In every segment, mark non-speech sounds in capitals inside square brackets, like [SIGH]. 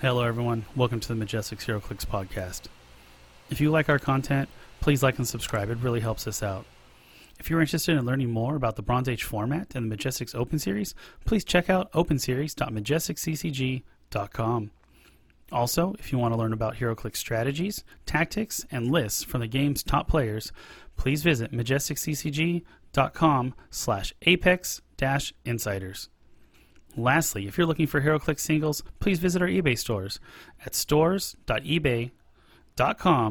Hello, everyone. Welcome to the Majestic Zero Clicks podcast. If you like our content, please like and subscribe. It really helps us out. If you're interested in learning more about the Bronze Age format and the Majestics Open Series, please check out openseries.majesticccg.com. Also, if you want to learn about HeroClick strategies, tactics, and lists from the game's top players, please visit majesticccg.com slash apex dash insiders. Lastly, if you're looking for HeroClick singles, please visit our eBay stores at e stores.ebay.com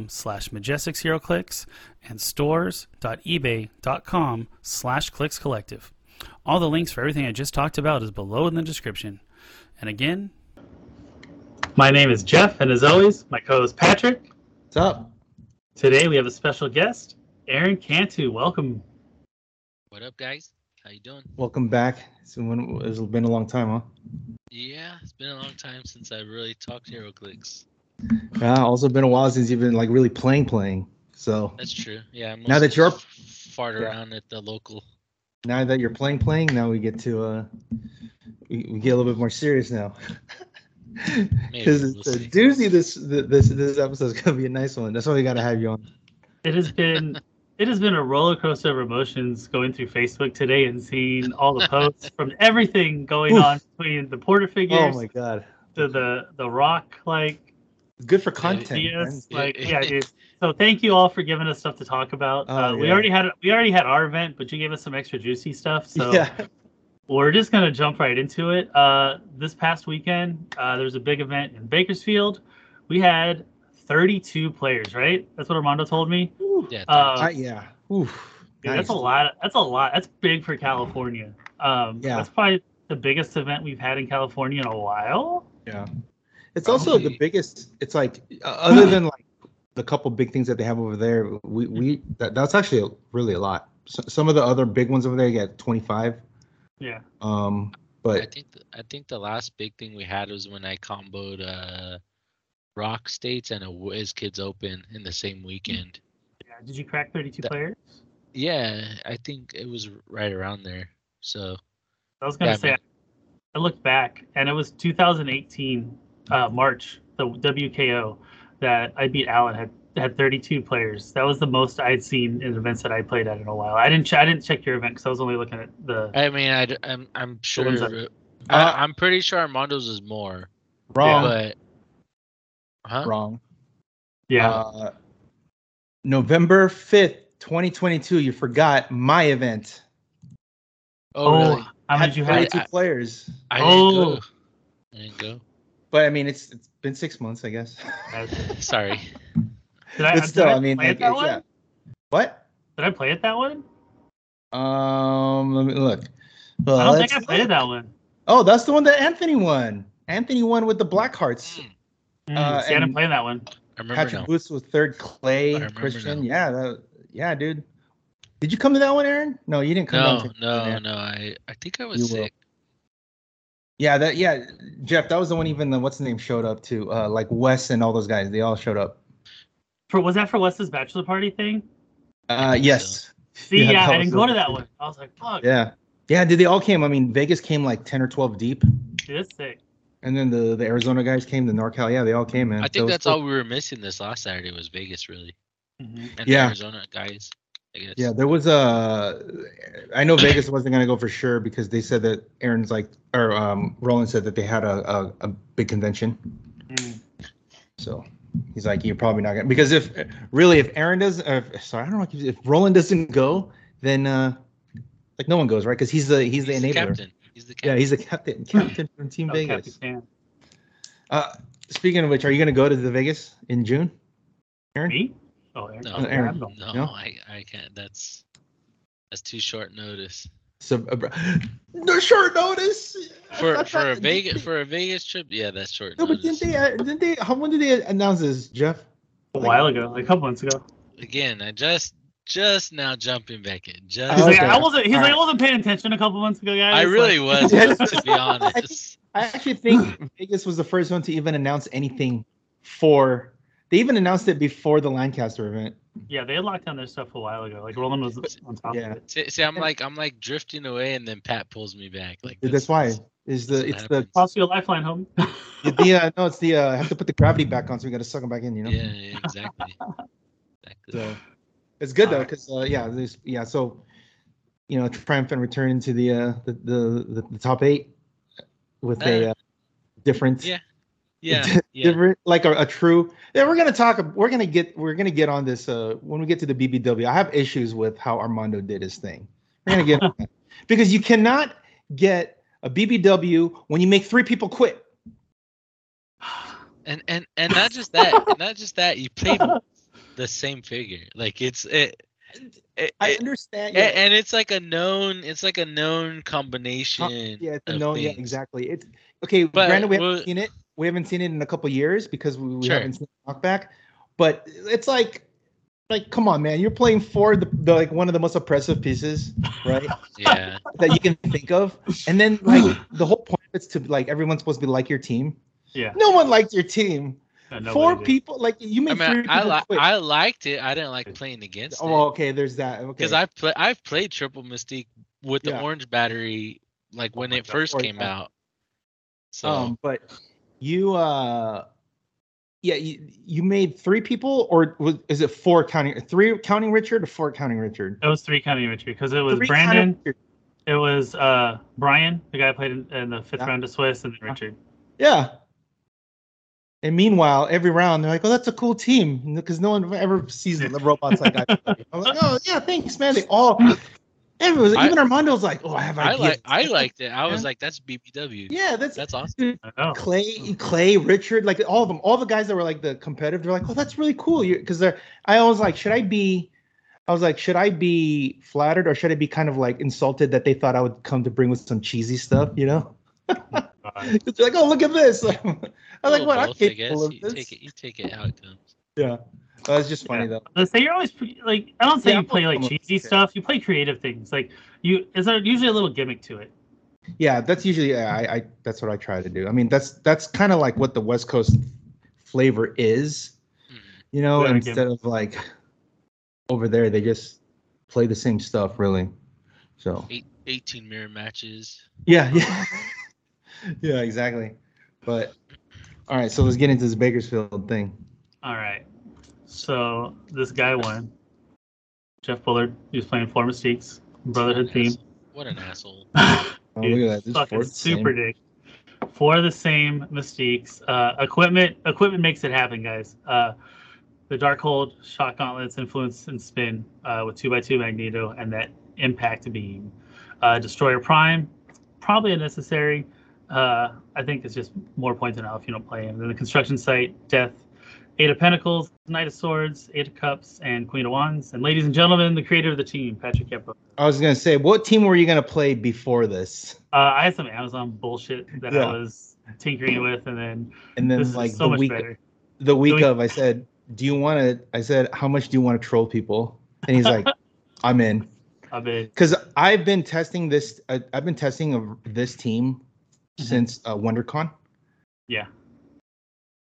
slash majesticsheroclicks and e stores.ebay.com slash clicks collective. All the links for everything I just talked about is below in the description. And again, my name is Jeff, and as always, my co-host Patrick. What's up? Today we have a special guest, Aaron Cantu. Welcome. What up, guys? How you doing? Welcome back. It's been, it's been a long time, huh? Yeah, it's been a long time since I really talked HeroClix. Yeah. Also, been a while since you've been like really playing, playing. So That's true. Yeah. I'm Now that mostly you're- f- fart yeah. around at the local. now that you're playing, playing, now we get to uh, we, we get a little bit more serious [LAUGHS] now. Because we'll it's a see. doozy. This this this episode's gonna be a nice one. That's why we gotta have you on. It has been it has been a roller coaster of emotions going through Facebook today and seeing all the posts [LAUGHS] from everything going Oof. on between the Porter Oh figures my god. to the the Rock like Good for content. man. ideas, man. like yeah, dude. So thank you all for giving us stuff to talk about. Oh, uh, We yeah. already had we already had our event, but you gave us some extra juicy stuff. So yeah. we're just going to jump right into it. Uh, this past weekend, uh, there was a big event in Bakersfield. We had 32 players, right? That's what Armando told me. Woo. Yeah. Uh, I- yeah. Oof. Dude, That's a Nice. lot. That's a lot. That's big for California. Um, Yeah. That's probably the biggest event we've had in California in a while. Yeah. It's also the Probably- biggest. It's like uh, other than like the couple big things that they have over there, we Mm-hmm. we that, that's actually really a lot. So, some of the other big ones over there get 25. Yeah. Um, I but think th- I think the last big thing we had was when I comboed uh, Rock States and a Wiz Kids Open in the same weekend. yeah. Did you crack 32 That- players? Yeah, I think it was r- right around there. So I was gonna Yeah, say, man. I looked back and it was 2018 uh, March, the WKO that I beat Allen had had 32 players. That was the most I'd seen in events that I played at in a while. I didn't ch- I didn't check your event because I was only looking at the. I mean, I, am I'm sure ones that- Uh, I, I'm pretty sure Armando's is more, wrong, but huh? wrong. Yeah, Uh, November 5th, 2022. You forgot my event. Oh, really? how Had many did you have? 32 I- players. I Oh. didn't go. I didn't go. But I mean, it's it's been six months, I guess. Sorry. Did I, [LAUGHS] but did still, I, I mean, play like, at that it's- one? yeah. What? Did I play at that one? Um, let me look. I Well, don't think I let's played look. at that one. Oh, that's the one that Anthony won. Anthony won with the Black Hearts. Mm, Mm, Uh, see, I didn't and- play in that one. I remember Patrick now. Booth was third. I Clay remember Christian. now. Yeah, that, yeah, dude. Did you come to that one, Aaron? No, you didn't come. down No, to- no, yeah. no. I, I think I You was will. sick. Yeah, that. Yeah, Jeff. That was the one. Even the what's the name showed up to. Uh, like Wes and all those guys. They all showed up. For was that for Wes's bachelor party thing? Uh, think yes. See, Yeah, yeah, that I didn't was go it. to that one. I was like, fuck, Yeah. Yeah, dude. They all came. I mean, Vegas came like ten or twelve deep, dude, that's sick. and then the the Arizona guys came. The NorCal. Yeah, they all came, man. I That think was that's cool. all we were missing this last Saturday was Vegas, really, Mhm. and Yeah. Arizona guys. I guess. Yeah, there was a. I know Vegas wasn't gonna go for sure because they said that Aaron's like or um, Roland said that they had a, a a big convention, Mm. so he's like you're probably not gonna because if really if Aaron does uh, sorry I don't know if, if Roland doesn't go then uh like no one goes right because he's the he's, He's, the the enabler captain. He's the yeah captain. he's the captain captain from Team Oh, Captain Vegas. Sam. Uh, speaking of which, are you gonna go to the Vegas in June? Me? Oh, Eric. No, Uh, Aaron. Randall. no, No? I, I can't. That's that's too short notice So uh, bro- [GASPS] no short notice for That's [LAUGHS] for a not- Vegas for a Vegas trip. Yeah, that's short No, but notice. didn't they? Uh, didn't they? How when did they announce this, Jeff? A while ago, like a couple months ago. Again, I just just now jumping back in. Just He's like, okay. I wasn't. He's All like, right. I wasn't paying attention a couple months ago, guys. I really Like, was to [LAUGHS] be honest. I actually think [CLEARS THROAT] Vegas was the first one to even announce anything for. They even announced it before the Lancaster event. Yeah, they had locked down their stuff a while ago. Like Roland was on top Yeah. of it. See, see, I'm like I'm like drifting away, and then Pat pulls me back. Like That's, this why is- is this the it's the happens. Toss you a [SIGHS] lifeline home. the uh, no it's the uh, I have to put the gravity back on so we got to suck them back in. You know. yeah, yeah, [LAUGHS] exactly. exactly. So it's good though, Alright. because uh, yeah, there's yeah. So you know, triumphant return to the uh, the, the the the top eight with a Uh, uh, different, yeah, yeah, yeah. different like a, a true. Yeah, we're gonna talk. We're gonna get we're gonna get on this uh, when we get to the BBW. I have issues with how Armando did his thing. We're gonna get on [LAUGHS] that. because you cannot get a BBW when you make three people quit. and and and not just that, and not just that. You [LAUGHS] played with the same figure. Like it's it. it, I it- understand. a- and it's like a known, it's like a known combination. Yeah, it's a of known. Yeah, things. exactly. It's okay. But granted, we haven't we'll- seen it. We haven't seen it in a couple years because we, we Sure. haven't seen knockback. But it's like, like, come on, man! You're playing for the, the like one of the most oppressive pieces, right? Yeah, that you can think of. And then [LAUGHS] like the whole point is to like everyone's supposed to be like your team. yeah. No one liked your team. No, nobody Four did. people, like you I made three mean, people I li- quit. I liked it. I didn't like playing against oh, it okay. There's that. Okay. Um, because I've played I've played Triple Mystique with the Yeah. Orange Battery like when Oh my it God. first Or- came out. So um but you uh yeah you, you made three people or was is it four counting three counting richard or four counting richard It was three county imagery because it was Three counting Brandon. Richard. It was uh Brian, the guy who played in, in the fifth Yeah. round of Swiss, and [LAUGHS] then Richard. yeah and meanwhile every round they're like oh that's a cool team because no one ever sees the robots like i i'm like oh yeah thanks man they all everyone I- even armando's like oh i have I ideas. like I liked it. I was Yeah. like, that's BBW. yeah that's, That's awesome. I Oh, know. Clay, Clay, Richard, like all of them, all the guys that were like the competitive, they're like, oh, that's really cool. Because they're, I always like, should I be, I was like, should I be flattered or should I be kind of like insulted that they thought I would come to bring with some cheesy stuff, you know? God. It's like, oh, look at this. [LAUGHS] I'm like, Well, what? I'm both, I capable guess of you this. take it. You take it how it comes. Yeah, that was just funny Yeah. though. Let's say you're always pre- like I don't say Yeah, you play like I'm a- cheesy stuff. You play creative things. Like you, is there usually a little gimmick to it? Yeah, that's usually yeah, I, I that's what I try to do. I mean, that's that's kind of like what the West Coast flavor is. Mhm. you know, Yeah, instead of like over there, they just play the same stuff, really. So Eight, 18 mirror matches. yeah, [LAUGHS] yeah, yeah, exactly. But all right, so let's get into this Bakersfield thing. All right. So this guy won. Jeff Bullard. He was playing Four Mystiques, Brotherhood theme. What an asshole. Oh, Dude, look at that! This fucking fourth super same. dick. Four of the same mistakes. Uh, equipment equipment makes it happen, guys. Uh, the dark hold, shot gauntlets, influence, and spin uh, with two x two magneto and that impact beam. Uh, Destroyer prime, probably unnecessary. Uh, I think it's just more points than out if you don't play him. Then the construction site, death, eight of pentacles, knight of swords, eight of cups, and queen of wands. And ladies and gentlemen, the creator of the team, Patrick Eppo. I was gonna say, what team were you gonna play before this? Uh, I had some Amazon bullshit that Yeah. I was tinkering with, and then And then this like is so the much week, better. the week week- of, I said, "Do you want to?" I said, "How much do you want to troll people?" And he's like, "I'm in." [LAUGHS] I mean, because I've been testing this. I, I've been testing of this team since uh, WonderCon. Yeah.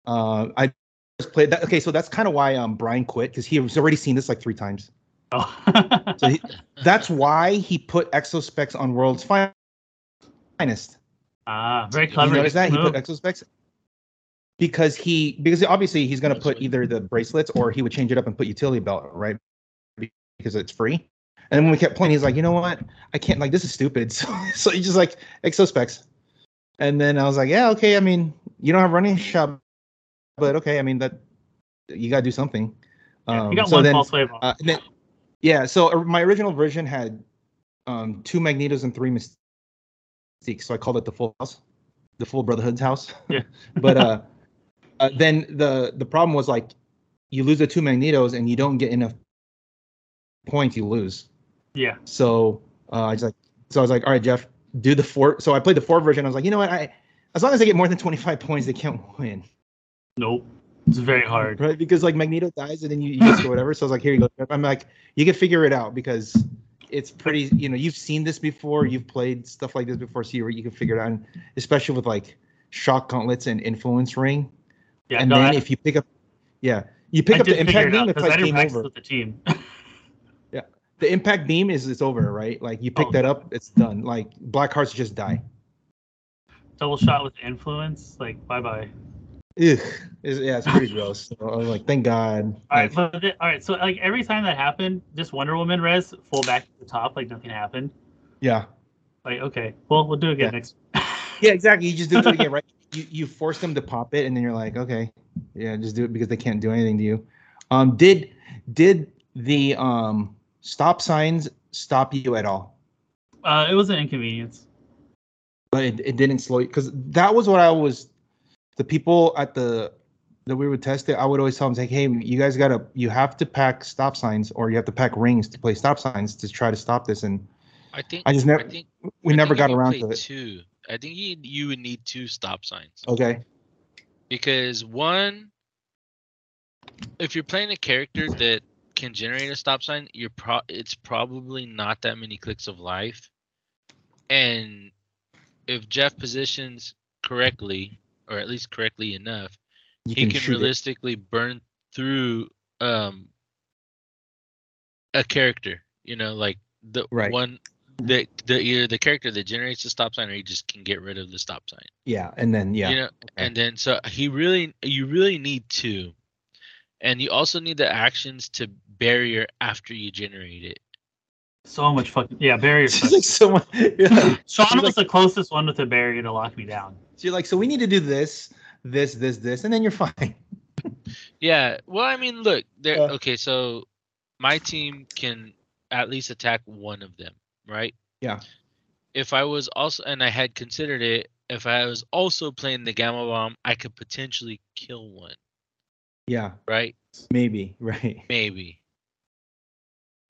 Uh, I just played that. Okay, so that's kind of why um Brian quit because he was already seen this like three times. Ah, oh. So he, that's why he put exospecs on World's Fi- Finest. ah, very You You clever. notice that he move. put exospecs because he because obviously he's gonna That's put what- either the bracelets or he would change it up and put utility belt right because it's free. And when we kept playing, he's like, you know what? I can't like this is stupid. [LAUGHS] So so he just like exospecs. And then I was like, yeah, okay. I mean, you don't have running shot, but okay. I mean that you gotta do something. Yeah, Um, you got so one then- false wave. uh, and then- yeah, so or- my original version had um, two Magnetos and three Mystiques, so I called it the full house, the full Brotherhood's house. Yeah. [LAUGHS] but uh, uh, then the the problem was like you lose the two Magnetos and you don't get enough points, you lose. yeah, So uh, I was like, so I was like, all right, Jeff, do the four. So I played the four version. I was like, you know what? I as long as I get more than twenty five points, they can't [LAUGHS] win, nope. It's very hard. right? Because like Magneto dies and then you, you just go whatever. So I was like, here you go. Jeff. I'm like, you can figure it out because it's pretty. You know, you've seen this before. You've played stuff like this before, so you you can figure it out. And especially with like shock gauntlets and influence ring. Yeah, and no, then I- if you pick up, yeah, You pick I up did the figure impact it out beam. It's 'cause I like didn't game practice over. with the team. [LAUGHS] The impact beam is it's over, right? Like you pick Oh. that up, it's done. Like black hearts just die. Double shot with influence, like bye bye. Ugh. It's- yeah, [LAUGHS] it's pretty gross. So I was like, thank God. All right, Like, but the- all right. So like every time that happened, just Wonder Woman res full back to the top, like nothing happened. yeah. Like okay, well we'll do it again Yeah. next. Yeah, exactly. You just do it again, right? You you force them to pop it, and then you're like, okay, yeah, just do it because they can't do anything to you. Um, did did the um stop signs stop you at all? Uh, it was an inconvenience. But it, it didn't slow you because that was what I was. The people at the that we would test it, I would always tell them like, hey, you guys gotta, you have to pack stop signs or you have to pack rings to play stop signs to try to stop this, and I think I just never- I think we I never think got if you around play to it. Two. I think you you would need two stop signs Okay. because one, if you're playing a character that can generate a stop sign, you're pro it's probably not that many clicks of life, and if Jeff positions correctly or at least correctly enough, You he can, shoot it. realistically burn through um a character you know like the Right. one the the either the character that generates the stop sign or he just can get rid of the stop sign Yeah, and then yeah, you know and then so he really you really need two and you also need the actions to barrier after you generate it So much fucking yeah barrier. [LAUGHS] [LAUGHS] It's like someone. Yeah. Sean She's was the closest one with a barrier to lock me down. So you're like, so we need to do this, this, this, this, and then you're [LAUGHS] fine. Yeah. Well, I mean, look, there. Yeah. Okay, so my team can at least attack one of them, right? Yeah. If I was also, and I had considered it, if I was also playing the gamma bomb, I could potentially kill one, Yeah, right? maybe, right. Maybe.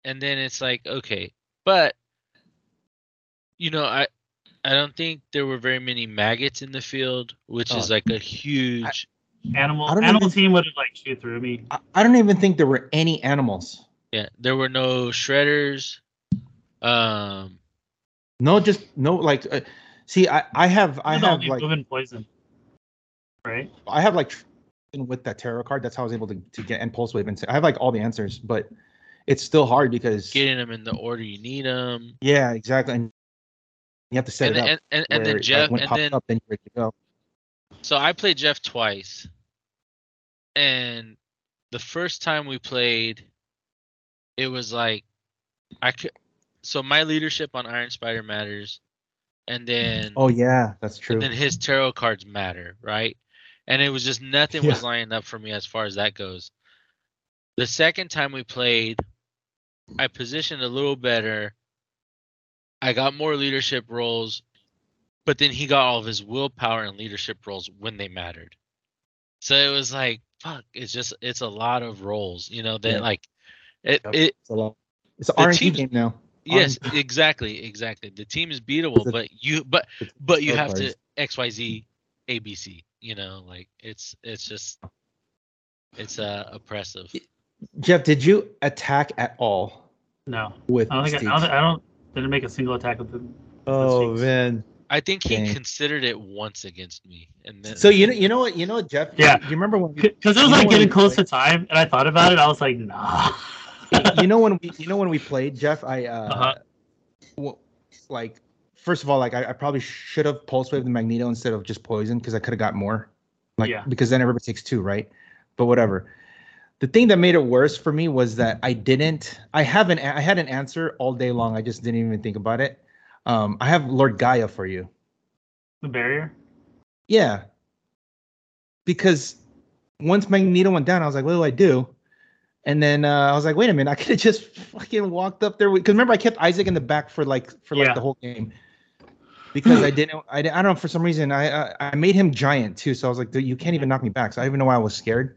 And then it's like, okay, but you know, I I don't think there were very many maggots in the field, which is Oh. like a huge. Animal I don't animal even- team would have like shoot through me. I, I don't even think there were any animals. yeah, there were no shredders. Um, No, just no. Like, uh, see, I, I have, I You're the have only like, moving poison. Right. I have like, with that tarot card, that's how I was able to, to get and pulse wave and say, I have like all the answers, but it's still hard because getting them in the order you need them. yeah, exactly, and you have to set And it then, up. and, and, and where, then like, Jeff, when it and pops then Mm. up, then you're ready to go. so I played Jeff twice, and the first time we played, it was like I could. So my leadership on Iron Spider matters, and then Oh yeah, that's true. and then his tarot cards matter, right? And it was just nothing was lining up for me as far as that goes. The second time we played, I positioned a little better. I got more leadership roles, but then he got all of his willpower and leadership roles when they mattered. So it was like, fuck, it's just it's a lot of roles, you know, that Yeah. like it, Yep. it it's a lot. It's an R and D teams- game now. Yes, exactly, exactly. The team is beatable, It's a- but you but it's but you so have to hard. X Y Z A B C. You know, like it's it's just it's uh oppressive. Jeff, did you attack at all No. with? I don't think I, I, don't, Steve? think- I don't didn't make a single attack with them. Oh Let's see. man. I think he Dang. considered it once against me, and then So you know, you know what, you know what, Jeff. Yeah. You remember when? [LAUGHS] We, Because it was You know like what getting it's close to like- time, and I thought about it. I was like, [LAUGHS] nah. you know when we, you know when we played, Jeff. I, uh, Uh-huh. w- like, first of all, like I, I probably should have pulse wave the Magneto instead of just poison because I could have got more. Like, Yeah. because then everybody takes two, right? But whatever. The thing that made it worse for me was that I didn't. I haven't. I had an answer all day long. I just didn't even think about it. Um, I have Lord Gaia for you. the barrier. Yeah. Because once Magneto went down, I was like, what do I do? And then uh, I was like, wait a minute, [LAUGHS] I could have just fucking walked up there. Because remember, I kept Isaac in the back for like for like Yeah. the whole game because I didn't. I, di- I don't know for some reason I, I I made him giant too. So I was like, dude, you can't even knock me back. So I don't even know why I was scared.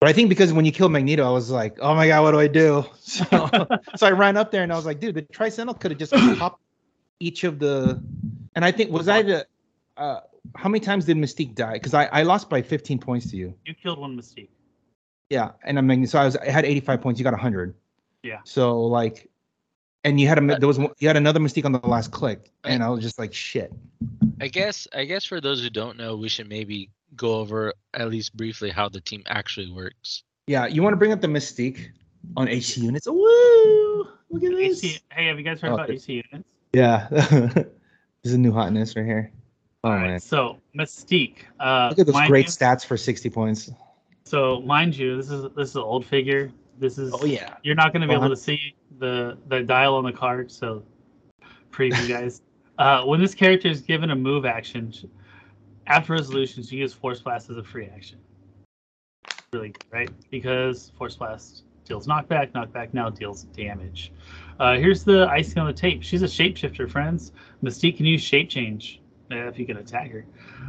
But I think because when you kill Magneto, I was like, oh my god, what do I do? [LAUGHS] So so I ran up there and I was like, dude, the Tricentinal could have [CLEARS THROAT] just popped each of the. And I think was I the. Uh, how many times did Mystique die? Because I, I lost by 15 points to you. You killed one mistake. Yeah, and I'm making so I was I had 85 points. You got 100. Yeah. So like, and you had a Uh, there was one- you had another mistake on the last click, I- and I was just like, shit. I guess I guess for those who don't know, we should maybe go over at least briefly how the team actually works. Yeah, you want to bring up the Mystique on AC units? Woo! Look at this. AC, hey, have you guys heard Oh, about it- AC units? Yeah, [LAUGHS] this is a new hotness right here. Oh All man, right. So Mystique. Uh, look at those mind great you- stats for sixty points. so mind you, this is this is an old figure. This is yeah, you're not going to be able Uh-huh. to see the the dial on the card so preview guys [LAUGHS] uh, when this character is given a move action sh- after resolutions you use force blast as a free action really good, right because force blast deals knockback knockback now deals damage uh, here's the icing on the tape she's a shapeshifter friends mystique can use shape change uh, if you can attack her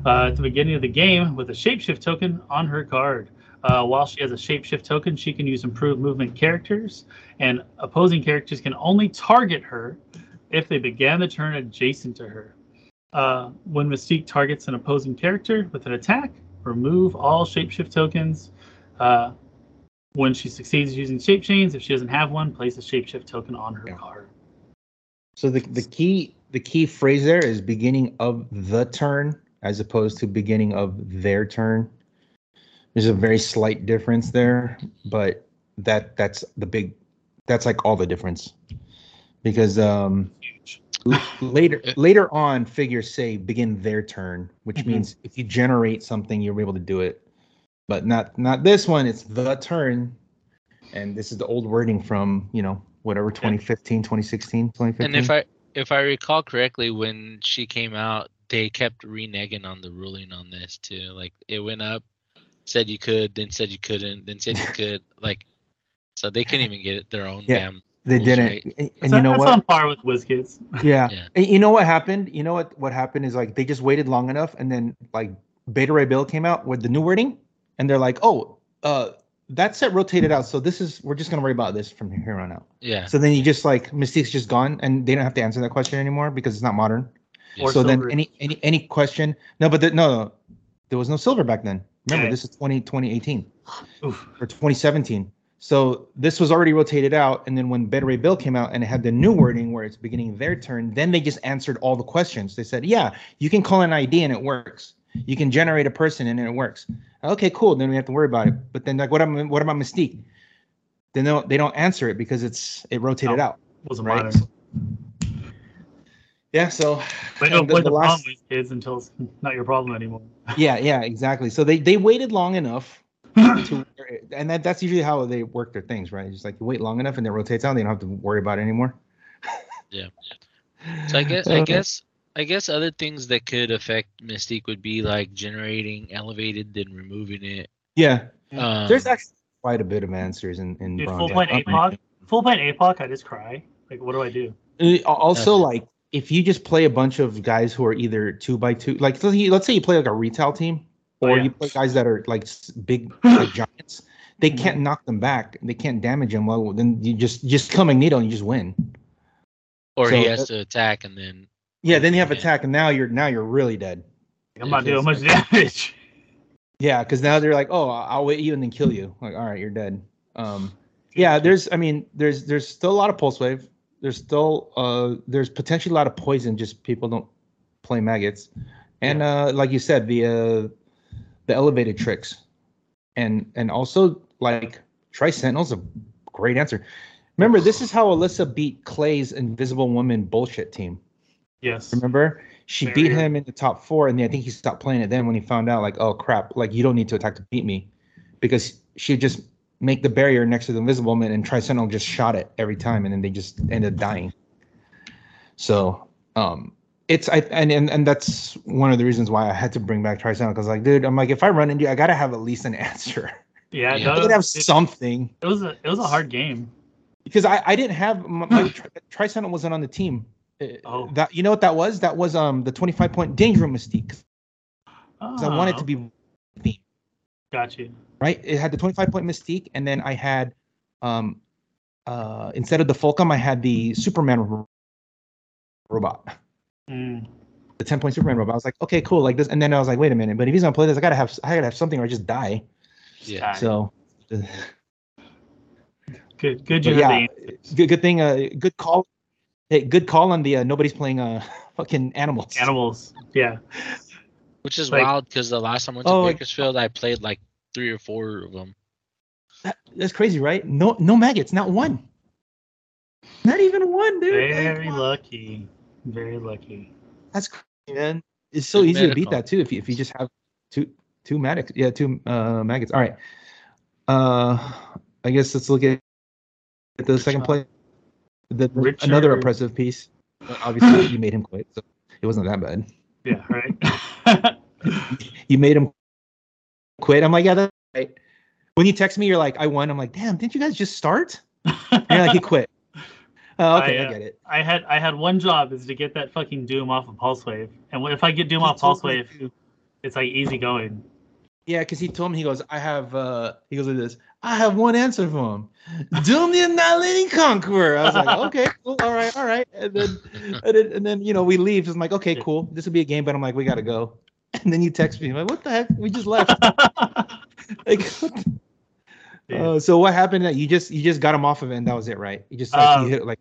uh, at the beginning of the game with a shapeshift token on her card uh, while she has a shapeshift token, she can use improved movement characters, and opposing characters can only target her if they began the turn adjacent to her. Uh, when Mystique targets an opposing character with an attack, remove all shapeshift tokens. Uh, when she succeeds using shape chains, if she doesn't have one, place a shapeshift token on her Yeah. card. So the the key the key phrase there is beginning of the turn as opposed to beginning of their turn. There's a very slight difference there, but that that's the big that's like all the difference. Because um Huge. l- later later on figures say begin their turn, which Mhm. means if you generate something you're able to do it. But not not this one, it's the turn. And this is the old wording from, you know, whatever 2015, 2016, 2015. And if I if I recall correctly, when she came out, they kept reneging on the ruling on this too. Like it went up, said you could, then said you couldn't, [LAUGHS] then said you could. Like so they couldn't even get their own Yeah. damn. They Bullshit. didn't. And, and So you know that's what? on par with WizKids. yeah. Yeah. And you know what happened? You know what what happened is like they just waited long enough and then like Beta Ray Bill came out with the new wording and they're like, "Oh, uh that set rotated out, so this is we're just going to worry about this from here on out." Yeah. So then you just like Mystique's just gone and they don't have to answer that question anymore because it's not modern. Or so then Silver. any any any question No, but the, no, no. There was no silver back then. Remember, Yeah. this is 20 2018 Oof. or 2017. So this was already rotated out, and then when Better Ray Bill came out and it had the new wording where it's beginning their turn, then they just answered all the questions. They said, "Yeah, you can call an ID and it works. You can generate a person and it works." Okay, cool. Then we have to worry about it. But then like, what am what about Mystique? Then they don't, they don't answer it because it's it rotated No. out, Was Oh, a right? modern. Yeah. So But And it the- was the a problem last- with kids until it's [LAUGHS] not your problem anymore. yeah, yeah, exactly. So they they waited long [CLEARS THROAT] enough to and that that's usually how they work their things, right? Just like you wait long enough and it rotates out, they don't have to worry about it anymore. [LAUGHS] Yeah. [LAUGHS] So I guess I Uh, guess I guess other things that could affect Mystique would be like generating elevated, then removing it. yeah, Um, Mm. there's actually quite a bit of answers in in Dude, bronze. full plate APOC, full plate APOC, I just cry. Like, what do I do? Uh, Also, Okay. like if you just play a bunch of guys who are either two by two, like let's say you, let's say you play like a retail team, Oh, or yeah. you play guys that are like s- [CLEARS THROAT] big like giants, they Mhm. can't knock them back, they can't damage them. Well, then you just just come Magneto and you just win. or he so- has to attack and then Yeah, then you have Yeah. attack, and now you're now you're really dead. Like, I'm not Because- doing much damage. [LAUGHS] Yeah, because now they're like, oh, I'll wait you and then kill you. Like, all right, you're dead. Um, yeah, there's, I mean, there's, there's still a lot of pulse wave. There's still, uh, there's potentially a lot of poison. Just people don't play maggots, and uh, like you said, the, uh, the elevated tricks, and and also like try sentinels a great answer. Remember, this is how Alyssa beat Clay's Invisible Woman bullshit team. Yes. Remember, she Very beat good. him in the top four, and then I think he stopped playing it. Then when he found out, like, oh crap, like you don't need to attack to beat me, because she would just make the barrier next to the invisible man, and Tricentinal just shot it every time, and then they just ended up dying. So, um, it's I and and, and that's one of the reasons why I had to bring back Tricentinal because like, dude, I'm like, if I run into you, I gotta have at least an [LAUGHS] answer. Yeah, Yeah. no, I gotta have Uh, it, something it was a it was a hard game. because I, I didn't have my, [CLEARS THROAT] my tri- Tricentinal wasn't on the team. Uh, Oh. That you know what that was? That was um the 25 point danger room mystique. 'cause I want it to Oh, be theme, Got you. right? It had the 25 point mystique, and then I had um uh instead of the Fulcum, I had the Superman ro- robot, Mm. the 10 point Superman robot. I was like, okay, cool, like this, and then I was like, wait a minute, but if he's gonna play this, I gotta have I gotta have something or I just die. yeah. Got it. So uh, good, good. You but yeah. yeah, good, good thing, uh, good call. [LAUGHS] Hey, good call on the uh, nobody's playing uh fucking animals. animals. Yeah. which is Like- wild because the last time I went to Oh, like- Bakersfield, I played like three or four of them. That, that's crazy, right? No, no maggots, not one. Not even one, dude. Like, Very wow. lucky. Very lucky. That's crazy, man. It's so It's easy to beat medical. that too if you if you just have two two maggots. Yeah, two uh, maggots. All right. Uh, I guess let's look at at the second play. The, the- another Richard. oppressive piece. But Obviously, you made him quit, so it wasn't that bad. Yeah, [LAUGHS] right. [LAUGHS] You made him quit. I'm like, yeah, that's right. When you text me, you're like, I won. I'm like, damn, didn't you guys just start? And you're like, he [LAUGHS] quit. Oh, okay, I, I, uh, get it. I had I had one job is to get that fucking Doom off of Pulse Wave. And if I get Doom off That's so Pulse cool, Wave, too. it's like easy going. [LAUGHS] Yeah, because he told me he goes, I have uh he goes like this, I have one answer for him. Doom the annihilating conqueror. I was [LAUGHS] like, okay, cool, all right, all right. And then and then, and then you know, we leave. I'm like, okay, cool. This will be a game, but I'm like, we gotta go. And then you text me, I'm like, what the heck? We just left. [LAUGHS] Oh, like what the- Dude. Oh, so what happened that you just you just got him off of it and that was it, right? You just like Um, you hit like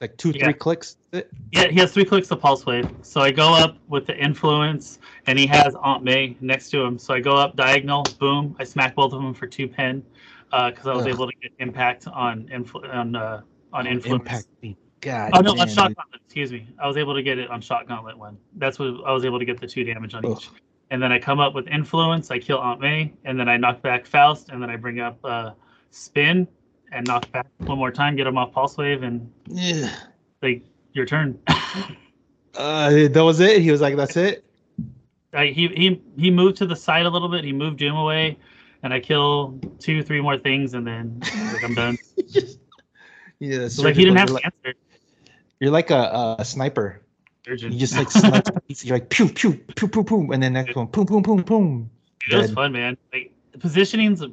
like two, yeah. three clicks. Yeah, he has three clicks to pulse wave. So I go up with the influence, and he has Aunt May next to him. So I go up diagonal, boom! I smack both of them for two pin, because I was Ugh. able to get impact on influ- on uh, on influence. Impact me. God. Oh no, on damn, shot dude. gauntlet. Excuse me, I was able to get it on shot gauntlet one. That's what I was able to get the two damage on Ugh. each. And then I come up with influence. I kill Aunt May, and then I knock back Faust, and then I bring up uh, spin and knock back one more time, get him off pulse wave, and Yeah. like your turn. Uh, that was it. He was like, that's it. I, he he he moved to the side a little bit. He moved Doom away, and I kill two, three more things, and then like, [LAUGHS] I'm done. Yeah, So like he surgical. didn't have You're to like- answer. You're like a, a sniper. Surgeon. You just like slice the pizza. You're like pew pew pew pew pew, and then next one boom boom boom boom. it was dead. fun, man. Like positioning's uh,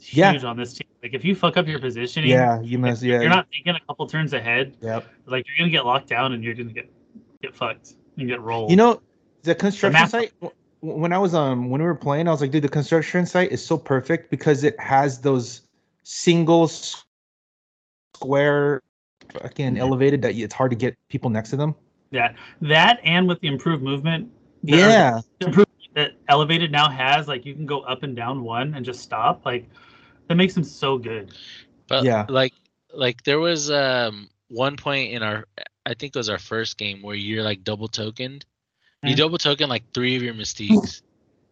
huge Yeah. on this team. Like if you fuck up your positioning, Yeah, you like, must. Yeah, you're not thinking a couple turns ahead. Yep. Like you're gonna get locked down, and you're gonna get get fucked and get rolled. You know the construction map- site. w- When I was um when we were playing, I was like, dude, the construction site is so perfect because it has those single s- square fucking elevated that it's hard to get people next to them. that that, and with the improved movement, the- Yeah, the improvement that elevated now has, like you can go up and down one and just stop. Like that makes him so good. But Yeah. like like there was um one point in our I think it was our first game where you're like double tokened. You Mhm. double token like three of your mystiques.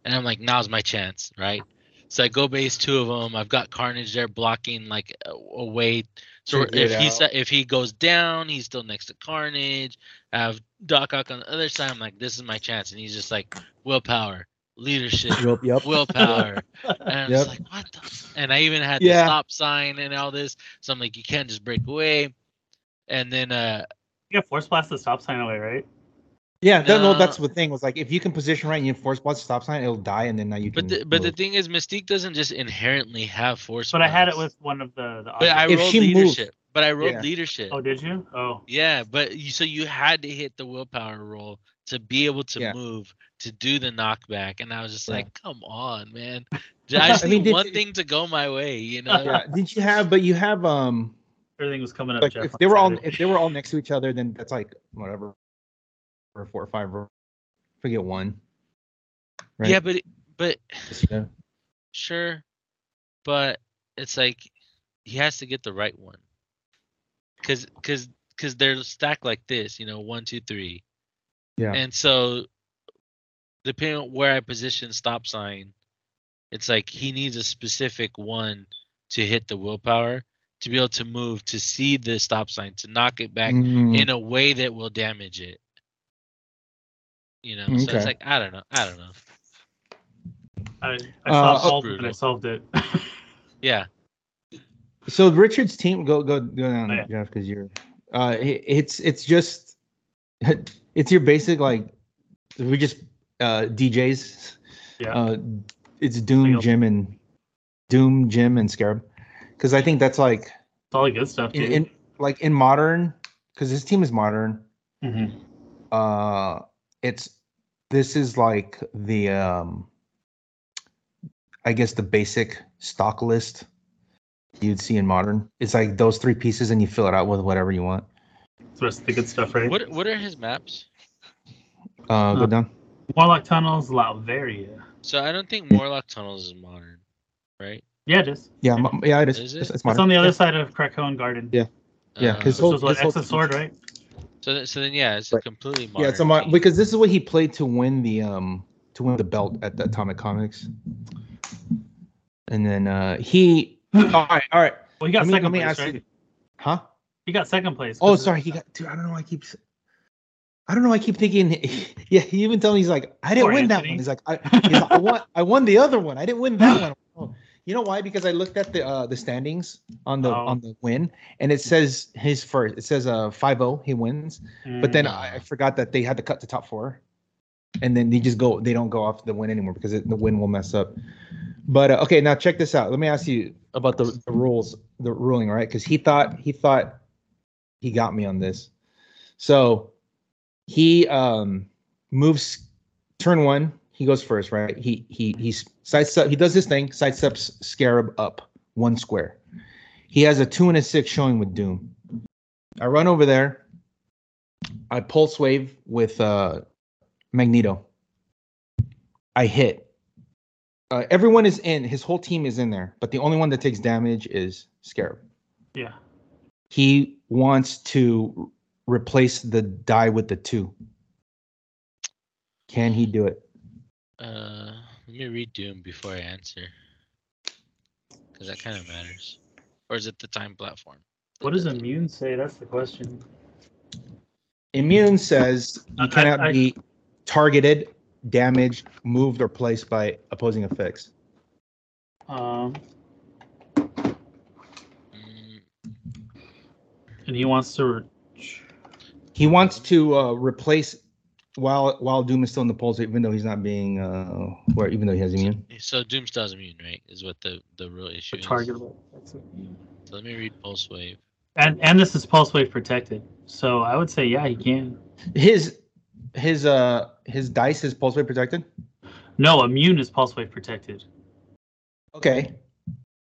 and I'm like, now's my chance, right? So I go base two of them. I've got Carnage there blocking like a- away. So Figure it if he out. sa- if he goes down, he's still next to Carnage. I have Doc Ock on the other side. I'm like, this is my chance, and he's just like, willpower, leadership, yep, yep. [LAUGHS] willpower. And I'm just Yep. like, what the? f-" And I even had Yeah. the stop sign and all this. So I'm like, you can't just break away. And then, uh, Yeah, force blast the stop sign away, right? Yeah, that, no, No. that's the thing. Was like if you can position right and you force blast stop sign, it'll die, and then now you can. but the, but the move. thing is, Mystique doesn't just inherently have force. But I had it powers. with one of the. the But I If rolled she moved- leadership. But I rolled Yeah. leadership. oh, did you? Oh, Yeah, but you, so you had to hit the willpower roll to be able to Yeah. move to do the knockback, and I was just Yeah. like, "Come [LAUGHS] on, man! I just I mean, need did one you- thing to go my way, you know?" [LAUGHS] yeah, did you have? But you have um. everything was coming up. like Jeff, if on they were all Saturday. if they were all next to each other, then that's like whatever, or four or five, or forget one. Right? Yeah, but it- but Yeah. sure, but it's like he has to get the right one, cause cause cause they're stacked like this, you know, one, two, three. Yeah. And so, depending on where I position stop sign, it's like he needs a specific one to hit the willpower to be able to move to see the stop sign to knock it back Mm, in a way that will damage it. You know, so Okay. it's like I don't know, I don't know. I, I Uh, oh, saw Bolt and I brutal. [LAUGHS] solved it. Yeah, so Richard's team, go go go down, Oh, yeah. Jeff, because you're. Uh, it, it's it's just, [LAUGHS] it's your basic like, we just uh DJs. Yeah. Uh, it's Doom, Single. Jim, and Doom, Jim, and Scarab, because I think that's like it's all the good stuff, in, dude. in like in modern, because his team is modern. Mm-hmm. Mhm. uh it's this is like the um i guess the basic stock list you'd see in modern it's like those three pieces and you fill it out with whatever you want It's the rest of the good stuff, right? what what are his maps? uh go Huh. down Warlock Tunnels, Latveria. So I don't think Morlock Tunnels is modern, right? Yeah, it is. Yeah, mo- yeah, it is. Is it? It's, it's It's modern. on the other side of Krakoan Garden. Yeah. Yeah, Uh, 'cause This was whole- what, this whole- Exit Sword, right? Um, so th- so then yeah, it's a Right. completely modern. yeah, it's a mo- game. because this is what he played to win the um to win the belt at the Atomic Comics. And then uh [CLEARS THROAT] he all right, all right. Well, he got Let me- second let me place, ask you- right? Huh? He got second place. Oh, 'cause- [LAUGHS] sorry. [LAUGHS] He got dude. I don't know. why I keep. s- I don't know. why I keep thinking. [LAUGHS] Yeah, he even told me he's like, I didn't Poor win that Anthony. one. He's like, I, he's like, I won. I won the other one. I didn't [LAUGHS] win that one. Oh. You know why? Because I looked at the uh, the standings on the Oh. on the win, and it says his first. It says uh 5-0, He wins, Mm, but then I, I forgot that they had to cut the top four, and then they just go. They don't go off the win anymore because it, the win will mess up. But uh, okay, now check this out. Let me ask you about the, the rules, the ruling, right? Because he thought he thought he got me on this. So he um moves turn one. He goes first, right? He he he sides up. He does this thing. Side steps Scarab up one square. He has a two and a six showing with Doom. I run over there. I pulse wave with uh, Magneto. I hit. Uh, everyone is in. His whole team is in there, but the only one that takes damage is Scarab Yeah. he wants to r- replace the die with the two. Can he do it? Uh, let me read Doom before I answer, because that kind of matters. Or is it the time platform? What does immune say? That's the question. Immune says I- you cannot I- be targeted, damaged, moved, or placed by opposing effects. Um, Mm, and he wants to. re- He wants to uh, replace while while Doom is still in the polls, even though he's not being uh, or even though he has immune. so Doom style's immune, right? Is what the the real issue is. targetable. That's it. So let me read Pulse Wave. And and this is pulse wave protected, so I would say yeah, he can. His his uh his dice is pulse wave protected. No, immune is pulse wave protected, Okay,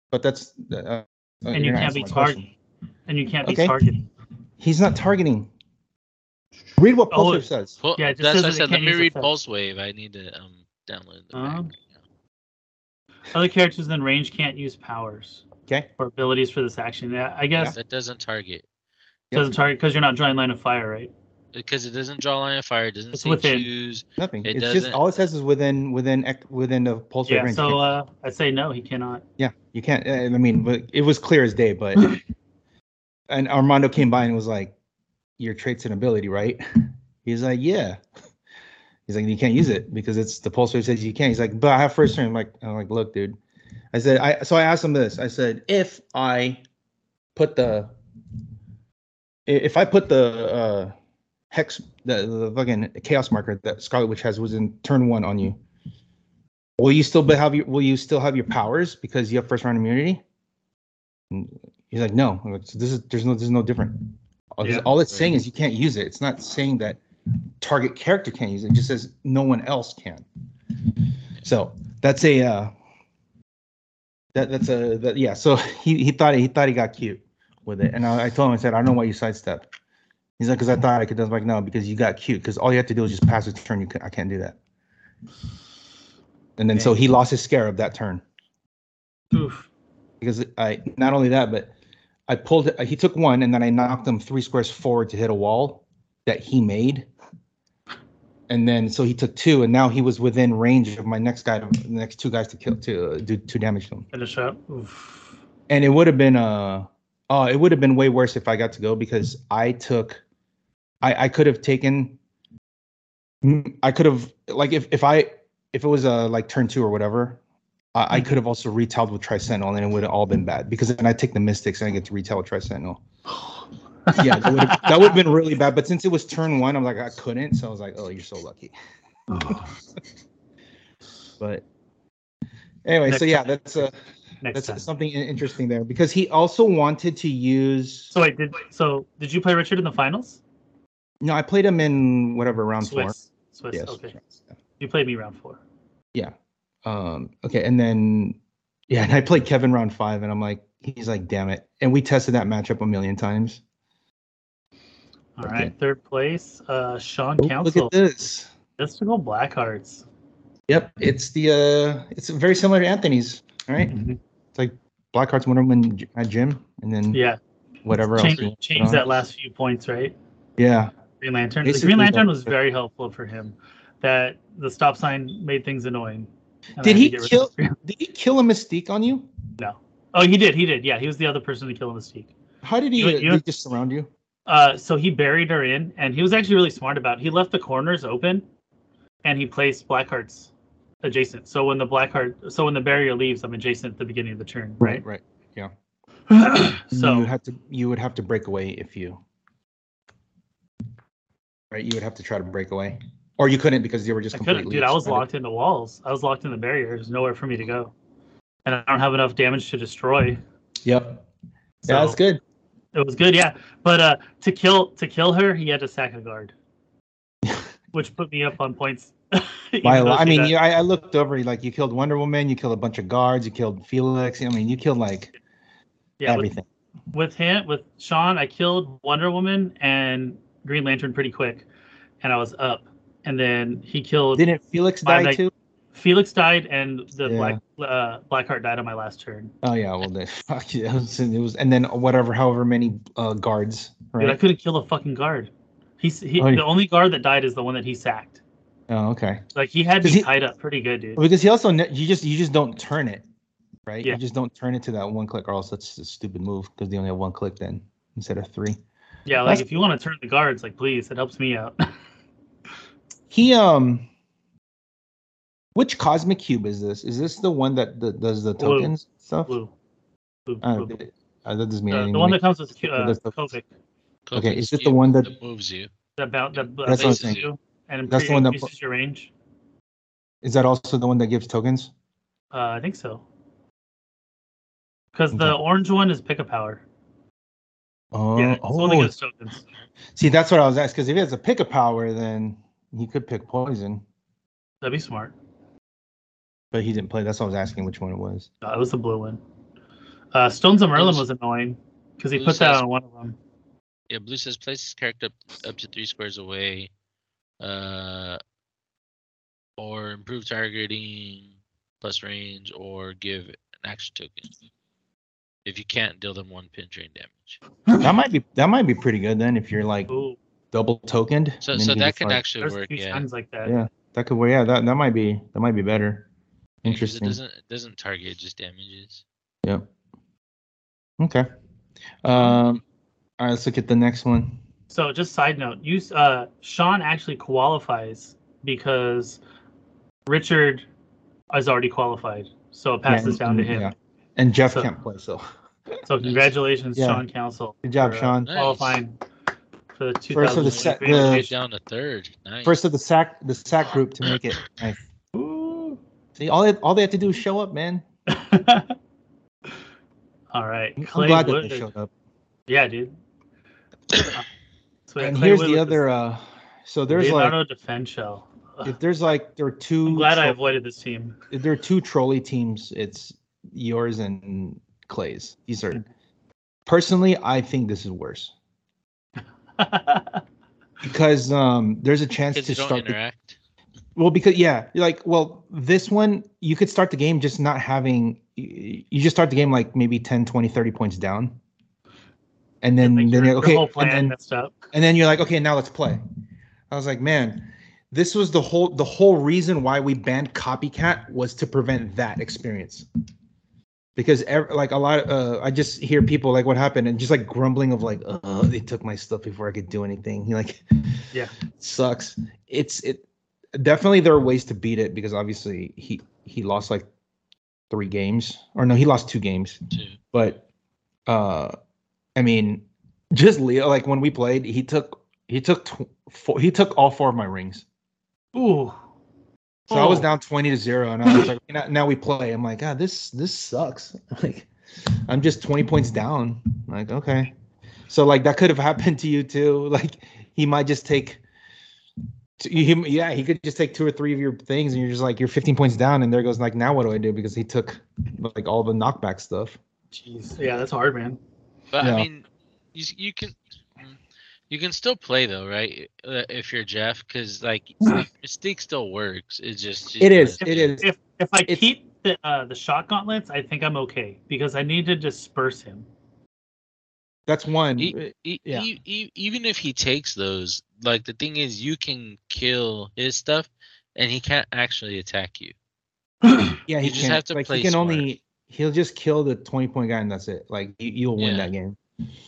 but that's uh, and you can't be targeted. targeted. And you can't be Okay. targeted. He's not targeting. Read what Oh, Pulsar says. Well, Yeah, it just that's says what that I it said. Let can't me use read effects. Pulse Wave. I need to um download the Um, back. Other characters in range can't use powers Okay. or abilities for this action. Yeah, I guess That doesn't target Yep. doesn't target because you're not drawing line of fire, right? because it doesn't draw line of fire. It doesn't It's say within. choose. Nothing. It it's doesn't- just all it says is within within ec- within the pulse wave Yeah. range. So uh, I say no, he cannot. yeah, you can't. I I mean, but it was clear as day. But and Armando came by and was like, "Your traits and ability, right?" He's like, "Yeah." He's like, "You can't use it because it's the pulse wave says you can't." He's like, "But I have first turn." I'm like, "I'm like, look, dude." I said, "I." So I asked him this. I said, "If I put the i- if I put the uh, hex the, the fucking chaos marker that Scarlet Witch has was in turn one on you, will you still be, have your will you still have your powers because you have first round immunity? And he's like, no. I'm like, so this is there's no there's no different. All, Yeah. all it's saying is you can't use it. It's not saying that target character can't use it. It just says no one else can. So that's a uh, that that's a that, yeah. So [LAUGHS] he he thought he thought he got cute with it. And I, I told him, I said, I don't know why you sidestep. He's like, because I thought I could. do it." I was like, no, because you got cute. Because all you have to do is just pass a turn. You can, I can't do that. And then so Dang. he lost his scarab that turn Oof. because I not only that, but I pulled. uh, He took one, and then I knocked him three squares forward to hit a wall that he made. And then so he took two, and now he was within range of my next guy, to, the next two guys to kill to uh, do two damage to him. Finish up. Oof. And it would have been uh oh, it would have been way worse if I got to go because I took, I I could have taken, Mm, I could have like if if I if it was uh like turn two or whatever, I, I could have also retailed with Trisentinel and it would have all been bad because then I take the Mystics and I get to retail with Trisentinel. yeah, that would have that would have been really bad. But since it was turn one, I'm like I couldn't, so I was like, oh, you're so lucky. [LAUGHS] but anyway, Next so yeah, time. that's uh Next that's time. something in- interesting there because he also wanted to use. So wait, did so did you play Richard in the finals? no, I played him in whatever round four. Swiss. Swiss. Yes. Okay. You played me round four. Um. Okay, and then yeah, and I played Kevin round five, and I'm like, he's like, damn it, and we tested that matchup a million times. All Okay. right, third place, uh, Sean Oh, Look Council. at this. Mystical Blackhearts. Yep, it's the uh, it's very similar to Anthony's. All right? Mm-hmm. it's like Blackheart's Wonder Woman gy- uh, gym, and then Yeah. whatever Change, else. you want to put change on. that last few points, right? Yeah, Green Lantern. the Basically, Green Lantern that's was it. very helpful for him. That the stop sign made things annoying. and I Did had he to get rid kill- of him. did he kill a Mystique on you? [LAUGHS] Oh, he did. He did. Yeah, he was the other person to kill Mystique. How did he? You- uh, you- they just surround you. Uh, so he buried her in, and he was actually really smart about. It. He left the corners open, and he placed Blackheart's adjacent. So when the Blackheart, so when the barrier leaves, I'm adjacent at the beginning of the turn, right? right. [CLEARS THROAT] So you so have to you would have to break away if you. Right, you would have to try to break away, or you couldn't because you were just I couldn't, completely. dude. I was surrounded. locked into walls. I was locked in the barrier. There's nowhere for me to go, and I don't have enough damage to destroy. Yep. So yeah, that's good. It was good, yeah. But uh, to kill to kill her, he had to sack a guard, [LAUGHS] which put me up on points. [LAUGHS] even By a though lot. I she mean, died. you, I, I looked over. Like you killed Wonder Woman, you killed a bunch of guards, you killed Felix. I mean, you killed like yeah, with, everything. with him with Sean, I killed Wonder Woman and Green Lantern pretty quick, and I was up. And then he killed Didn't Felix By die like- too? Felix died, and the Yeah. Black uh, Blackheart died on my last turn. Oh yeah, well [LAUGHS] then, fuck yeah. It was, it was- and then whatever, however many uh, guards, Dude, I right? couldn't kill a fucking guard. He's he, Oh, yeah. the only guard that died is the one that he sacked. Oh okay. Like he had me 'Cause he- tied up pretty good, dude. Well, because he also ne- you just you just don't turn it, right? Yeah. You just don't turn it to that one click, or else that's a stupid move because they only have one click then instead of three. Yeah, like that's- if you want to turn the guards, like please, it helps me out. [LAUGHS] He um. Which cosmic cube is this? Is this the one that the, does the Blue. tokens stuff? Blue. Blue, Uh, blue. th- uh, that doesn't mean Uh, anything. the one to that me. comes with Q- But uh, that's the- Kovic, Okay, is it the Cobra one that- Cube moves you? that bound that uh, That's what I'm bases saying. you and That's the one that- increases your range. is that also the one that gives tokens? Uh, I think so. Because the orange one is pick a power. Oh, yeah, it's the one that oh, gives tokens. see, that's what I was asking. Because if he has a pick a power, then he could pick poison, That'd be smart. but he didn't play. That's what I was asking which one it was. No, it was the blue one. Uh, Stones of Merlin Who's- was annoying because he who put that says- on one of them. Yeah, blue says place this character up, up to three squares away, uh, or improve targeting plus range, or give an action token if you can't deal them one pin drain damage. That might be that might be pretty good then if you're like Ooh, double tokened. So and so then you that just, can like- actually there's work. two Yeah, signs like that. Yeah. that could work. Yeah, that, that might be that might be better. because It Interesting. doesn't it doesn't target it just damages. Yeah. Okay. Um. All right. Let's look at the next one. So just side note, you s- uh, Sean actually qualifies because Richard is already qualified, so it passes Yeah, down to him. yeah. And Jeff So- can't play, so So congratulations, Yeah. Sean Council. good job, for, uh, Sean. Nice. Qualifying for the First of the 2023 set- Way to the- get down to third. Nice. First of the sack the sack group to make [LAUGHS] it. Nice. See, all they, all they have to do is show up, man. Olympics. [LAUGHS] All right, I'm Clay glad that Woodard. they showed up. Yeah, dude. So yeah, And Clay here's Woodard the was other. Uh. So there's Leonardo like Defenshell. if there's like there are 2 I'm glad I tro- avoided this team. [LAUGHS] if there are two trolley teams. It's yours and Clay's. These are Hmm. personally, I think this is worse because um, there's a chance because you to don't start. The, interact. well, because yeah, you're like well, this one you could start the game just not having. You, you just start the game like maybe 10, 20, 30 points down, and then Like, then your, you're like, okay, your whole plan and then, messed up. and then you're like okay, now let's play. I was like, man. This was the whole the whole reason why we banned copycat was to prevent that experience. because ev- like a lot uh, i just hear people like what happened and just like grumbling of like oh they took my stuff before i could do anything [LAUGHS] like Yeah. sucks it's it definitely there are ways to beat it because obviously he he lost like three games or no he lost two games Too. but uh i mean just leo like when we played he took he took tw- four, he took all four of my rings Ooh. so I was Oh. down twenty to zero, and I was like, now, now we play. I'm like, God, this this sucks. [LAUGHS] Like, I'm just twenty points down. like, okay, so like that could have [LAUGHS] happened to you too. Like, he might just take, he, he- yeah, he could just take two or three of your things, and you're just like, you're fifteen points down, and there goes like, now what do I do? Because he took like all the knockback stuff. Jeez. Yeah, that's hard, man. But Yeah. I mean, you s- you can. mm. You can still play though, right? Uh, if you're Jeff, because like Mystique still works. It's just Mm. It is. If- It is. If if I It's- keep the uh, the shot gauntlets, I think I'm okay because I need to disperse him. That's one. E- e- Yeah. e- e- even if he takes those, like the thing is, you can kill his stuff, and he can't actually attack you. [CLEARS THROAT] Yeah, he You just can't. have to like, play he can smart. only he'll just kill the twenty point guy and that's it. Like you, you'll win Yeah. that game.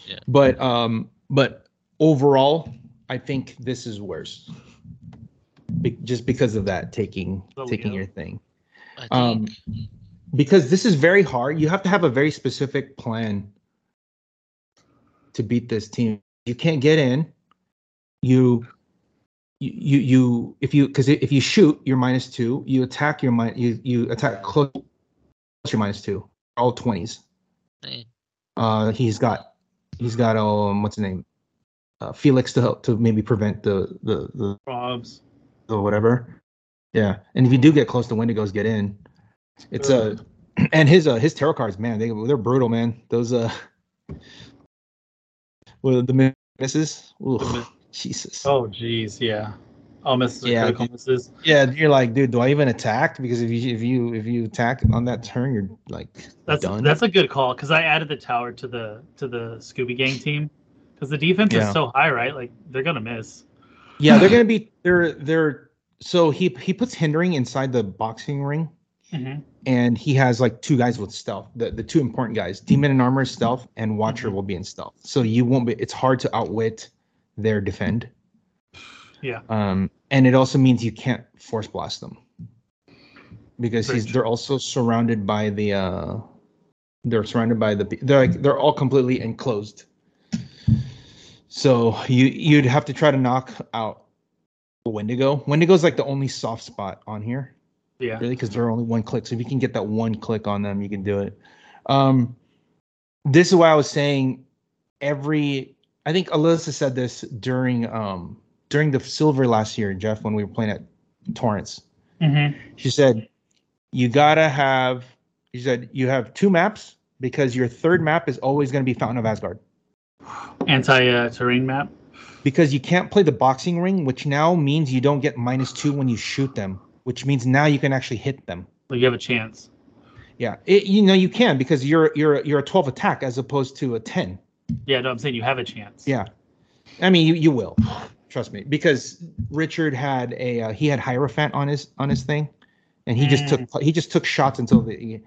Yeah. But um, but overall, I think this is worse. Be- just because of that taking The taking Leo. your thing. I think. Um, because this is very hard. You have to have a very specific plan to beat this team. You can't get in. You, you, you, you if you because if you shoot, you're minus two. You attack, your min you you attack close, you're minus two. All twenties. Eh. Uh, he's got, he's got um, what's his name, uh, Felix to help to maybe prevent the the the Robs. or whatever. Yeah, and if you do get close, the Wendigos get in. It's a uh, [CLEARS THROAT] and his uh his tarot cards, man, they they're brutal, man. Those uh, [LAUGHS] well the misses, Ooh, [LAUGHS] Jesus. Oh jeez, yeah. Oh, misses are Yeah. critical misses. Yeah, you're like, dude, do I even attack? Because if you if you if you attack on that turn, you're like That's done. that's a good call because I added the tower to the to the Scooby [LAUGHS] Gang team because the defense Yeah. is so high, right? Like they're gonna miss. yeah, they're gonna be they're they're so he he puts hindering inside the boxing ring. Mm-hmm. and he has like two guys with stealth. The the two important guys, Demon in Armor is stealth, and Watcher Mhm. will be in stealth. So you won't be. It's hard to outwit their defend. Yeah. Um, and it also means you can't force blast them because Very he's true. they're also surrounded by the uh, they're surrounded by the pe- they're like they're all completely enclosed. So you you'd have to try to knock out the Wendigo. Wendigo's like the only soft spot on here Yeah. really because they're only one click. So if you can get that one click on them, you can do it. Um, this is why I was saying every. I think Alyssa said this during um, during the silver last year, Jeff, when we were playing at Torrance. Mm-hmm. She said, "You gotta have." She said, "You have two maps because your third map is always going to be Fountain of Asgard Anti uh, terrain map. because you can't play the boxing ring, which now means you don't get minus two when you shoot them, which means now you can actually hit them." Like you have a chance. Yeah, it, you know you can because you're you're you're a 12 attack as opposed to a 10. Yeah, no, I'm saying you have a chance. Yeah, I mean you you will, trust me, because Richard had a uh, he had Hierophant on his on his thing, and he just Mm. took he just took shots until the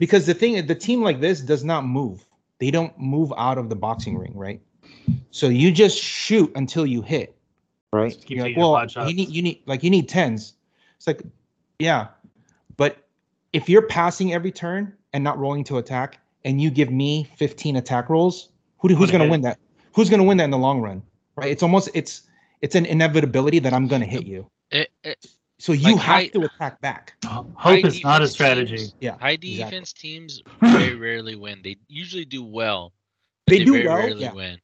because the thing the team like this does not move. They don't move out of the boxing ring, right? So you just shoot until you hit, right? Just keep You're like, taking your well, pot shots." you need you need like you need tens. It's like, yeah, but if you're passing every turn and not rolling to attack, and you give me 15 attack rolls, who do, who's Gonna going to hit. win that? Who's going to win that in the long run? Right? It's almost it's it's an inevitability that I'm going to hit you. it- it- So you Like, have I- to attack back. Hope is not a defense strategy. teams- Yeah, high exactly. defense teams very rarely win. They usually do well. but They do very well, Rarely yeah. win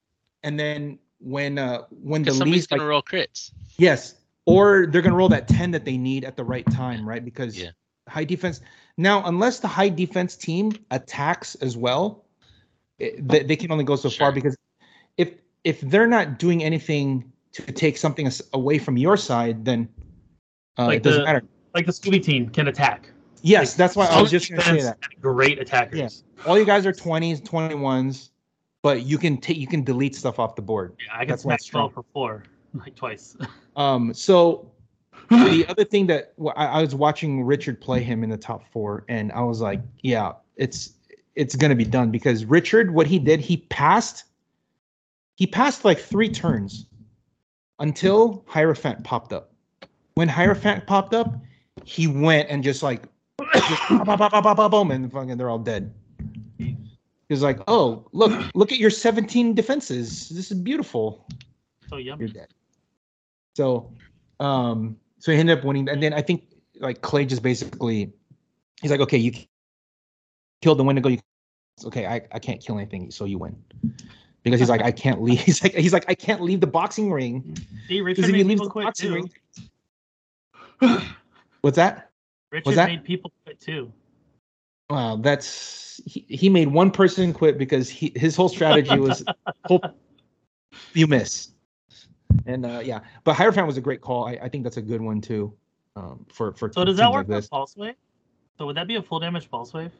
And then when uh when the because somebody's least like, gonna roll crits. yes, or they're going to roll that 10 that they need at the right time, right? Because Yeah. high defense. Now, unless the high defense team attacks as well, it, they, they can only go so far Sure. because if if they're not doing anything to take something as- away from your side, then uh, Like it doesn't the- matter. Like the Scooby team can attack. Yes, that's why I Solid was just going to say defense that. and Great attackers. Yeah. All you guys are 20s, 21s, but you can take you can delete stuff off the board. Yeah, I can That's why smack it's strong. twelve for [LAUGHS] four, like twice. Um, so the other thing that well, I, I was watching Richard play him in the top four, and I was like, yeah, it's it's gonna be done because Richard, what he did, he passed, he passed like three turns until Hierophant popped up. When Hierophant popped up, he went and just like, just, [COUGHS] bah, bah, bah, bah, bah, bah, boom, and fucking they're all dead. He's like, oh, look, look at your 17 defenses. This is beautiful So you're yummy. dead. So, um, so he ended up winning, and then I think like Clay just basically, he's like, okay, you killed the Wendigo. You, it's okay, I, I can't kill anything, so you win, because he's like, I can't leave. [LAUGHS] He's like, he's like, I can't leave the boxing ring See, Richard because if you made leave people the quit boxing too. ring, what's that? Richard that- made people quit too. Wow, [LAUGHS] that's he, he made one person quit because he, his whole strategy was hope you miss. And uh, yeah, but Hierophant was a great call. I, I think that's a good one too. Um, for for So does teams that work like this. with pulse wave? So would that be a full damage pulse wave?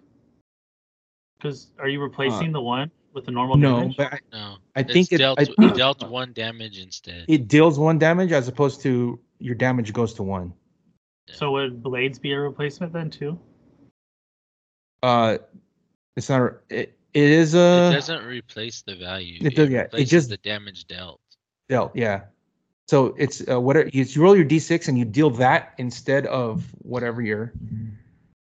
Because are you replacing the one with the normal Uh, No, damage? but I, No, I It's think it- dealt I it think- dealt one damage instead. it deals one damage as opposed to your damage goes to one. So would blades be a replacement then too? Uh, it's not. a- It, it is uh, a. it doesn't replace the value. it does- yeah, it replaces just- the damage dealt. dealt, yeah. So it's uh, whatever you you roll your d6 and you deal that instead of whatever your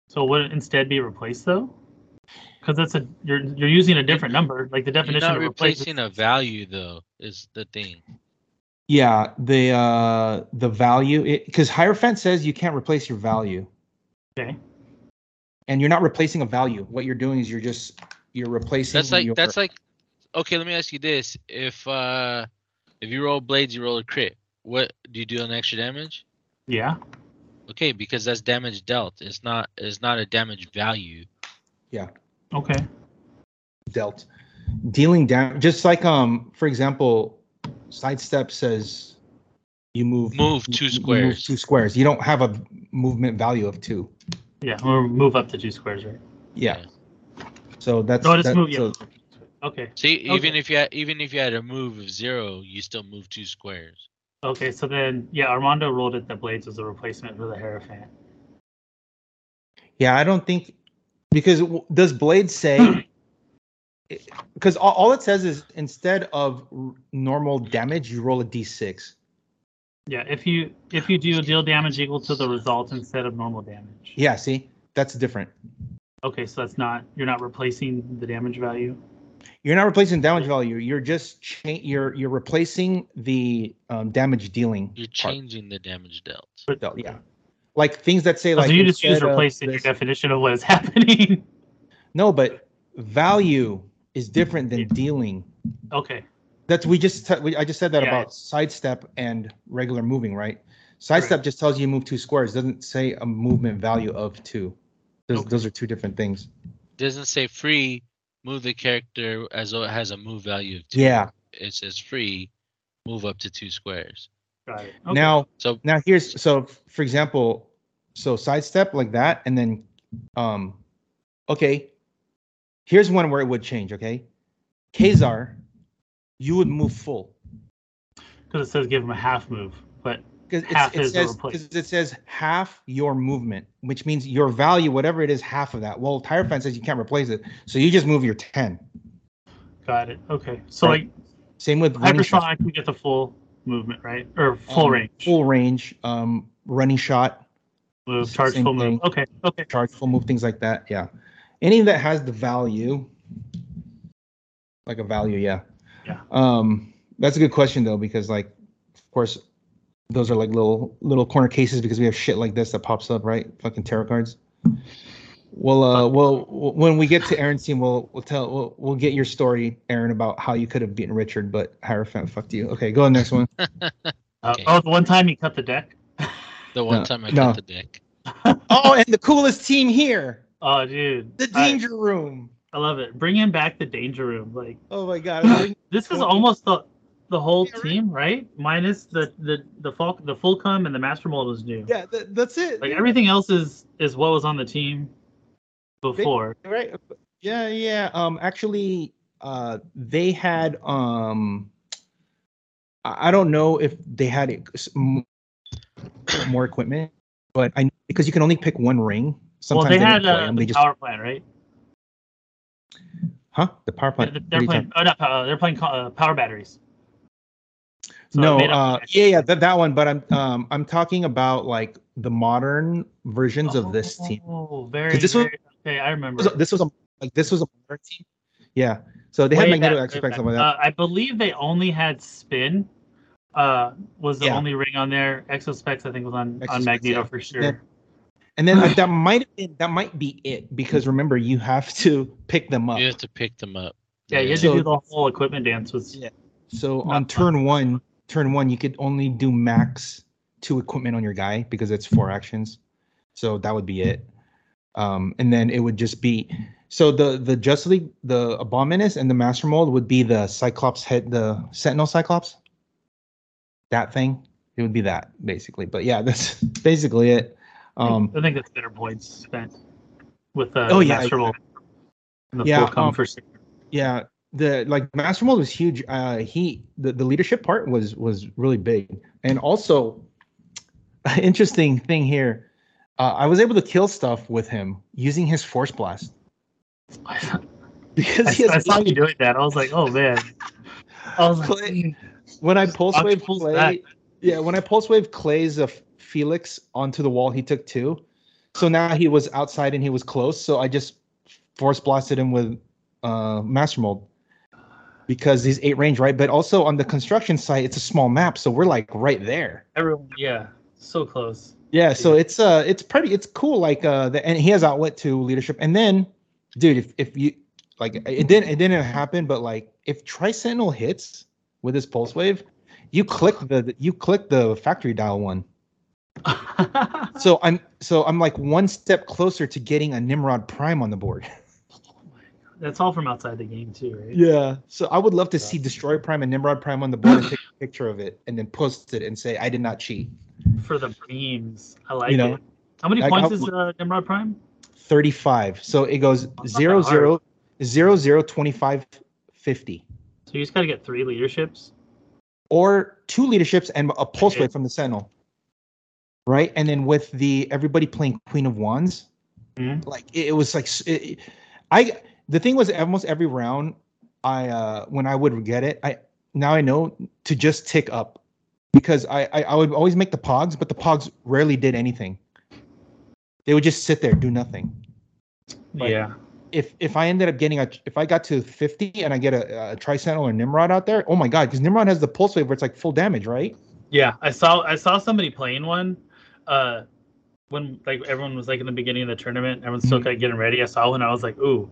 So would it instead be replaced though? Because that's a you're you're using a different number. Like the You're definition not of replace is- replacing a value though. Is the thing. yeah the uh the value because hierophant says you can't replace your value Okay. and you're not replacing a value what you're doing is you're just you're replacing That's like your, that's like. Okay, let me ask you this: If uh, if you roll blades, you roll a crit. What do you do an extra damage? Yeah. Okay, because that's damage dealt. It's not it's not a damage value. Okay. dealt dealing down just like um for example sidestep says you move Move you two move squares. two squares you don't have a movement value of two Yeah. Or move up to two squares, right? yeah, Yeah. so that's No, just that- move, yeah. so- Okay. See, even Okay. if you had, even if you had a move of zero, you still move two squares. Okay. So then, yeah, Armando rolled it that blades was a replacement for the Hierophant. Yeah, I don't think because w- does Blade [CLEARS THROAT] Hmm. say because all, all it says is instead of r- normal damage, you roll a d6. Yeah. If you if you do deal damage equal to the result instead of normal damage. Yeah, see, that's different. Okay. So that's not you're not replacing the damage value. You're not replacing damage value. You're just cha- you're you're replacing the um, damage dealing. You're part. changing the damage dealt. But So, yeah, like things that say Oh, like so you just use instead of replace in your this- definition of what is [LAUGHS] happening. No, but value is different than dealing. okay. That's we just t- we, I just said that Yeah. about sidestep and regular moving, right? Sidestep just tells you move two squares. Doesn't say a movement value of two. Those Okay. those are two different things. doesn't say free. Move the character as though it has a move value of two. Yeah. It says free. Move up to two squares. Got it. Okay. Now So now here's so for example, so sidestep like that, and then um, okay. Here's one where it would change. Okay, Kazar, you would move full because it says give him a half move, but because Half it is the says replace. 'cause it says half your movement, which means your value, whatever it is, half of that. Well, tire fan says you can't replace it, so you just move your ten. got it. Okay. So Right. Same with like running shot, hypersonic, you get the full movement, right? Or full Um, range full range, um, running shot, move, charge, same full thing. move. Okay. Okay. charge, full move, things like that. Yeah, any that has the value, like a value, yeah. Yeah. Um, that's a good question though, because like, of course, those are like little little corner cases because we have shit like this that pops up, right? Fucking tarot cards. Well, uh, well, w- when we get to Aaron's team, we'll we'll tell we'll, we'll get your story, Aaron, about how you could have beaten Richard, but Hierophant fucked you. Okay, go on next one. Uh, Okay. oh, the one time he cut the deck. the one No, time I no. cut the deck. oh, and the coolest team here, Oh, dude. the I- Danger Room. I, love it. Bring him back the danger room. Like Oh my [LAUGHS] god. this is Well, almost the the whole Yeah, right. team, right? Minus the the the Fal- the Fulcum and the Master Mold was new. Yeah, that, that's it. Like everything else is is what was on the team before. right yeah yeah um actually uh they had um i I don't know if they had ex- m- more equipment but i because you can only pick one ring sometimes well, they, don't had play uh, 'em, the they just power plant, right? huh the power plant what are They're, they're you playing. talking- Oh, not power. They're playing co- uh, power batteries. So it no made up uh for it. yeah yeah that, that one but i'm um i'm talking about like the modern versions of this team Oh, very. 'Cause this was- very- okay, I remember. This was- this was a like this was a modern team yeah so they had Way magneto back, way x effects back. like that Uh, I believe they only had spin. Uh, was the Yeah. only ring on there. Exospecs, I think, was on on Exospecs, Magneto yeah. for sure. Yeah. and then like, that might have been that might be it because remember you have to [LAUGHS] pick them up You have to pick them up. Yeah, you had So- to do the whole equipment dance. Was Yeah. So Not on turn one, turn one, you could only do max two equipment on your guy because it's four actions. So that would be it. Um, and then it would just be So the the Justice League, the Abominus, and the Master Mold would be the Cyclops head, the Sentinel Cyclops. That thing, it would be that basically. But yeah, [LAUGHS] that's basically it. Um, I think that's better points spent with the Oh, yeah, Master yeah. Mold and the Yeah, full come um, for Signature. yeah, the like Master Mold was huge. Uh, he the, the leadership part was was really big, and also [LAUGHS] an interesting thing here. Uh, I was able to kill stuff with him using his Force Blast [LAUGHS] [LAUGHS] I, because he has I saw block- you doing that. I was like, oh man. I was like, mm, Clay- when I Just pulse watch wave pulse Clay, back. yeah, when I pulse wave Clay's of Felix onto the wall, he took two. So now he was outside and he was close. So I just force blasted him with uh, Master Mold because he's eight range, right? But also on the construction site, it's a small map, so we're like right there. everyone, yeah, so close. [LAUGHS] Yeah, so it's uh, it's pretty, it's cool. Like uh, the, and he has outlet to leadership. And then, dude, if if you like, it didn't it didn't happen, but like if Tri Sentinel hits with his pulse wave, you click the you click the factory dial one. oh So I'm so I'm like one step closer to getting a Nimrod Prime on the board. my God. That's all from outside the game too, [LAUGHS] right? Yeah. So I would love to see Destroy Prime and Nimrod Prime on the board and take a picture of it and then post it and say I did not cheat. For the beams, I like You know, it. How many like, points how- is uh, Nimrod Prime? 35. So it goes not 0 that 0 0 0 25 50 So you just gotta get three leaderships. or two leaderships and a pulse Okay. wave from the Sentinel. Right? And then with the everybody playing Queen of Wands, Mhm. like it, it was like s- it, it- I the thing was almost every round I uh when I would get it, I now I know to just tick up because I I, I would always make the pogs, but the pogs rarely did anything. They would just sit there, do nothing Right. Yeah. if if I ended up getting a if I got to 50 and I get a, a Tricentinel or Nimrod out there, oh my god, because Nimrod has the pulse wave where it's like full damage, right? Yeah, I saw I saw somebody playing one. Uh, when like everyone was like in the beginning of the tournament, everyone's still Mhm. kind of getting ready. I saw one. I was like, ooh,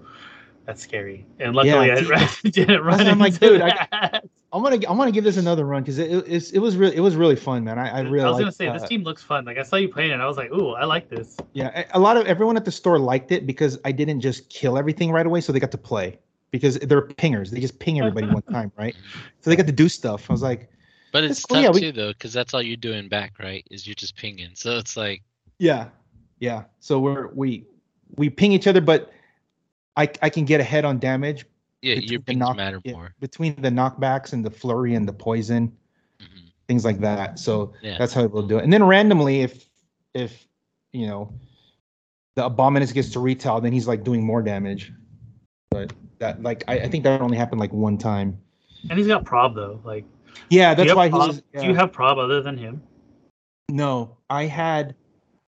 that's scary. And luckily, Yeah. I [LAUGHS] didn't run. what I'm like, into dude, I- that. I'm gonna I'm gonna give this another run because it, it it's- it was really it was really fun, man. I, I really I was gonna liked, say uh, this team looks fun. Like I saw you playing it, I was like, ooh, I like this. Yeah, a a lot of everyone at the store liked it because I didn't just kill everything right away, so they got to play because they're pingers. They just ping everybody [LAUGHS] one time, right? So they got to do stuff. I was like, Mm-hmm. But it's Well, tough yeah, we- too though, because that's all you're doing back, right? Is you're just pinging. So it's like yeah, yeah. So we're we we ping each other, but I I can get ahead on damage yeah, Between your the pings knock- matter yeah, more. between the knockbacks and the flurry and the poison, Mhm. things like that. So [LAUGHS] Yeah. that's how we'll do it. And then randomly, if if you know the abominus gets to retail, then he's like doing more damage. But that like I, I think that only happened like one time. And he's got prob though. Like Yeah, do that's you have why he prob- was. uh, Do yeah. you have prob other than him? No, I had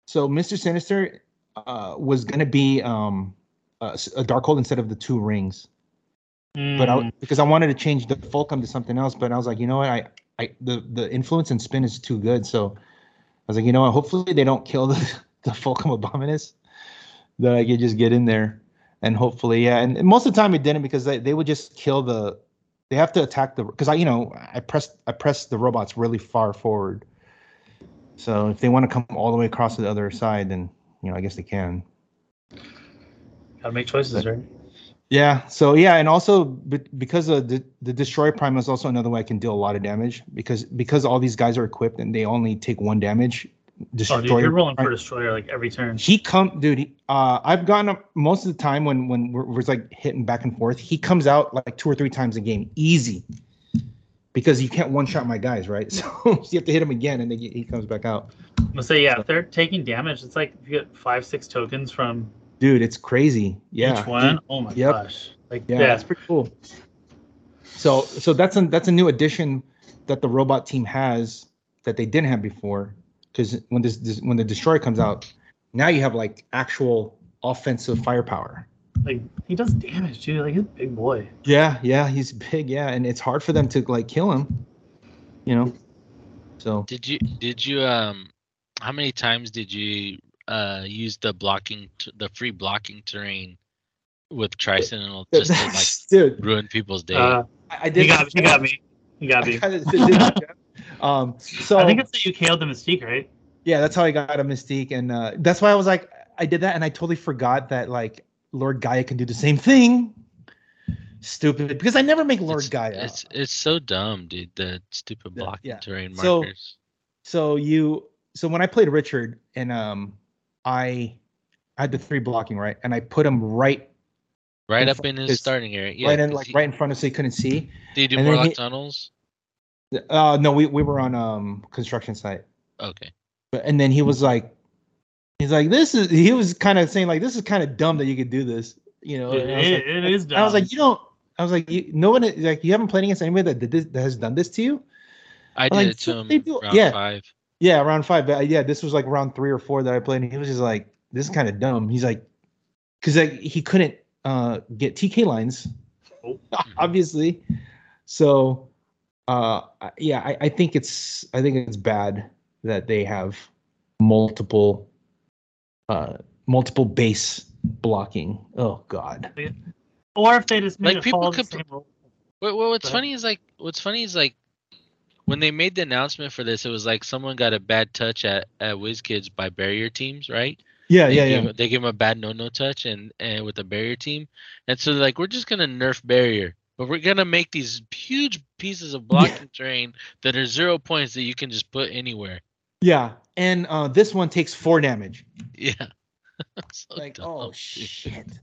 so Mr. Sinister uh, was gonna be um, a, s- a Darkhold instead of the two rings. but I, Mm, because I wanted to change the fulcrum to something else, but I was like, you know what, I, I the the influence and spin is too good, so I was like, you know what, hopefully they don't kill [LAUGHS] the the fulcrum abominus, that I could just get in there, and hopefully, yeah, and, and most of the time it didn't because they, they would just kill the, they have to attack the because I you know I pressed I pressed the robots really far forward, so if they want to come all the way across to the other side, then you know I guess they can, Hmm, gotta make choices, right? yeah. So yeah, and also be- because of the, the destroy prime is also another way I can deal a lot of damage because because all these guys are equipped and they only take one damage. Oh, dude, Destroyer. you're rolling for Prime- destroyer like every turn. he come, dude. he- Uh, I've gotten up most of the time when when we're, we're like hitting back and forth. He comes out like two or three times a game, easy, because you can't one shot my guys, right? [LAUGHS] So you have to hit him again, and then he he comes back out. I'm gonna say yeah. If they're taking damage, it's like you get five, six tokens from Dude, it's crazy. Yeah. Each one? Oh my Yep. gosh. Like yeah, yeah. that's pretty cool. So so that's a that's a new addition that the robot team has that they didn't have before. Because when this, this when the destroyer comes out, now you have like actual offensive firepower. Like he does damage too. Like he's a big boy. Yeah, yeah, he's big. Yeah, and it's hard for them to like kill him. You know, so Did you did you um how many times did you uh use the blocking t- the free blocking terrain with Tricentinal just to like [LAUGHS] dude, ruin people's day? Uh, I, I did. he got he got me. He got [LAUGHS] me. I kinda did that. um, so I think it's that you KO'd the Mystique, right? Yeah, that's how I got a Mystique, and uh, that's why I was like, I did that, and I totally forgot that like Lord Gaia can do the same thing. Stupid, because I never make Lord it's, Gaia. It's it's so dumb, dude. The stupid Yeah, blocking yeah. terrain So- markers. so you so when I played Richard and um I I had the three blocking right and I put him right right in up front in of his his- starting area. Yeah, right in 'cause like he- right in front of so he couldn't see. Do you do and more then like he- tunnels? Uh no we, we were on um construction site. Okay. But and then he was like he's like this is he was kind of saying like this is kind of dumb that you could do this, you know. It and I Oh, was i- like- it is dumb. I was like you don't I was like you no one like you haven't played against anybody that did this that has done this to you? I did Like, it to so him they do- round yeah. five. Yeah, round five. But uh, yeah, this was like round three or four that I played, and he was just like, "This is kind of dumb." He's like, because like he couldn't uh get TK lines, Oh. [LAUGHS] obviously. So, uh, I- yeah, I, I think it's I think it's bad that they have multiple, uh, multiple base blocking. Oh God. or if they just made Like, it people follow the could- same rule. What, what, what's Go ahead. funny is like what's funny is like when they made the announcement for this, it was like someone got a bad touch at at WizKids by barrier teams, right? Yeah, They yeah, gave, yeah. They gave him a bad no-no touch and and with the barrier team, and so they're like we're just gonna nerf barrier, but we're gonna make these huge pieces of blocking terrain that are zero points that you can just put anywhere. [LAUGHS] Yeah, and uh, this one takes four damage. Yeah. [LAUGHS] so Like, dumb, oh dude. shit.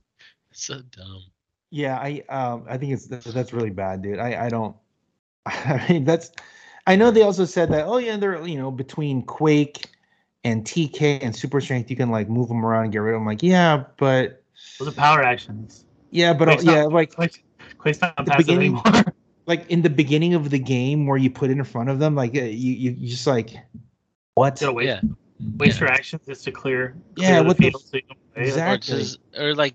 So dumb. Yeah, I um I think it's that's, that's really bad, dude. I I don't [LAUGHS] I mean that's I know they also said that oh yeah they're you know between Quake and TK and Super Strength you can like move them around and get rid of them like yeah but Those are power actions. yeah but Quake's uh, yeah not- like Quake's, Quake's not The passive beginning- anymore. [LAUGHS] like in the beginning of the game where you put it in front of them like uh, you you you just like what Gotta waste, Yeah. waste Yeah. your actions just to clear, Yeah, clear what the the field so you can play. exact- or Exactly. just or like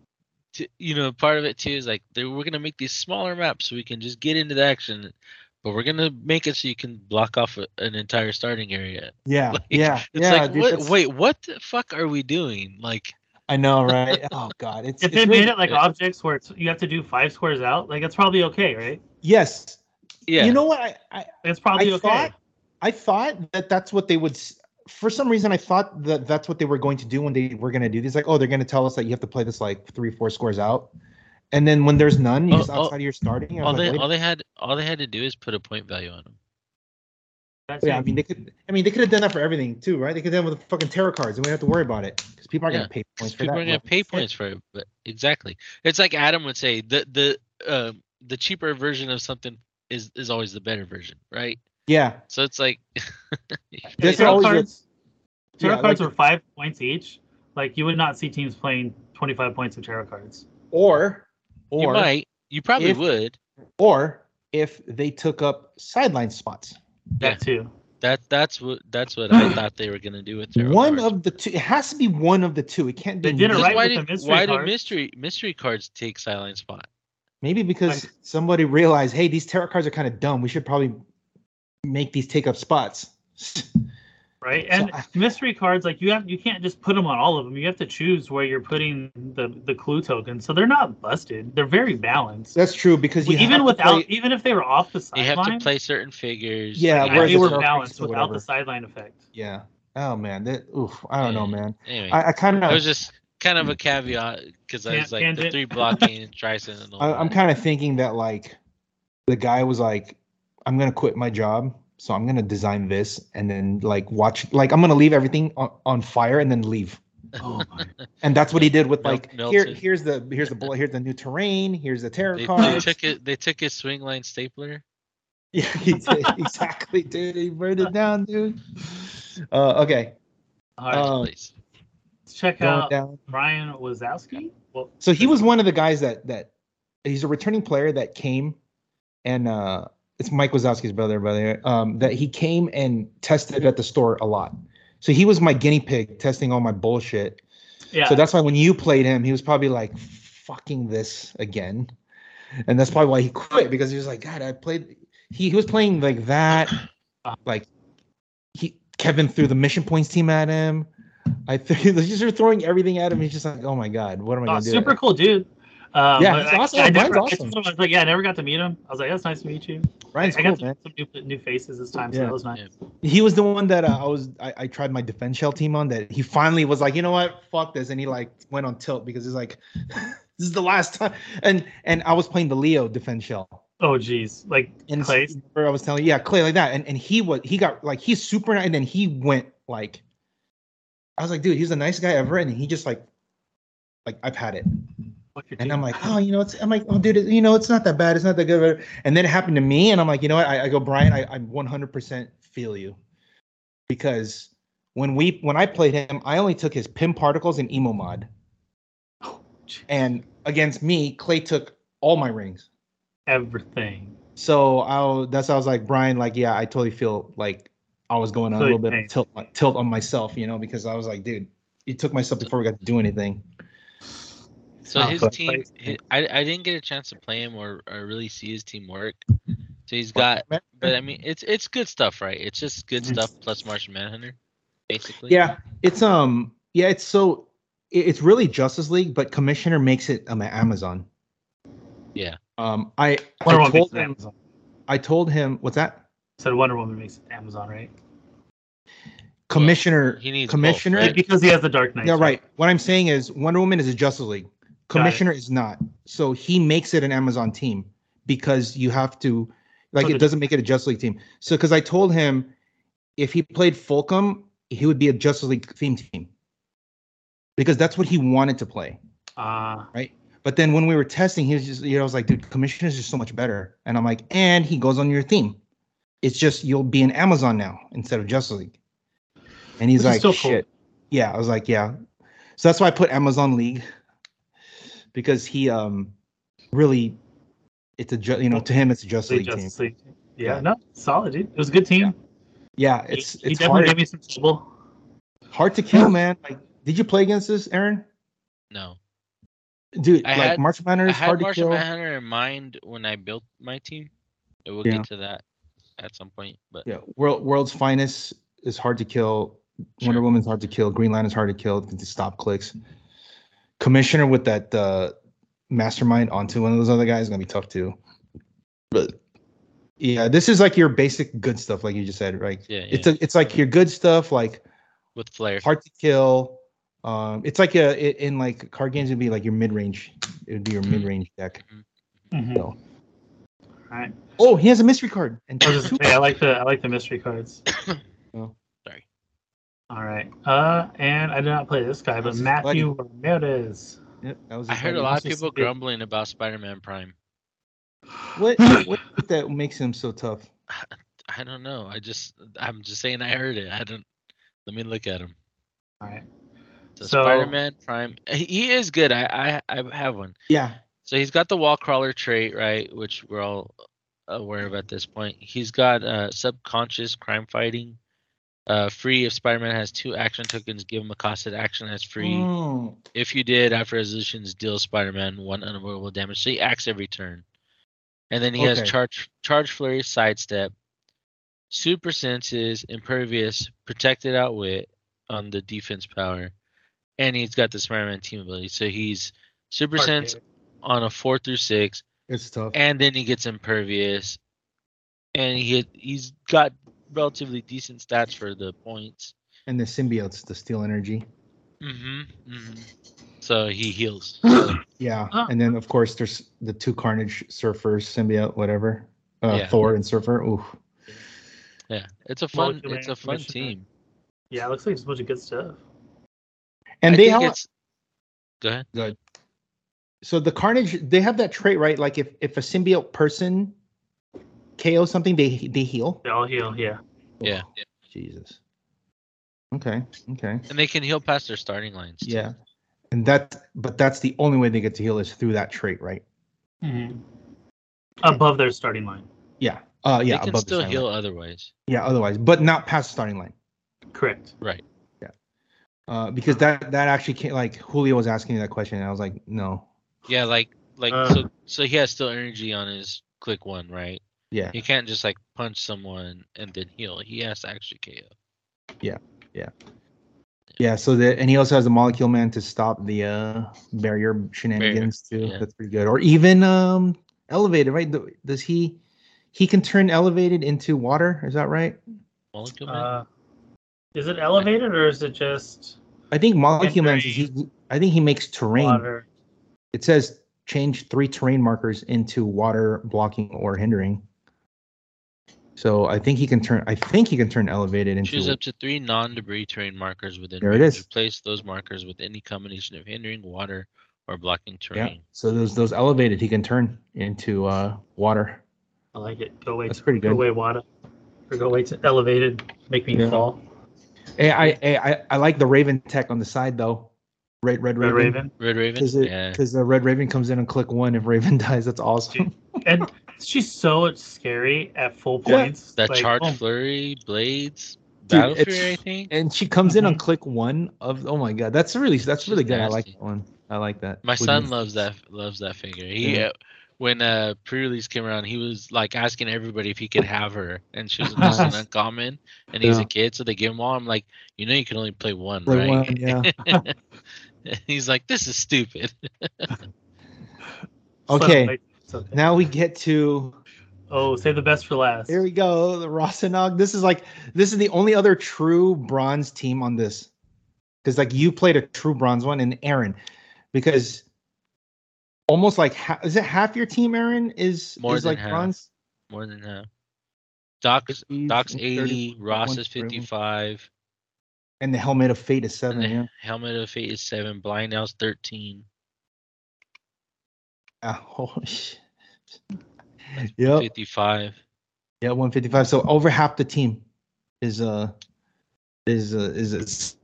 t- you know part of it too is like they, we're gonna make these smaller maps so we can just get into the action but we're gonna make it so you can block off a, an entire starting area yeah Like, yeah it's yeah like dude, what, that's- wait what the fuck are we doing like I know right oh god it's, If it's they really- made it like objects where it's, you have to do five squares out, like it's probably okay, right? yes yeah you know what I, I It's probably I okay. thought I thought that that's what they would. s- For some reason, I thought that that's what they were going to do when they were going to do these. Like, oh, they're going to tell us that you have to play this like three, four scores out, and then when there's none, you Oh, just oh, outside of your starting. I, all was they like, all wait, they had all they had to do is put a point value on them That's it. yeah, I mean, they could. I mean, they could have done that for everything too, right? They could have done with the fucking tarot cards, and we don't have to worry about it because people are Yeah, going to pay points for people that. are gonna right? pay points for it but exactly it's like adam would say the the uh, the cheaper version of something is is always the better version right Yeah, so it's like [LAUGHS] That's tarot always a- cards, tarot yeah, cards like- were five points each. Like you would not see teams playing 25 points of tarot cards. or you or might you probably if- would or if they took up sideline spots. Yeah. That too. That that's what that's [CLEARS THROAT] what I thought they were gonna do with tarot One cards. of the two. It has to be one of the two. It can't be. They did it neither. Because right why with did, the mystery why cards. do mystery mystery cards take silent spot? Maybe because Like- somebody realized, hey, these tarot cards are kind of dumb. We should probably make these take up spots. [LAUGHS] right and I- mystery cards like you have you can't just put them on all of them you have to choose where you're putting the the clue token so they're not busted they're very balanced That's true because you have even to without play- even if they were off the You sideline have to play certain figures. Yeah, you like, have whereas they Uh, the to- were tarot balanced cards or without the whatever. sideline [LAUGHS] effect yeah. Oh man, that oof, I don't know, man. anyway, I, I, I kind was of just kind of a caveat because I Hmm. Tan- was like the tangent. three blocking and tricent and all I'm that. kind of thinking that like the guy was like, I'm gonna quit my job, so I'm gonna design this and then like watch like I'm gonna leave everything on, on fire and then leave. oh my And that's what he did with Mel- like here melted. here's the here's the bl- here's the new terrain, here's the tarot They, they cards. took it. They took his swing line stapler. [LAUGHS] Yeah, he did [LAUGHS] exactly, dude. He burned it down, dude. Uh, okay, all right Uh, Oh, let's check going out down. brian wazowski well So he was one of the guys that that he's a returning player that came, and uh, it's Mike Wazowski's brother, by the way. Um, that he came and tested at the store a lot. So he was my guinea pig testing all my bullshit. yeah So that's why when you played him, he was probably like, "Fucking this again," and that's probably why he quit because he was like, "God, I played." He he was playing [CLEARS THROAT] like that, like he Kevin threw the mission points team at him. I threw [LAUGHS] they just are throwing everything at him. He's just like, "Oh my god, what am I Oh, gonna do?" super cool dude um, Yeah, but he's I, awesome. I Brian's never, I awesome. was like, yeah, I never got to meet him. I was like, that's nice to meet you. Ryan's I got cool, some, man. some new, new faces this time, so Yeah. that was nice. He was the one that uh, I was. I, I tried my defense shell team on. That he finally was like, [LAUGHS] "You know what? Fuck this," and he like went on tilt because he's like, This is the last time. And and I was playing the Leo defend shell. Oh, geez. Like And Clay. remember I was telling you, yeah, Clay like that. And and he was he got like he's super nice, and then he went like I was like, dude, he's the nicest guy ever, and he just like like I've had it. And I'm like, oh, you know, it's I'm like, oh, dude, it- you know, it's not that bad. It's not that good. And then it happened to me, and I'm like, you know what? I, I go, Brian, I, I 100% feel you, because when we when I played him, I only took his pim particles and emo mod, and against me, Clay took all my rings. everything. So I that's how I was like, Brian, like, yeah, I totally feel like I was going on a Totally little bit changed. of tilt tilt on myself, you know, because I was like, dude, you took my stuff before we got to do anything. So Oh, his but- team, hi- I I didn't get a chance to play him or, or really see his team work. So he's got, but I mean, it's it's good stuff, right? It's just good Yes. stuff plus Martian Manhunter, basically. Yeah, it's um, yeah, it's so it- it's really Justice League, but Commissioner makes it um, Amazon. Yeah. Um, I Wonder I Woman told makes it him Amazon. I told him what's that Said Wonder Woman makes it Amazon, right? Commissioner he needs both, Commissioner. right? Because he has the Dark Knight. Yeah, right. What I'm saying is Wonder Woman is a Justice League. Commissioner is not. So he makes it an Amazon team because you have to like Okay. it doesn't make it a Justice League team. So cuz I told him if he played Fulcum, he would be a Justice League themed team. Because that's what he wanted to play. Ah, But then when we were testing, he was just, you know, I was like, dude, commissioner's just so much better. And I'm like, and he goes on your theme. It's just you'll be in Amazon now instead of Justice League. And he's Which is like, still cool. shit. Yeah, I was like, yeah. So that's why I put Amazon League because he um really it's a ju- you know to him it's a Justice League League team. Justice League. Yeah, Yeah. no, solid dude. It was a good team. Yeah, He- it's he, it's definitely hard gave me some trouble. hard to kill, man. Like, did you play against this, Aaron? No, Dude, I like had- Martian I Manhunter is had hard to Martian kill. Manhunter in mind when I built my team. And We'll Yeah. get to that at some point, but Yeah, world world's finest is hard to kill. Wonder Sure. Woman's hard to kill. Green Lantern's hard to kill. The stop clicks. Commissioner with that uh, mastermind onto one of those other guys is gonna be tough too. But yeah, this is like your basic good stuff, like you just said, right? yeah, yeah. It's a, it's like your good stuff, like with flair. hard to kill. Um, it's like a i- in like card games would be like your mid range. It would be your Mhm. mid range deck. Mhm. So. All right. Oh, he has a mystery card and I was [LAUGHS] just saying, I like the I like the mystery [COUGHS] cards. Oh. Sorry. All right. Uh, and I did not play this guy, but How's his Matthew Ramirez. Yep, that was I his heard a buddy. lot of That's just people big. grumbling about Spider-Man Prime. What what is it that makes him so tough? I don't know. I just I'm just saying I heard it. I don't. Let me look at him. All right. So, So- Spider-Man Prime. He- He is good. I I, I have one. Yeah, So he's got the wall crawler trait, right, which we're all aware of at this point. He's got uh, subconscious crime fighting. Uh, free if Spider-Man has two action tokens, give him a costed action as free. Mm. If you did, after resolutions, deal Spider-Man one unavoidable damage. So he acts every turn, and then he Okay. has charge, charge flurry, sidestep, super senses, impervious, protected outwit on the defense power, and he's got the Spider-Man team ability. So he's super Mark sense Davis. on a four through six, It's tough. and then he gets impervious, and he he's got relatively decent stats for the points. And the symbiotes, the steel energy. hmm So he heals. Yeah. Ah. And then of course there's the two Carnage surfers, symbiote, whatever. Uh, Yeah. Thor and Surfer. Ooh. Yeah, it's a Well, fun. can I It's a fun commission that? team. Yeah, it looks like it's a bunch of good stuff. And I they think have it's- Go ahead. so the Carnage. They have that trait, right? Like if if a symbiote person KO something, they they heal. They all heal. Yeah. Oh. Yeah. Jesus. Okay. Okay. And they can heal past their starting lines. too. Yeah. And that, but that's the only way they get to heal is through that trait, right? Mhm. Above their starting line. Yeah. Uh, yeah. they can above the still starting heal line. otherwise. Yeah. Otherwise, but not past the starting line. Correct. Uh, because that that actually came, like Julio was asking me that question, and I was like, no, Yeah, like like Uh. so so he has still energy on his click one, right? yeah, He can't just like punch someone and then heal. He has to actually KO. yeah. So the and he also has the molecule man to stop the uh barrier shenanigans too. yeah. That's pretty good. Or even um elevated, right? The- Does he he can turn elevated into water? Is that right? Molecule Man? Uh, is it elevated or is it just I think molecule man. Entering He, I think he makes terrain. water? It says change three terrain markers into water blocking or hindering. So I think he can turn. I think he can turn elevated into. Choose up to three non-debris terrain markers within There it range. is. Replace those markers with any combination of hindering, water, or blocking yeah. terrain. So those those elevated he can turn into uh, water. I like it. Go away. That's pretty Go good. away, Wada. Or go away to elevated. Make me Yeah. fall. Hey, I, hey, I I like the Raven tech on the side though. Red Red Red Raven. Raven. Red Raven. Because it yeah. because the Red Raven comes in and click one if Raven [LAUGHS] dies. That's awesome. And she's so scary at full Yeah. points. That Like, charge oh, flurry, blades, Dude, battle it's- fury. I think. And she comes in on Mhm. click one of. Oh my god, that's really that's She's really good. I like nasty. that one. I like that. My What do you son mean? loves that loves that figure. He Yeah. uh, when uh pre-release came around, he was like asking everybody if he could have her, and [LAUGHS] she was just an uncommon, and he's Yeah. a kid, so they give him all. I'm like, you know, you can only play one, Play right? one, yeah. [LAUGHS] And [LAUGHS] he's like, this is stupid. [LAUGHS] son of Okay. a- it's okay. Now we get to Oh, save the best for last. here we go, the Rossinog. This is like this is the only other true bronze team on this. Because like you played a true bronze one and Aaron, because almost like ha- is it half your team, Aaron? Is More is than like half. bronze? More than half. Doc's Fifties, Doc's thirty, eighty, Ross is thirty-one. fifty-five, And the helmet of fate is seven, and the yeah. Helmet of Fate is seven, Blind Owl's thirteen, Ah, [LAUGHS] holy shit. Yep. fifty-five. Yeah, 155. So over half the team is uh is uh, is, is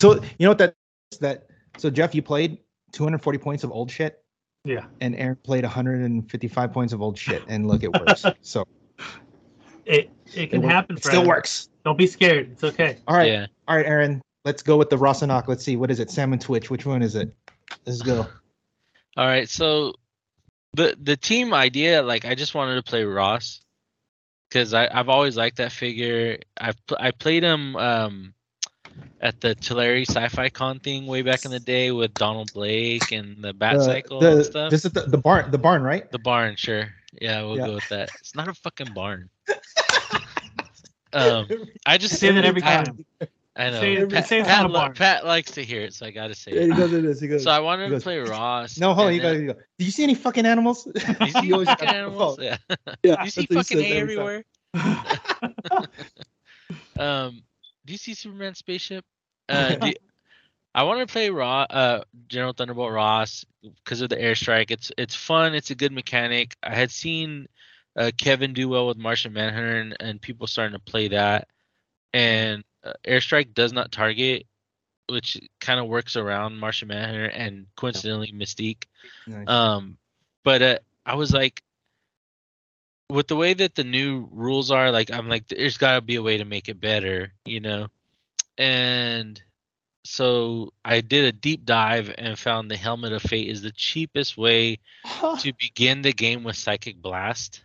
so you know what that that so Jeff you played 240 points of old shit Yeah. and Aaron played 155 points of old shit and look [LAUGHS] it works. so It it can wor- happen. it still friends. works. Don't be scared. It's okay. All right. Yeah. All right, Aaron. Let's go with the Rosanak. Let's see what is it? Salmon Twitch. Which one is it? Let's go. All right, so the the team idea, like I just wanted to play Ross because I I've always liked that figure. I've pl- I played him um at the Tulare Sci-Fi Con thing way back in the day with Donald Blake and the Bat The- Cycle the- and stuff. This is the, the barn the barn, right? The barn, sure. Yeah, we'll Yeah. go with that. It's not a fucking barn. [LAUGHS] um, I just Say that every I- time. I, know. Say it- Pat, say it's Pat not a lo- barn. Pat likes to hear it, so I gotta say He it. goes like this. He goes. So I wanted he to goes, play Ross. no, hold on. and You then- gotta you go. Do you see any fucking animals? You see He [LAUGHS] always fucking grabs the animals? phone. Yeah. Yeah, you see that's what he fucking says hay every time. everywhere. [LAUGHS] um, do you see Superman's spaceship? Uh, do you- I want to play Raw, uh, General Thunderbolt Ross because of the airstrike. It's it's fun. It's a good mechanic. I had seen uh, Kevin do well with Martian Manhunter and, and people starting to play that. And uh, airstrike does not target, which kind of works around Martian Manhunter and coincidentally Mystique. Nice. Um, but uh, I was like, with the way that the new rules are, like I'm like, there's got to be a way to make it better, you know. And so I did a deep dive and found the Helmet of Fate is the cheapest way to begin the game with Psychic Blast.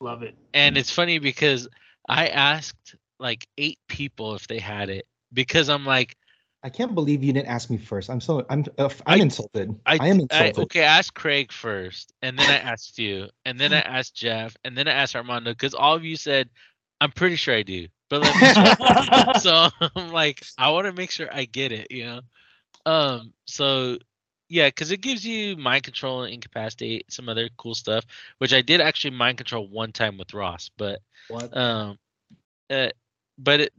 Love it. And it's funny because I asked like eight people if they had it because I'm like. I can't believe you didn't ask me first. I'm so I'm uh, I'm I- insulted. I, I, am I- insulted. okay, I asked Craig first, and then I asked you, and [LAUGHS] then I asked Jeff, and then I asked Armando, because all of you said, "I'm pretty sure I do," but let [LAUGHS] me check." [LAUGHS] so I'm like, I want to make sure I get it, you know. Um, so yeah, because it gives you mind control and incapacitate some other cool stuff, which I did actually mind control one time with Ross, but What? um, uh, but it,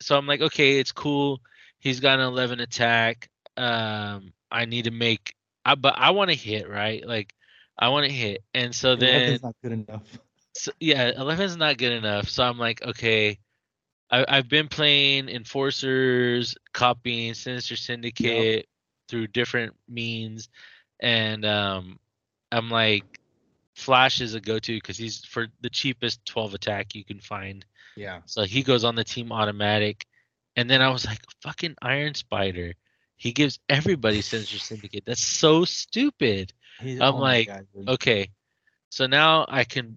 so I'm like, okay, it's cool. He's got an 11 attack. Um, I need to make, I, but I want to hit right. Like, I want to hit, and so then, That's not good enough. so, yeah, 11 is not good enough. So I'm like, okay, I, I've been playing enforcers, copying Sinister Syndicate through different means, and um, I'm like, Flash is a go-to because he's for the cheapest 12 attack you can find. Yeah. So he goes on the team automatic. And then I was like, fucking Iron Spider. He gives everybody Sinister Syndicate. That's so stupid. He's, I'm oh my like, God, dude. Okay. So now I can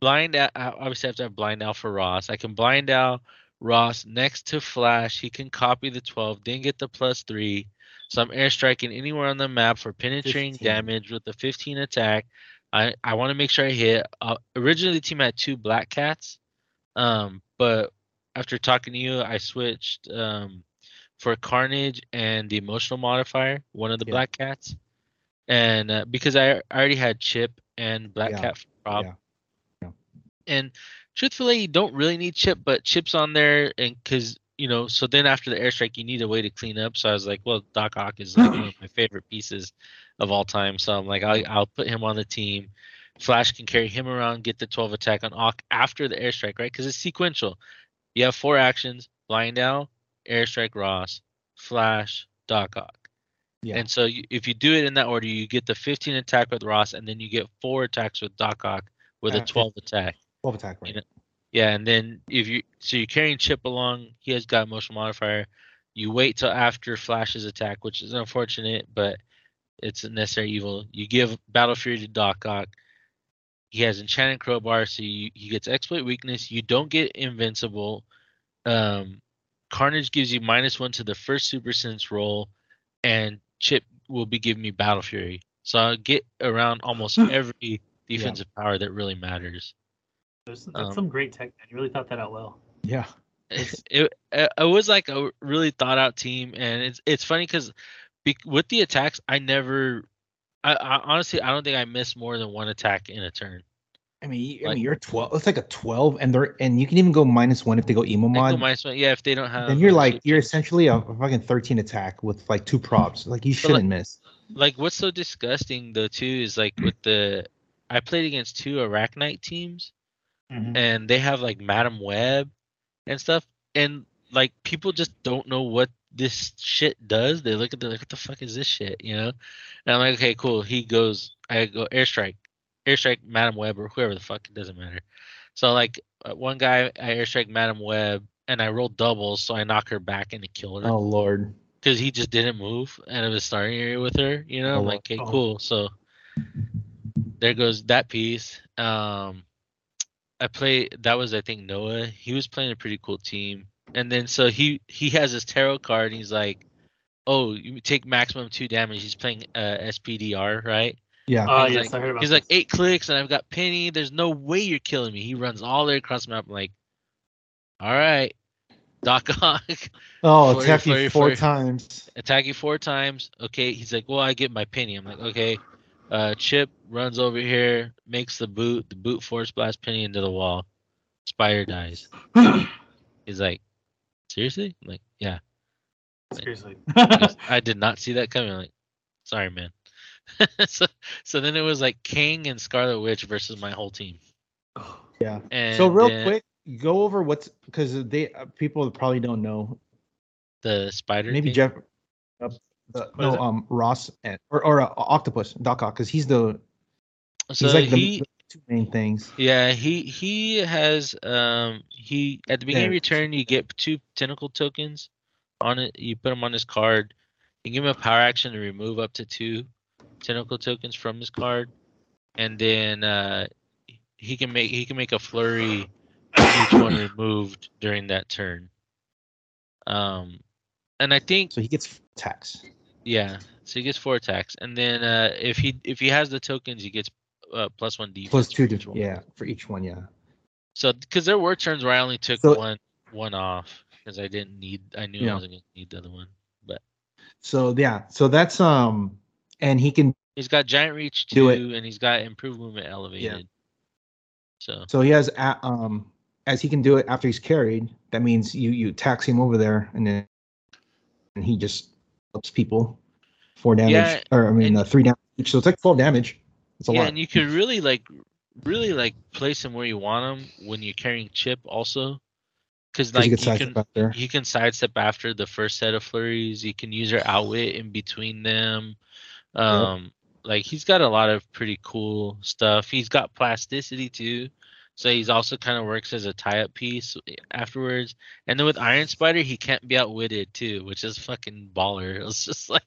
blind out. I obviously have to have blind out for Ross. I can blind out Ross next to Flash. He can copy the 12, then get the plus three. So I'm airstriking anywhere on the map for penetrating 15. damage with the 15 attack. I, I want to make sure I hit. Uh, originally, the team had two black cats, um, but after talking to you, I switched um, for Carnage and the emotional modifier, one of the Yeah. black cats, and uh, because I, I already had Chip and Black Yeah. Cat for prop, Yeah. Yeah. and truthfully, you don't really need Chip, but Chip's on there, and because you know, so then after the airstrike, you need a way to clean up. So I was like, well, Doc Ock is like one of my favorite pieces of all time, so I'm like, I'll, I'll put him on the team. Flash can carry him around, get the 12 attack on Ock after the airstrike, right? Because it's sequential. You have four actions: Blind Owl, Airstrike Ross, Flash, Doc Ock. Yeah. And so you, if you do it in that order, you get the 15 attack with Ross, and then you get four attacks with Doc Ock with a Uh, 12 attack. Twelve attack, right? Yeah. Yeah, and then if you so you're carrying Chip along, he has got motion modifier. You wait till after Flash's attack, which is unfortunate, but it's a necessary evil. You give Battle Fury to Doc Ock. He has enchanted crowbar, so you, he gets exploit weakness. You don't get invincible. Um, Carnage gives you minus one to the first Super Sense roll, and Chip will be giving me Battle Fury. So I get around almost every defensive power that really matters. There's, that's Um, some great tech. Man. You really thought that out well. Yeah. it, it it was like a really thought out team, and it's it's funny because be, with the attacks, I never, I, I honestly I don't think I missed more than one attack in a turn. I mean, I Like- mean, you're twelve. It's like a twelve, and they're and you can even go minus one if they go emo I think mod. the minus one- yeah, if they don't have, then you're uh, like super- you're essentially a fucking thirteen attack with like two props. Like you shouldn't miss. like what's so disgusting though too is like with the I played against two Arachnite teams, Mm-hmm. and they have like Madam Web and stuff, and like people just don't know what this shit does. They look at the like, what the fuck is this shit, you know? And I'm like, okay, cool. He goes, I go airstrike, airstrike, Madam Web or whoever the fuck, it doesn't matter. So like uh, one guy, I airstrike Madam Web, and I roll doubles, so I knock her back into kill her Oh lord. because he just didn't move out of his starting area with her. You know, Oh, I'm wow. like, okay, Oh. cool. So there goes that piece. Um, I play that was I think Noah. He was playing a pretty cool team, and then so he he has his tarot card, and he's like, oh, you take maximum two damage. He's playing uh, SPDR, right? Yeah. Oh, he's yes, like- I heard about He's this. like eight clicks, and I've got Penny. There's no way you're killing me. He runs all the way across the map. I'm like, all right, Doc [LAUGHS] Ock. oh, for- attack for- you four for- [LAUGHS] times. attack you four times. Okay, he's like, well, I get my penny. I'm like, okay. Uh, Chip runs over here, makes the boot. The boot force blast penny into the wall. [CLEARS THROAT] Spire dies. He's like, seriously? I'm like, [LAUGHS] yeah. Seriously. Because I did not see that coming. I'm like, sorry, man. [LAUGHS] so, so then it was like King and Scarlet Witch versus my whole team. Yeah. And so real then quick, go over what's because they uh, people probably don't know. the spider. Maybe thing. Jeff. Uh, uh, What is no, it? um, Ross and, or or uh, Octopus Doc Ock because he's the So he's like the, he, the two main things. Yeah, he he has um he at the beginning of Yeah. your turn you get two tentacle tokens on it. You put them on his card. You give him a power action to remove up to two tentacle tokens from his card, and then uh he can make he can make a flurry of [COUGHS] each one removed during that turn. Um, and I think So he gets attacks. yeah, so he gets four attacks, and then uh if he if he has the tokens, he gets uh, plus one defense. plus two for each different one. yeah for each one yeah So, because there were turns where I only took So- one one off because I didn't need. I knew Yeah. I wasn't gonna need the other one. so yeah so that's um and he can He's got giant reach Do two, it. and he's got improved movement elevated. So so he has a, um as he can do it after he's carried that means you you tax him over there and then and he just helps people four damage Yeah, or i mean and- uh, three damage so it's like 12 damage it's a yeah, lot and you could really like, really like place him where you want him when you're carrying chip also, because 'cause like he you gets can sized up there you can sidestep after the first set of flurries. You can use your outwit in between them. Um, like he's got a lot of pretty cool stuff. He's got plasticity too, so he's also kind of works as a tie-up piece afterwards. And then with Iron Spider, he can't be outwitted too, which is fucking baller. [LAUGHS] It was just like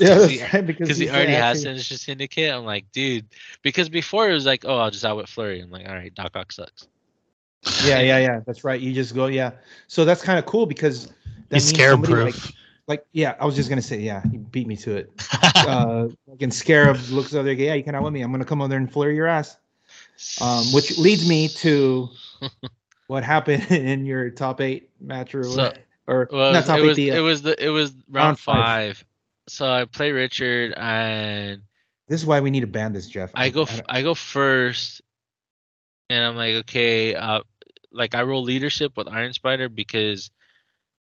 yeah because he- that's right, because because he he's already has actually- Sinister Syndicate. I'm like, dude, because before it was like, oh, I'll just outwit Flurry. I'm like, all right, Doc Ock sucks. yeah yeah yeah that's right you just go yeah so that's kind of cool because that He's means scare somebody like proof. like yeah i was just gonna say yeah he beat me [LAUGHS] to it uh fucking scarab looks over there yeah you can out with me i'm gonna come over there and flurry your ass um which leads me [LAUGHS] to what happened [LAUGHS] in your top eight match or, So- what- or Well, not top it eight was the, it uh, was the it was round round five. five. So I play Richard and This is why we need to ban this, Jeff. I go f- don't- I go first, and I'm like, okay, uh, like I roll leadership with Iron Spider because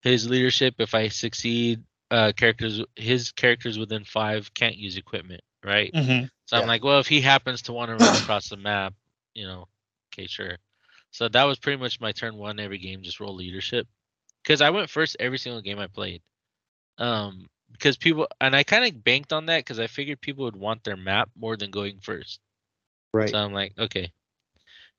his leadership, if I succeed, uh, characters his characters within five can't use equipment, right? So I'm Yeah. like, well, if he happens to want to run across the map, you know, okay, sure. So that was pretty much my turn one every game, just roll leadership, because I went first every single game I played. Um, because people and I kind of banked on that because I figured people would want their map more than going first. right. So I'm like, okay.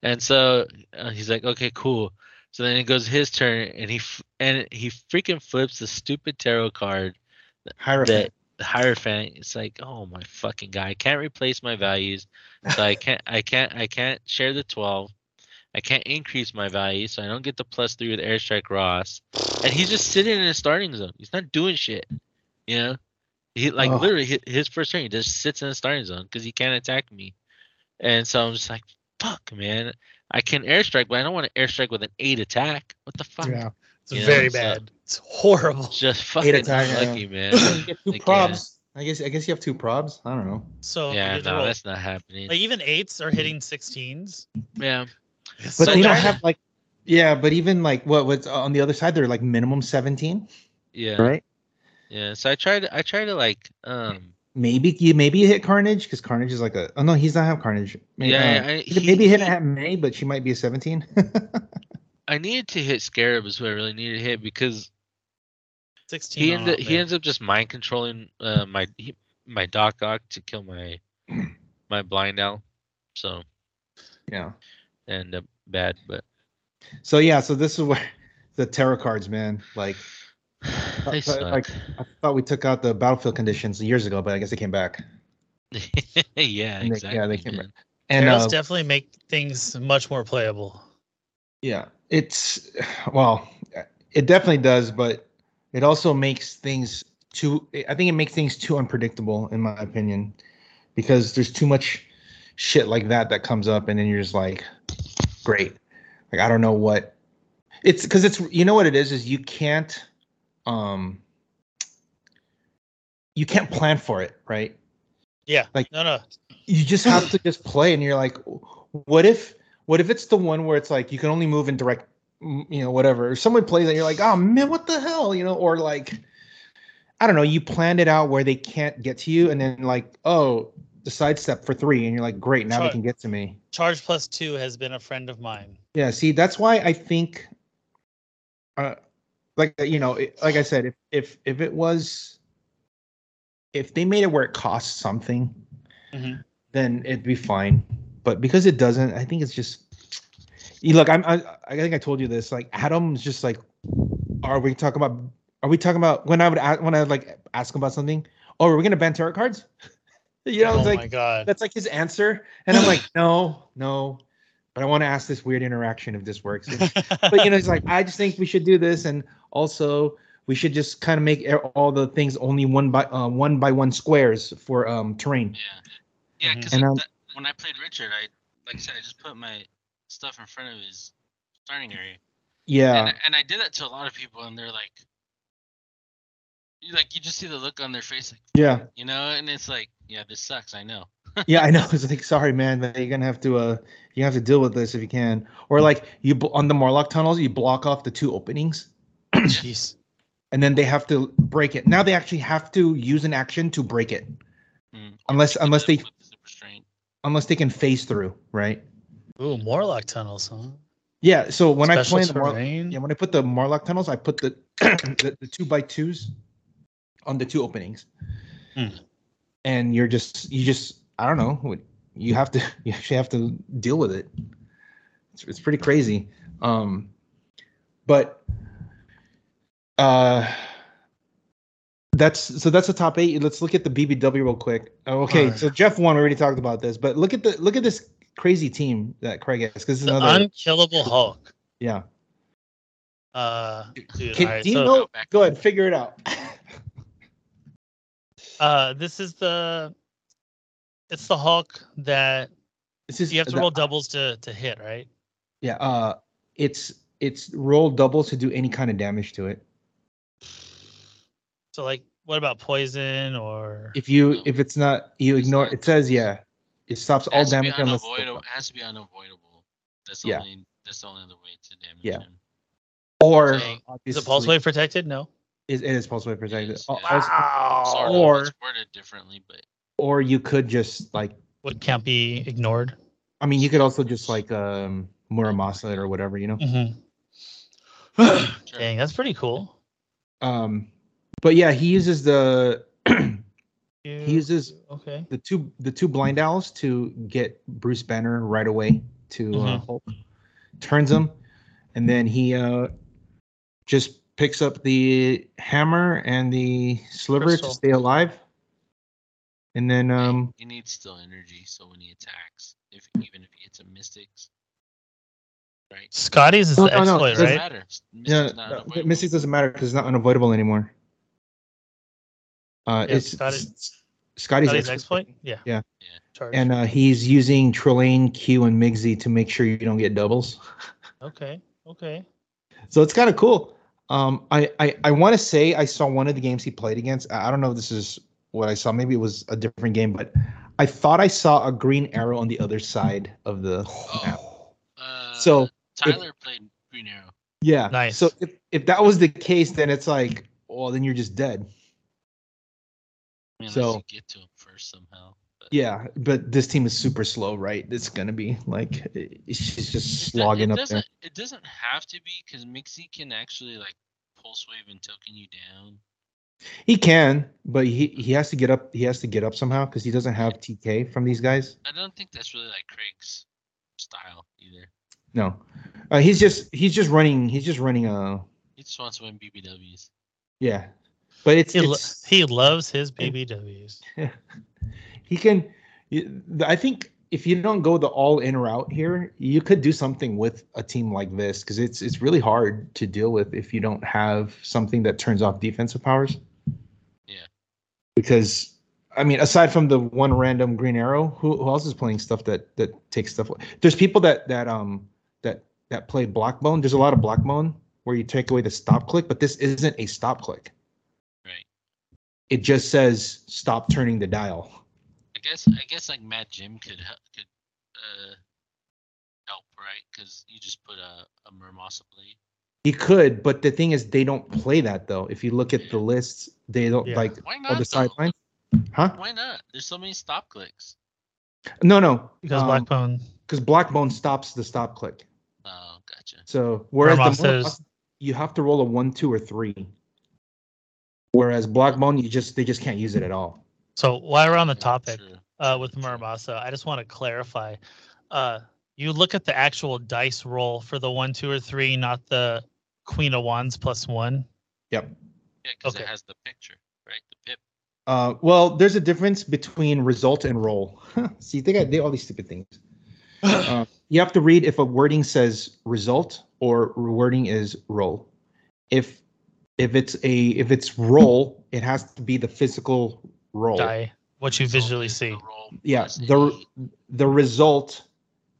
And so uh, he's like, okay, cool. So then it goes his turn, and he f- and he freaking flips the stupid tarot card [LAUGHS] Hierophant. that Hierophant. It's like, oh my fucking god, I can't replace my values, so I can't, I can't, I can't share the twelve. I can't increase my value, so I don't get the plus three with Airstrike Ross. And he's just sitting in his starting zone. He's not doing shit. You know, he like Ugh. literally hi- his first turn, he just sits in the starting zone because he can't attack me. And so I'm just like, fuck, man. I can airstrike, but I don't want to airstrike with an eight attack. What the fuck? Yeah. It's You know, very so- bad. It's [LAUGHS] horrible. Just fucking attack, yeah. lucky, [COUGHS] man. You get two Like, probs. I guess I guess you have two probs. I don't know. So Yeah, you no, roll- that's not happening. like even eights are hitting sixteens. yeah, But So they don't that- have like yeah, but even like what what's on the other side, they're like minimum seventeen, yeah, right? yeah. So I tried. I tried to like, um, Maybe you maybe you hit Carnage because Carnage is like a oh no, he's not have Carnage. Maybe, yeah. uh, I, he- maybe hit at May, but she might be a seventeen. [LAUGHS] I needed to hit Scarab is who I really needed to hit because Sixteen. he are ended out he there. ends up just mind controlling uh, my he, my Doc Ock to kill my my blind owl. So yeah. end up bad, [SIGHS] but So yeah, so this is where [LAUGHS] the tarot cards, man. Like they but, suck. [LAUGHS] like, I thought we took out the battlefield conditions years ago, but I guess they came back. yeah, And they- exactly. yeah, they came man. And Arrows uh, definitely make things much more playable. yeah, it's well, it definitely does, but it also makes things too. I think it makes things too unpredictable, in my opinion, because there's too much shit like that that comes up, and then you're just like, great, like I don't know what. It's because it's you know what it is is you can't, um, you can't plan for it, right? Yeah. Like- no, no. you just have to just play and you're like what if what if it's the one where it's like you can only move in direct mm, you know whatever if someone plays it you're like oh man what the hell you know or like i don't know you planned it out where they can't get to you and then like oh the sidestep for three and you're like great now Sorry. they can get to me Charge plus two has been a friend of mine. yeah see that's why i think uh like you know it- like i said if if if it was if they made it where it costs something Mhm. then it'd be fine but because it doesn't i think it's just you look i'm I, I think i told you this like adam's just like are we talking about are we talking about when i would a- when i would like ask him about something oh are we gonna ban tarot cards [LAUGHS] you know oh it's like [CLEARS THROAT] my god. that's like his answer. And I'm like, no, no, but I want to ask this weird interaction if this works. but you know, it's like, I just think we should do this, and also we should just kind of make e- all the things only one by uh, one by one squares for um terrain. Yeah, yeah. Mhm. Because And I'm- when I played Richard, I like I said, I just put my stuff in front of his starting area. Yeah, And, and I did that to a lot of people, and they're like, you like you just see the look on their face, like, yeah, you know, and it's like, yeah, this sucks. I know. yeah. I know. [LAUGHS] It's like, sorry, man, but you're gonna have to uh, you have to deal with this if you can. Or like you bl- on the Morlock tunnels, you block off the two openings. Jeez. And then they have to break it. Now they actually have to use an action to break it, Mm. unless unless they With the restraint. unless they can phase through, right? Ooh, Morlock tunnels, huh? Yeah. So when Special I play the Mor- terrain? yeah, when I put the Marlock tunnels, I put the [CLEARS THROAT] the, the two by twos on the two openings, Hmm. and you're just you just I don't know what- you have to [LAUGHS] you actually have to deal with it. It's it's pretty crazy, um, but uh. That's so. That's the top eight. Let's look at the BBW real quick. Oh, Okay, Alright. so Jeff one we already talked about this, but look at the look at this crazy team that Craig has. Because The another unkillable Hulk. yeah. Uh, dude, Can, all right, do you so, know? Go ahead, figure it out. [LAUGHS] uh, this is the it's the Hulk that This is you have to the- roll doubles to to hit, right? Yeah, uh, it's it's roll doubles to do any kind of damage to it. So like What about poison or? If you if it's not you ignore it says yeah, it stops all has to be damage unless unavoidable. Has to be unavoidable. That's the Yeah. only. That's the only other way to damage Yeah. him. or Dang. Is obviously, the pulse wave protected? No. is- it is pulse wave protected. is, Al- yeah. also- Sort of, Or- it's worded differently, but Or you could just like What can't be ignored? I mean you could also just like um Muramasa it or whatever you know. Mm-hmm. sure. [SIGHS] Dang, that's pretty cool. Um, but yeah, he uses the [CLEARS THROAT] he uses okay. the two the two blind owls to get Bruce Banner right away to uh, Hulk, turns him, and then he uh, just picks up the hammer and the sliver Crystal. to stay alive, and then um, he needs still energy. So when he attacks, if even if he hits a mystics, right? Scotty's is No, the no, no, exploit, doesn't right? matter. no, Mystic's not no, unavoidable. uh, Mystic doesn't matter because it's not unavoidable anymore. Uh, Yeah, it's Scotty- it's- Scotty's, Scotty's expert. exploit. Yeah. Yeah. Yeah. Charge. and uh, he's using Trillane, Q, and Migsy to make sure you don't get doubles. okay. Okay. So it's kind of cool. Um, I I, I want to say I saw one of the games he played against. I I don't know if this is what I saw. Maybe it was a different game, but I thought I saw a green arrow on the other side of the Oh, map. Uh, So Tyler played Green Arrow. yeah, Nice. So if, if that was the case, then it's like, well, then you're just dead. I mean, So- so get to him first somehow. But Yeah, but this team is super slow, right? It's gonna be like she's just It do- slogging it up there. doesn't- It doesn't have to be because Mixie can actually like pulse wave and token you down. He can, but he he has to get up. He has to get up somehow because he doesn't have TK from these guys. I don't think that's really like Craig's style either. No, uh, he's just he's just running. He's just running. Uh, He just wants to win BBWs. yeah, but it's, He, lo- it's he loves his BBWs. he can. you- I think if you don't go the all in route here, you could do something with a team like this because it's it's really hard to deal with if you don't have something that turns off defensive powers. Yeah. because I mean, aside from the one random Green Arrow, who, who else is playing stuff that that takes stuff? There's people that that um that that play Blockbone. There's a lot of Blockbone where you take away the stop click, but this isn't a stop click. Right. It just says stop turning the dial. I guess I guess like Matt Jim could hel- could uh help right because you just put a a Murmasa blade. He could, but the thing is, they don't play that though. If you look at the lists, they don't Yeah. like Why not? on though? the sideline, huh? Why not? There's so many stop clicks. No, no, Um, Because Blackbone because Blockbone stops the stop click. Oh, gotcha. So whereas Ramos the Mono says- you have to roll a one, two, or three. Whereas Blockbone, you just they just can't use it at all. So while we're on the Yeah, topic true. uh, with Muramasa, I just want to clarify. Uh, you look at the actual dice roll for the one, two, or three, not the Queen of Wands plus one. Yep. Yeah, because it Okay. has the picture, right? The pip. Uh, well, there's a difference between result and roll. [LAUGHS] See, they got they all these stupid things. Uh, you have to read if a wording says result or wording is roll. If if it's a if it's roll, it has to be the physical roll. Die what you Result visually is the see. roll Yeah, plus the any- the result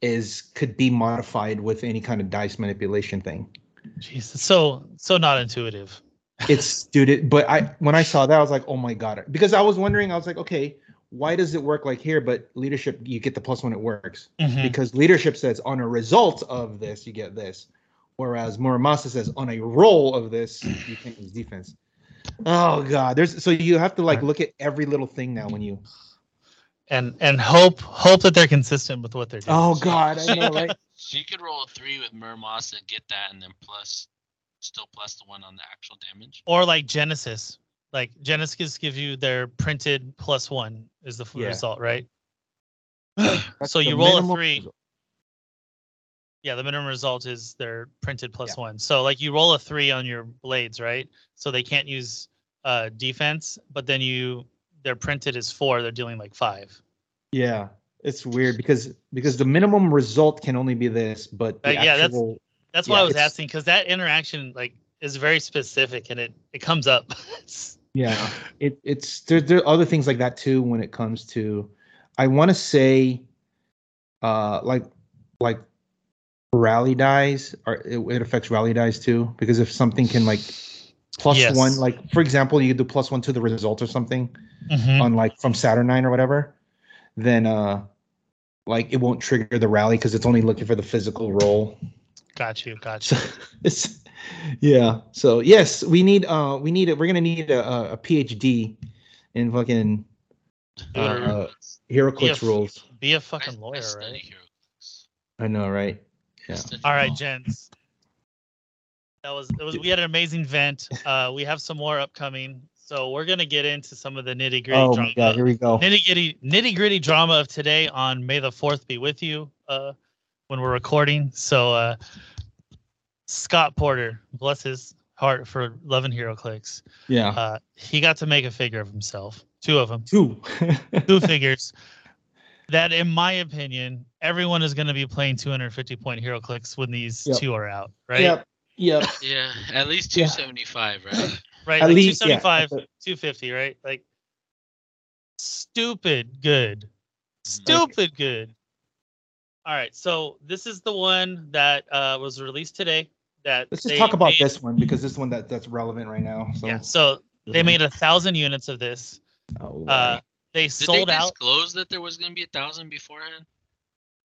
is could be modified with any kind of dice manipulation thing. Jesus, so so not intuitive. it's dude it, but i when i saw that i was like oh my god because i was wondering i was like okay why does it work like here but leadership you get the plus when it works Mhm. because leadership says on a result of this you get this whereas muramasa says on a roll of this [CLEARS THROAT] you can use defense oh god there's so you have to like look at every little thing now when you And and hope hope that they're consistent with what they're doing. oh god i know [LAUGHS] right So you could roll a three with Murmasa, get that, and then plus, still plus the one on the actual damage. Or like Genesis, like Genesis gives you their printed plus one is the f- Yeah. result, right? That's so the you roll a minimal three. result. Yeah, the minimum result is their printed plus one. So like you roll a three on your blades, right? So they can't use uh defense, but then you their printed is four, they're dealing like five. yeah it's weird because because the minimum result can only be this but the Uh, yeah, that's- actual- That's why Yeah, I was it's- asking because that interaction like is very specific and it it comes up. [LAUGHS] Yeah, it, it's there, there are other things like that too when it comes to I want to say uh like like rally dies or it, it affects rally dies too because if something can like plus Yes. one. Like for example, you could do plus one to the result or something Mhm. on like from Saturnine or whatever. Then uh, like it won't trigger the rally because it's only looking for the physical roll. Got you. [LAUGHS] Got So you. it's yeah. So yes, we need uh we need a, we're gonna need a, a- a PhD in fucking uh, uh Yeah, HeroClix f- rules. Be a I- fucking I lawyer, study right? HeroClix. I know, right? I Yeah. study All right, law. gents. That was it was we had an amazing vent. Uh we have some more upcoming. So we're gonna get into some of the nitty gritty oh drama. my god, here we go. Nitty gritty nitty gritty drama of today on May the fourth be with you, uh when we're recording. So uh Scott Porter, bless his heart for loving hero clicks. Yeah. Uh he got to make a figure of himself. Two of them. Two. [LAUGHS] Two figures. That in my opinion, everyone is gonna be playing 250 point hero clicks when these Yep. two are out, right? Yep. Yep. Yeah, at least Yeah. 275, right? right? At like least, yeah, 275, that's 250, right? Like stupid good. Stupid good. All right, so this is the one that uh, was released today. That Let's just they talk about made- this one because this is one that that's relevant right now. So Yeah, so they made a thousand units of this. Oh, Uh, Mm-hmm. right. they Did sold they out. disclose that there was going to be a thousand beforehand? I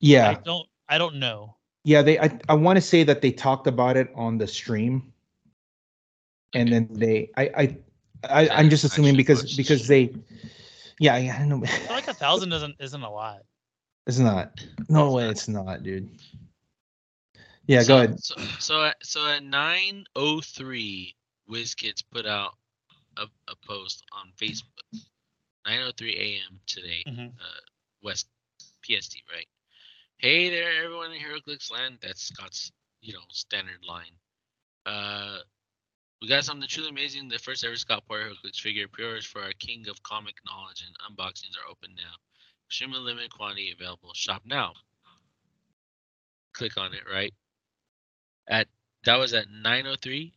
yeah, don't. I don't know. yeah. They I I want to say that they talked about it on the stream, and then they I I, I I'm just assuming Actually because pushed. because they yeah yeah, I don't know I feel like a thousand isn't isn't a lot. it's not no way it's not dude. Yeah, go ahead. So, so at, so at 9:03, WizKids put out a, a post on Facebook. 9:03 a.m. today, Mhm. uh, West PST, right? Hey there, everyone in HeroClix land. That's Scott's, you know, standard line. Uh, we got something truly amazing. The first ever Scott Porter HeroClix figure pre-orders for our King of Comic Knowledge and unboxings are open now. Extremely limited quantity available. Shop now. Click on it, right? at that was at 903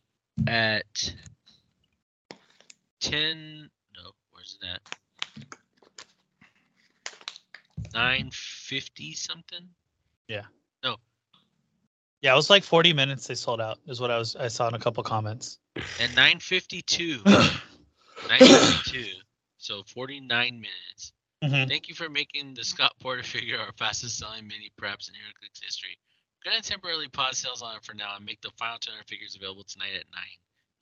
at 10 no where's it at 950 something Yeah, it was like 40 minutes. They sold out is what I was. I saw in a couple comments. and [CLEARS THROAT] 952 952 so 49 minutes Mm-hmm. Mhm. Thank you for making the Scott Porter figure our fastest selling mini perhaps in HeroClix history. We're going to temporarily pause sales on it for now and make the final 200 figures available tonight at 9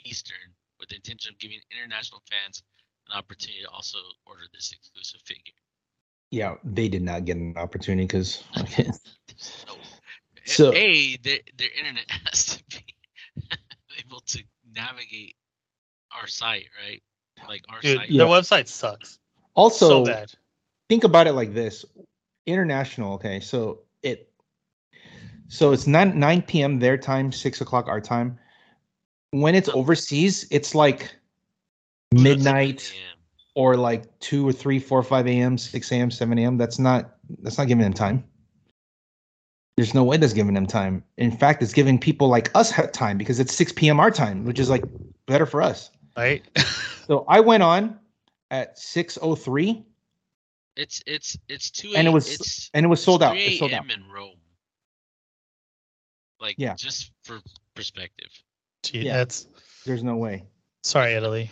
Eastern with the intention of giving international fans an opportunity to also order this exclusive figure. Yeah, they did not get an opportunity [LAUGHS] because So, So- A, their, their internet [LAUGHS] has to be able to navigate our site, right? Like our Dude, site. yeah. their website sucks also so bad. think about it like this international okay so it so it's 9 9 p.m their time 6 o'clock our time when it's overseas it's like midnight Yeah. or like 2 or 3 4 5 a.m 6 a.m 7 a.m that's not that's not giving them time there's no way that's giving them time in fact it's giving people like us ha- time because it's 6 p.m our time which is like better for us Right? [LAUGHS] so i went on at 603 It's, it's, it's 2 And it was- it's, and it was sold out It's it's 3 sold out a.m. in Rome. Like, Yeah. just for perspective. Gee, Yeah. that's there's no way sorry, Italy.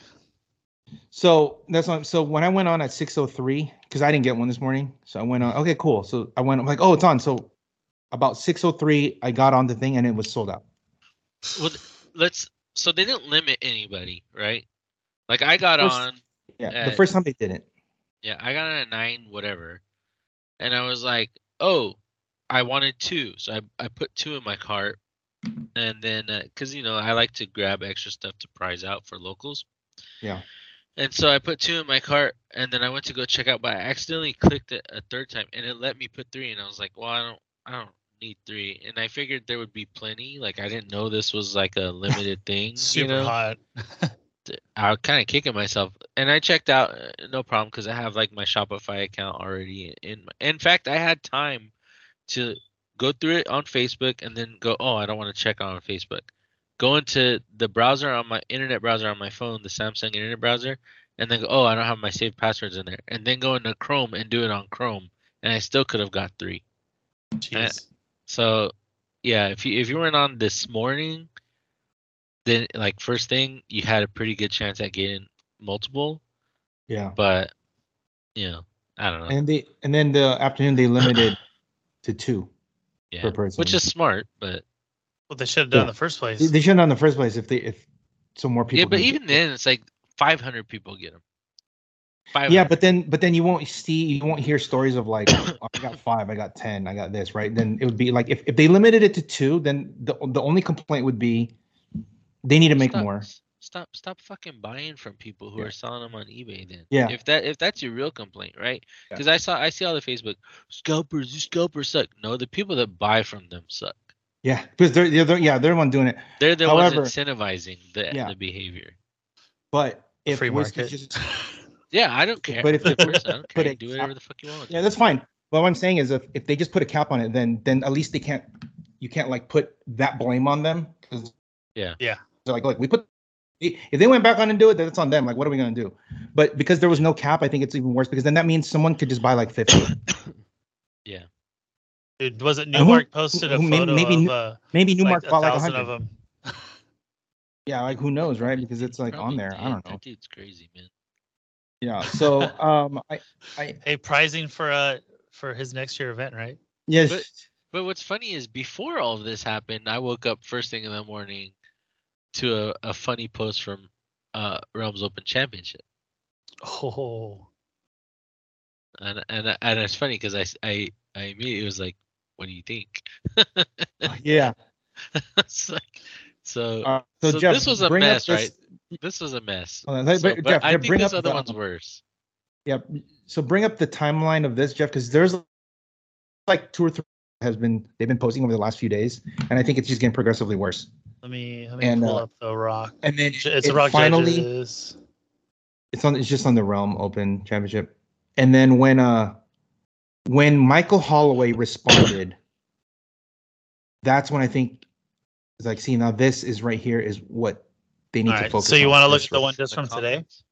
So that's what, so when I went on at 6:03 because I didn't get one this morning. So I went on. Okay, cool. So I went. I'm like, oh, it's on. So about 6:03, I got on the thing and it was sold out. Well, let's. So they didn't limit anybody, right? Like I got First- on. Yeah, the Uh, first time they didn't. Yeah, I got on at nine, whatever, and I was like, oh, I wanted two, so I I put two in my cart, and then because you know I like to grab extra stuff to prize out for locals. Yeah. And so I put two in my cart, and then I went to go check out, but I accidentally clicked it a third time, and it let me put three, and I was like, well, I don't, I don't need three, and I figured there would be plenty. Like I didn't know this was like a limited thing. Super you know? hot. I was kind of kicking myself, and I checked out, uh, no problem, because I have like my Shopify account already. In my, in fact, I had time to go through it on Facebook, and then go, oh, I don't want to check on Facebook. Go into the browser on my internet browser on my phone, the Samsung internet browser, and then go, oh, I don't have my saved passwords in there, and then go into Chrome and do it on Chrome, and I still could have got three. Jeez. So, yeah, if you if you weren't on this morning, then like first thing you had a pretty good chance at getting multiple, Yeah. but you know I don't know. And they and then the afternoon they [COUGHS] limited to two yeah, per person. which is smart, but What they should have done in Yeah. the first place. they they shouldn't have in the first place if they if some more people. yeah, but can- even then it's like 500 people get them. yeah, but then but then you won't see you won't hear stories of like [COUGHS] oh, I got five, I got ten, I got this, right? Then it would be like if, if they limited it to two, then the the only complaint would be they need to make stop, more. Stop stop fucking buying from people who Yeah. are selling them on eBay then. Yeah. If that if that's your real complaint, right? Yeah. Because I saw I see all the Facebook scalpers, you scalpers suck. No, the people that buy from them suck. Yeah, because they're, they're, they're yeah they're the one doing it. They're the However- ones incentivizing the Yeah. the behavior. But if Free it was to market. just- Yeah, I don't care. But if the they- person, I don't but care. if- Do whatever the fuck you want. yeah, that's fine. But what I'm saying is if, if they just put a cap on it, then then at least they can't you can't like put that blame on them 'cause Yeah. Yeah. they're like look we put if they went back on and do it then it's on them like what are we gonna do? But because there was no cap, I think it's even worse because then that means someone could just buy like [COUGHS] fifty. [LAUGHS] Dude, was it who- Newmark posted a who- may- photo maybe of New- uh, Maybe like Newmark a bought like thousand hundred. of them? Yeah, like who knows, right? Because it's like Probably on there. I did. don't know. That dude's crazy, man. Yeah. So um, I, I Hey, prizing for uh for his next year event, right? yes. But- But what's funny is before all of this happened, I woke up first thing in the morning to a, a funny post from uh, Realms Open Championship, Oh, and and and it's funny because I, s- I I immediately was like, "What do you think?" [LAUGHS] [LAUGHS] yeah. It's like, so Uh, so, So Jeff, this was a bring up mess, this- this was a mess. Hold on, let- So, but but Jeff, I yeah, think bring this up the- other um, one's worse. Yeah. So bring up the timeline of this, Jeff, because there's like two or three has been they've been posting over the last few days, and I think it's just getting progressively worse. [LAUGHS] let me let me And, pull uh, up the rock. And then J- It's it the rock finally judges. it's on it's just on the Realm Open Championship, and then when uh when Michael Holloway responded, that's when I think it's like, see now this is right here is what they need All to right, focus. so you on want to for look this at race. The the one just from today? comments.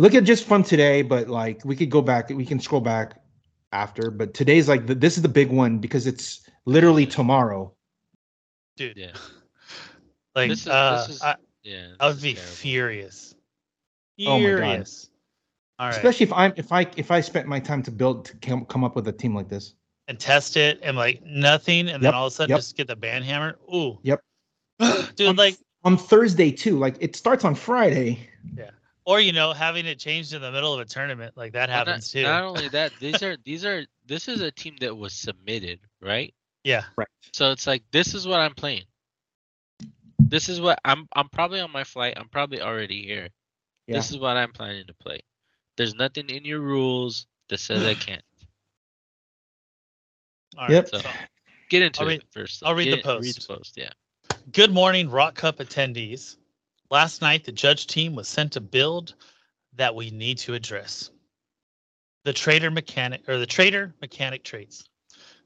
look at just from today, but like we could go back, we can scroll back after. But today's like the, this is the big one because it's literally tomorrow. Dude, Yeah. like This is- uh, this is- I, Yeah, I this would is be terrible. furious. Oh my God. Furious. All right. Especially if I'm if I if I spent my time to build to come, come up with a team like this. and test it and like nothing, and then Yep, all of a sudden yep. just get the band hammer. Ooh. Yep. [GASPS] Dude, like, On Thursday too, like it starts on Friday. or you know, having it changed in the middle of a tournament, like that Well, not- happens too. Not only that, these are these are this is a team that was submitted, right? yeah. So it's like this is what I'm playing. This is what I'm I'm probably on my flight. I'm probably already here. Yeah. This is what I'm planning to play. There's nothing in your rules that says [SIGHS] I can't. All right. Yep. So, Get into I'll it read- first. I'll read the Get- Read post. the post, yeah. good morning, Rock Cup attendees. Last night, the judge team was sent a build that we need to address. The trader mechanic or the trader mechanic traits.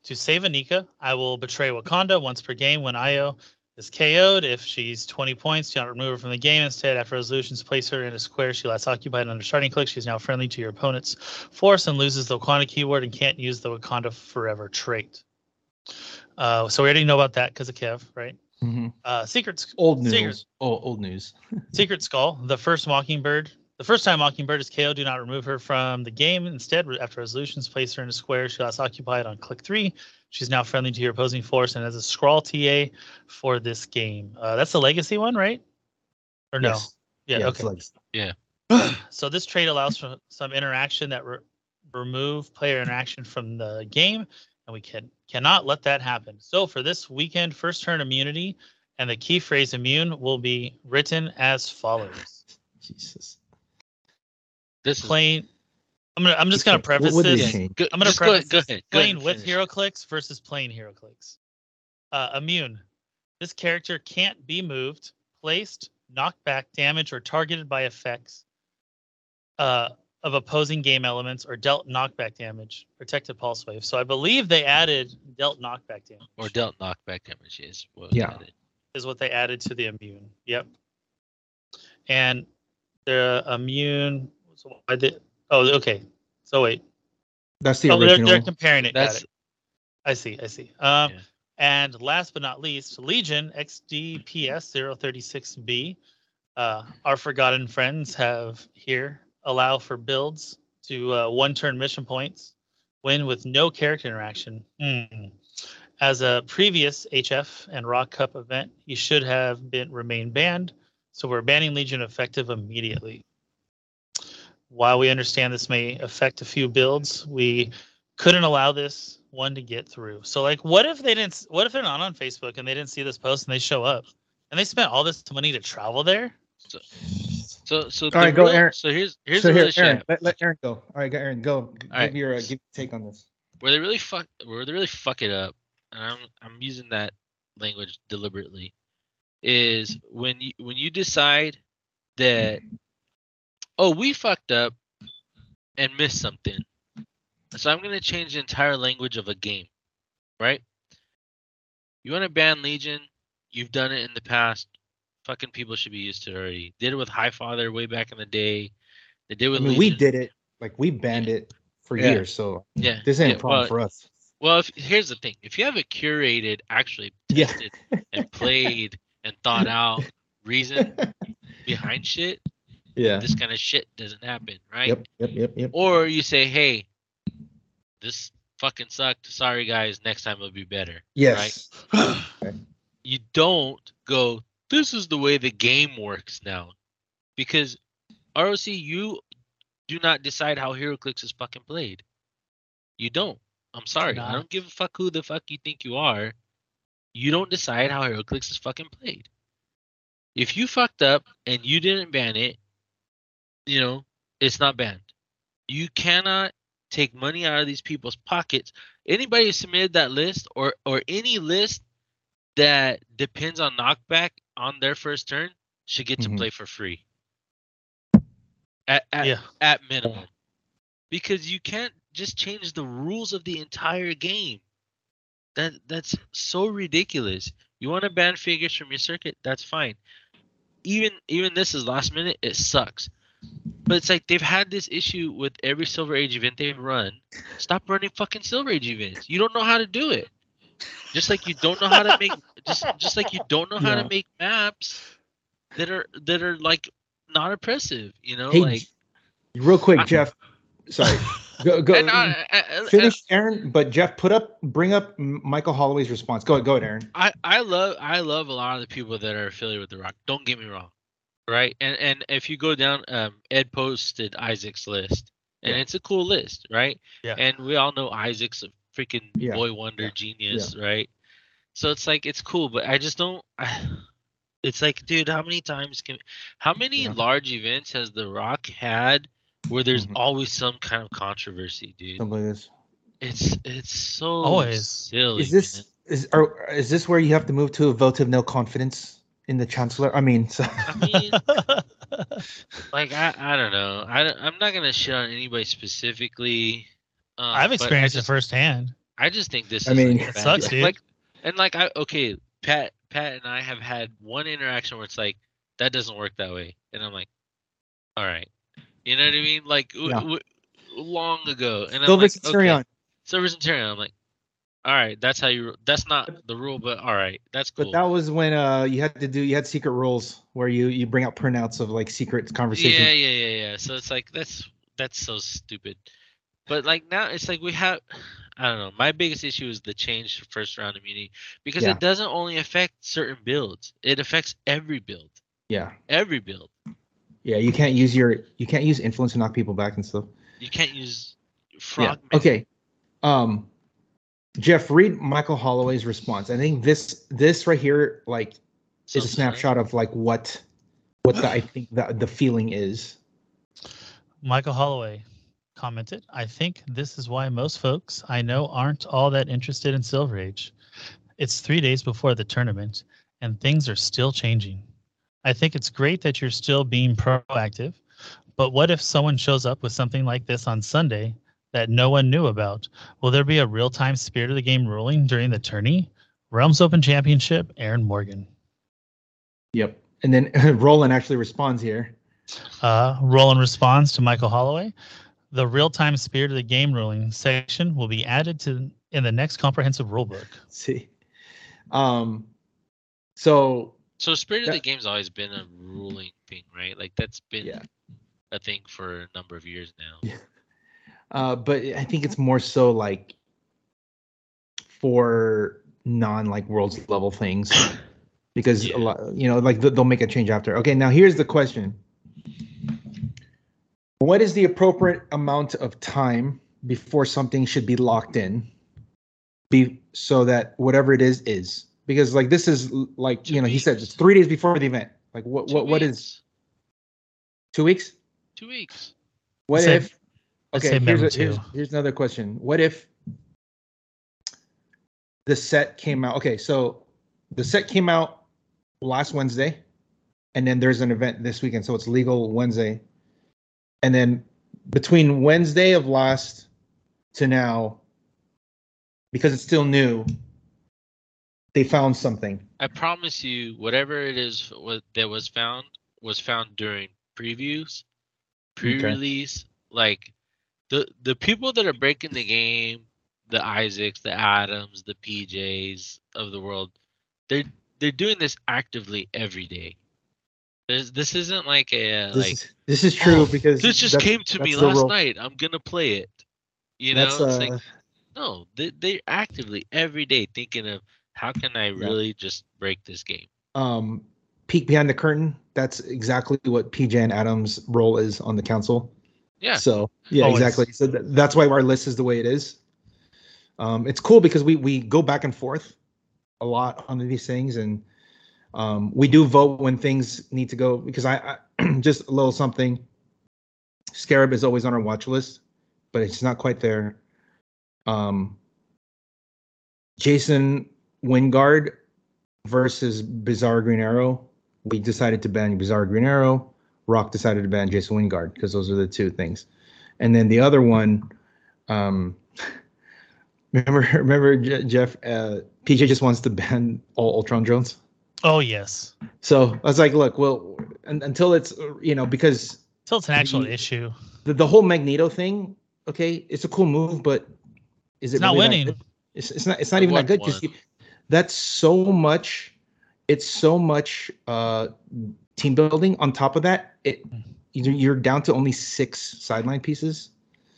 To save Anika, I will betray Wakanda once per game when Io is KO'd. If she's 20 points, do not remove her from the game. Instead, after resolutions, place her in a square she last occupied under starting click. She's now friendly to your opponent's force and loses the Wakanda keyword and can't use the Wakanda forever trait. Uh, so we already know about that because of Kev, right? Mhm. Uh, Secret Old news. Secret- Oh, old news. Secret Skull, the first Mockingbird. The first time Mockingbird is KO, do not remove her from the game. Instead, re- after resolutions, place her in a square she last occupied on click three. She's now friendly to your opposing force and has a scrawl TA for this game. Uh, that's the legacy one, right? Or no? Yes. Yeah, it's okay. like- So this trait allows for some interaction that re- remove player interaction from the game, and we can cannot let that happen. So for this weekend, first turn immunity and the key phrase immune will be written as follows. Jesus. This is Playing, I'm gonna, I'm just gonna What- preface what this. is- Yeah, Change. go- I'm gonna just go ahead, preface go this. ahead. go ahead Playing and with finish. HeroClix versus playing HeroClix. Uh, immune. This character can't be moved, placed, knocked back, damaged, or targeted by effects uh, of opposing game elements or dealt knockback damage. Protected pulse wave. So I believe they added dealt knockback damage or dealt knockback damage is what Yeah. that is. is what they added to the immune. Yep. And the immune. So I did. Oh, okay. So wait. That's the Oh, they're, original. they're comparing it. Got That's it. I see. I see. Um, Yeah. And last but not least, Legion XDPS036B. Uh, our forgotten friends have here allow for builds to uh, one turn mission points, win with no character interaction. Mm. As a previous HF and Rock Cup event, you should have been remain banned. So we're banning Legion effective immediately. While we understand this may affect a few builds, we couldn't allow this one to get through. So like what if they didn't what if they're not on Facebook and they didn't see this post and they show up and they spent all this money to travel there? So so, so All right, the go, real- Aaron. So here's here's so the here, real shit. Aaron, let, let Aaron go. All right, go Aaron, go. give right. your uh, give your take on this. where they really fuck where they really fuck it up, and I'm I'm using that language deliberately, is when you when you decide that oh we fucked up and missed something, so I'm gonna change the entire language of a game, right? You want to ban Legion? You've done it in the past. Fucking people should be used to it already. Did it with High Father way back in the day. They did I with mean, we Legion. did it. Like we banned it for Yeah. years, so Yeah, this ain't yeah, a problem well, for [LAUGHS] us. [LAUGHS] Well, if, here's the thing: if you have a curated, actually Yeah. tested [LAUGHS] and played and thought out reason behind shit, yeah. this kind of shit doesn't happen, right? Yep. Yep. Yep. Yep. Or you say, "Hey, this fucking sucked. Sorry, guys. Next time it'll be better." Yes. [LAUGHS] You don't go. This is the way the game works now, because ROC, you do not decide how HeroClix is fucking played. You don't. I'm sorry. I not. don't give a fuck who the fuck you think you are. You don't decide how HeroClix is fucking played. If you fucked up and you didn't ban it, you know, it's not banned. You cannot take money out of these people's pockets. Anybody who submitted that list or or any list that depends on knockback on their first turn should get to Mhm. play for free. At, at, yeah. at minimum. Because you can't just change the rules of the entire game. That that's so ridiculous. You want to ban figures from your circuit, that's fine. Even even this is last minute, it sucks. But it's like they've had this issue with every Silver Age event they've run. Stop running fucking Silver Age events. You don't know how to do it. Just like you don't know how to make just just like you don't know how Yeah. to make maps that are that are like not oppressive, you know? Hey, like real quick, I- Jeff. [LAUGHS] Sorry. Go go. and I, I- I- finish, Aaron. But Jeff, put up, bring up M- Michael Holloway's response. Go ahead. Go ahead, Aaron. I, I love I love a lot of the people that are affiliated with the Rock. Don't get me wrong, right? And and if you go down, um, Ed posted Isaac's list, and Yeah. it's a cool list, right? Yeah. And we all know Isaac's a freaking Yeah. boy wonder Yeah. genius, right? So it's like it's cool, but I just don't. [SIGHS] it's like, dude, how many times can? How many Yeah. large events has the Rock had where there's Mhm. always some kind of controversy, dude? Something like this. It's it's so Always. silly. Is this man. is are, is this where you have to move to a vote of no confidence in the chancellor? I mean, [LAUGHS] so, I mean. like I, I don't know. I don't- I'm not gonna shit on anybody specifically. Uh, I've but experienced I it just, firsthand. I just think this. I is mean- like, It bad. sucks, dude. Like, and like I okay, Pat, Pat and I have had one interaction where it's like that doesn't work that way, and I'm like, all right, you know what I mean? Like w- Yeah. w- long ago, and go I'm like, visit Tyrion. okay, Silver Centurion. I'm like, all right, that's how you. That's not the rule, but all right, that's But cool. that was when uh you had to do you had secret rules where you you bring out printouts of like secret conversations. Yeah, yeah, yeah, yeah. So it's like that's that's so stupid. But like now it's like we have I don't know. My biggest issue is the change to first round immunity because Yeah. it doesn't only affect certain builds. It affects every build. yeah, Every build. yeah. You can't use your you can't use influence to knock people back and stuff. You can't use frog. Yeah. Okay. Um, Jeff, read Michael Holloway's response. I think this this right here like is a snapshot of like what what the, I think the the feeling is. Michael Holloway commented, I think this is why most folks I know aren't all that interested in Silver Age. It's three days before the tournament, and things are still changing. I think it's great that you're still being proactive, but what if someone shows up with something like this on Sunday that no one knew about? Will there be a real time spirit of the game ruling during the tourney? Realms Open Championship, Aaron Morgan. Yep. And then [LAUGHS] Roland actually responds here. Uh, Roland responds to Michael Holloway. The real-time spirit of the game ruling section will be added to in the next comprehensive rulebook. See, Um, so So spirit of Yeah. the game's always been a ruling thing, right? Like that's been Yeah. a thing for a number of years now. Uh, but I think Mm-hmm. it's more so like for non like worlds level things because Yeah. a lot you know like th- they'll make a change after. Okay, now here's the question: What is the appropriate amount of time before something should be locked in? Be so that whatever it is is because like this is l- like Two you know he said weeks. three days before the event. Like what Two what what is weeks. two weeks? two weeks? What Say- if? let's Okay, here's, say Mem a, here's, too. here's another question. What if the set came out? Okay, so the set came out last Wednesday, and then there's an event this weekend, so it's legal Wednesday. And then between Wednesday of last to now, because it's still new, they found something. I promise you, whatever it is wa- that was found was found during previews, Okay. pre-release. Like the the people that are breaking the game, the Isaacs, the Adams, the PJs of the world, they're they're doing this actively every day. There's, this isn't like a uh, This like is this is true "Oh, because this just that's- came to me that's the last role- night. I'm gonna play it. You know, that's, it's uh, like no, they, they're actively every day thinking of how can I really just break this game. um peek behind the curtain that's exactly what pj and adam's role is on the council Yeah. so yeah Always. exactly so th- that's why our list is the way it is um it's cool because we we go back and forth a lot on these things and um we do vote when things need to go because i, [CLEARS THROAT] I just a little something scarab is always on our watch list but it's not quite there um jason wingard versus Bizarre Green Arrow, we decided to ban Bizarre Green Arrow. Rock decided to ban Jason Wingard because those are the two things. And then the other one, um, [LAUGHS] remember, [LAUGHS] remember Je- Jeff, uh, PJ just wants to ban all Ultron drones. Oh yes, So I was like, look, well, un- until it's, uh, you know, because till it's an actual The- issue. the, the whole Magneto thing, okay, it's a cool move, but is it It's not really that winning. good? It's, it's not. It's not It even that good wasn't because one. [LAUGHS] that's so much. It's so much uh, team building. On top of that, it you're you're down to only six sideline pieces,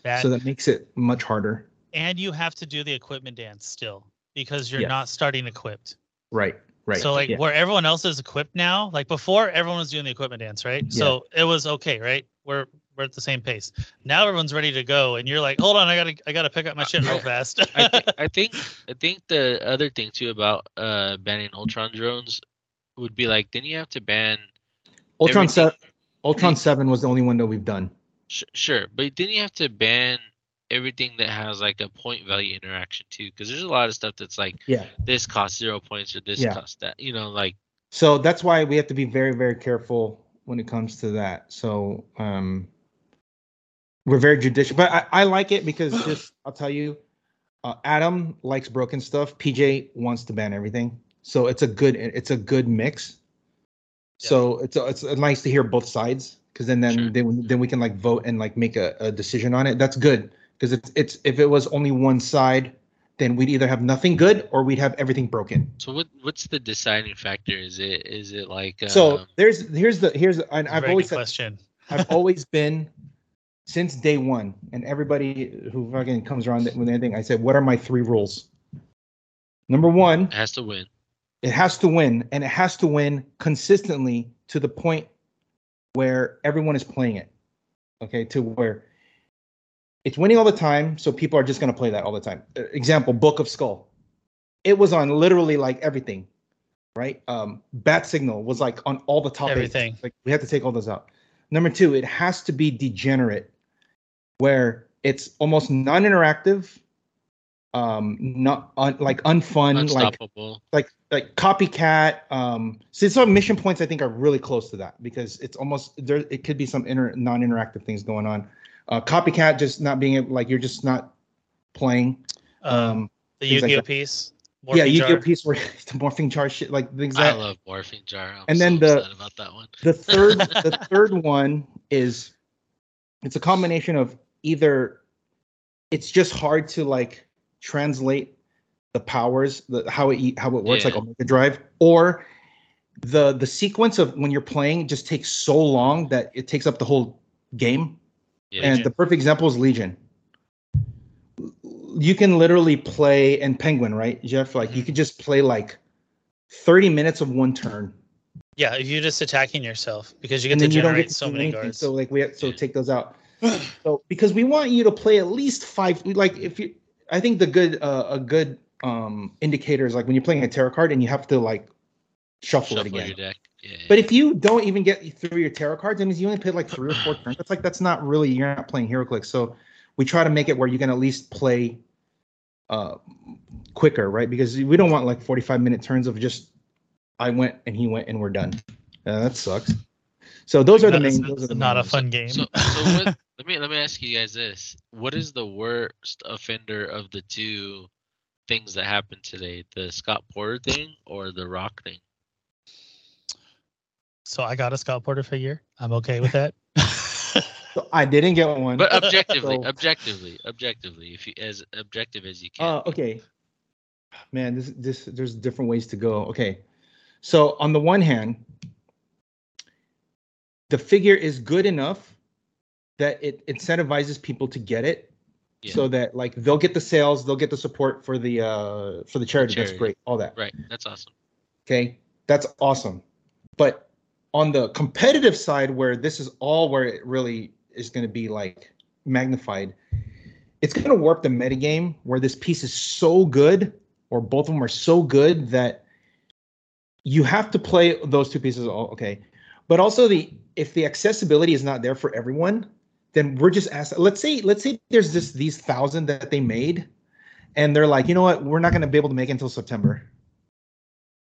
That so that makes it much harder. and you have to do the equipment dance still because you're Yes. not starting equipped. Right. Right. So like yeah. where everyone else is equipped now, like before everyone was doing the equipment dance, right? So it was okay, right? We're we're at the same pace. Now everyone's ready to go, and you're like, hold on, I gotta I gotta pick up [LAUGHS] my shit real fast. [LAUGHS] I, th- I think I think the other thing too about uh banning Ultron drones would be like then you have to ban Ultron everything- seven. Ultron seven was the only one that we've done. Sh- sure, but then you have to ban everything that has like a point value interaction too, because there's a lot of stuff that's like Yeah. this costs zero points or this Yeah. costs that. You know, like So that's why we have to be very, very careful when it comes to that. So um, we're very judicious, but I, I like it because just I'll tell you, uh, Adam likes broken stuff. PJ wants to ban everything, so it's a good it's a good mix. So it's it's nice to hear both sides because then then, Sure. then then we can like vote and like make a, a decision on it. That's good because it's it's if it was only one side, then we'd either have nothing good or we'd have everything broken. so what what's the deciding factor? Is it is it like um, So there's here's the here's and I've Very always good said, question. I've always been since day one, and everybody who fucking comes around with anything, I said, what are my three rules? Number one, it has to win? it has to win, and it has to win consistently to the point where everyone is playing it. Okay, to where it's winning all the time, so people are just gonna play that all the time. Uh, Example: Book of Skull. It was on literally like everything, right? Um, Bat Signal was like on all the top eights. Everything. Like we have to take all those out. Number two, it has to be degenerate, where it's almost non-interactive, um, not un, like unfun, like Unstoppable. like like copycat um see some mission points i think are really close to that because it's almost there it could be some inter non-interactive things going on uh copycat just not being able like you're just not playing Um, um the things Yu like Gi Oh that. piece. yeah Morphine you get jar. a piece where [LAUGHS] the morphing char shit like things I that love Morphing Jar. I'm and so then the- upset about that one. the third the third one is it's a combination of either it's just hard to like translate the powers, the, how it e, how it works, Yeah. like Omega Drive, or the the sequence of when you're playing just takes so long that it takes up the whole game. Yeah. And the perfect example is Legion. You can literally play and Penguin, right, Jeff? Like you could just play like thirty minutes of one turn, Yeah, if you're just attacking yourself because you get and to then you don't get generate to so do many anything. guards. So like we have, so take those [SIGHS] out. so because we want you to play at least five. Like if you, I think the good uh, a good um indicator is like when you're playing a tarot card and you have to like shuffle, it Shuffle again. your deck. Yeah. But if you don't even get through your tarot cards, that means you only played like three or four turns. That's like that's not really you're not playing HeroClix. So we try to make it where you can at least play uh quicker, right? Because we don't want like 45 minute turns of just I went and he went and we're done. Uh, that sucks. So those are the That is- main. Those are the not main a fun game. So, [LAUGHS] so what, let me let me ask you guys this: What is the worst offender of the two things that happened today? The Scott Porter thing or the Rock thing? So I got a Scott Porter figure. I'm okay with [LAUGHS] that. So I didn't get one. [LAUGHS] But objectively, So- objectively, objectively, if you as objective as you can. Uh, okay. Man, this this there's different ways to go. Okay. So on the one hand, the figure is good enough that it incentivizes people to get it Yeah. so that like they'll get the sales, they'll get the support for the uh for the charity. charity. That's great. All that. right, that's awesome. Okay. That's awesome. But on the competitive side, where this is all where it really is going to be like magnified, it's going to warp the metagame where this piece is so good, or both of them are so good that you have to play those two pieces. All okay. But also the if the accessibility is not there for everyone, then we're just asked. Let's say let's say there's just these thousand that they made, and they're like, you know what, we're not going to be able to make it until September.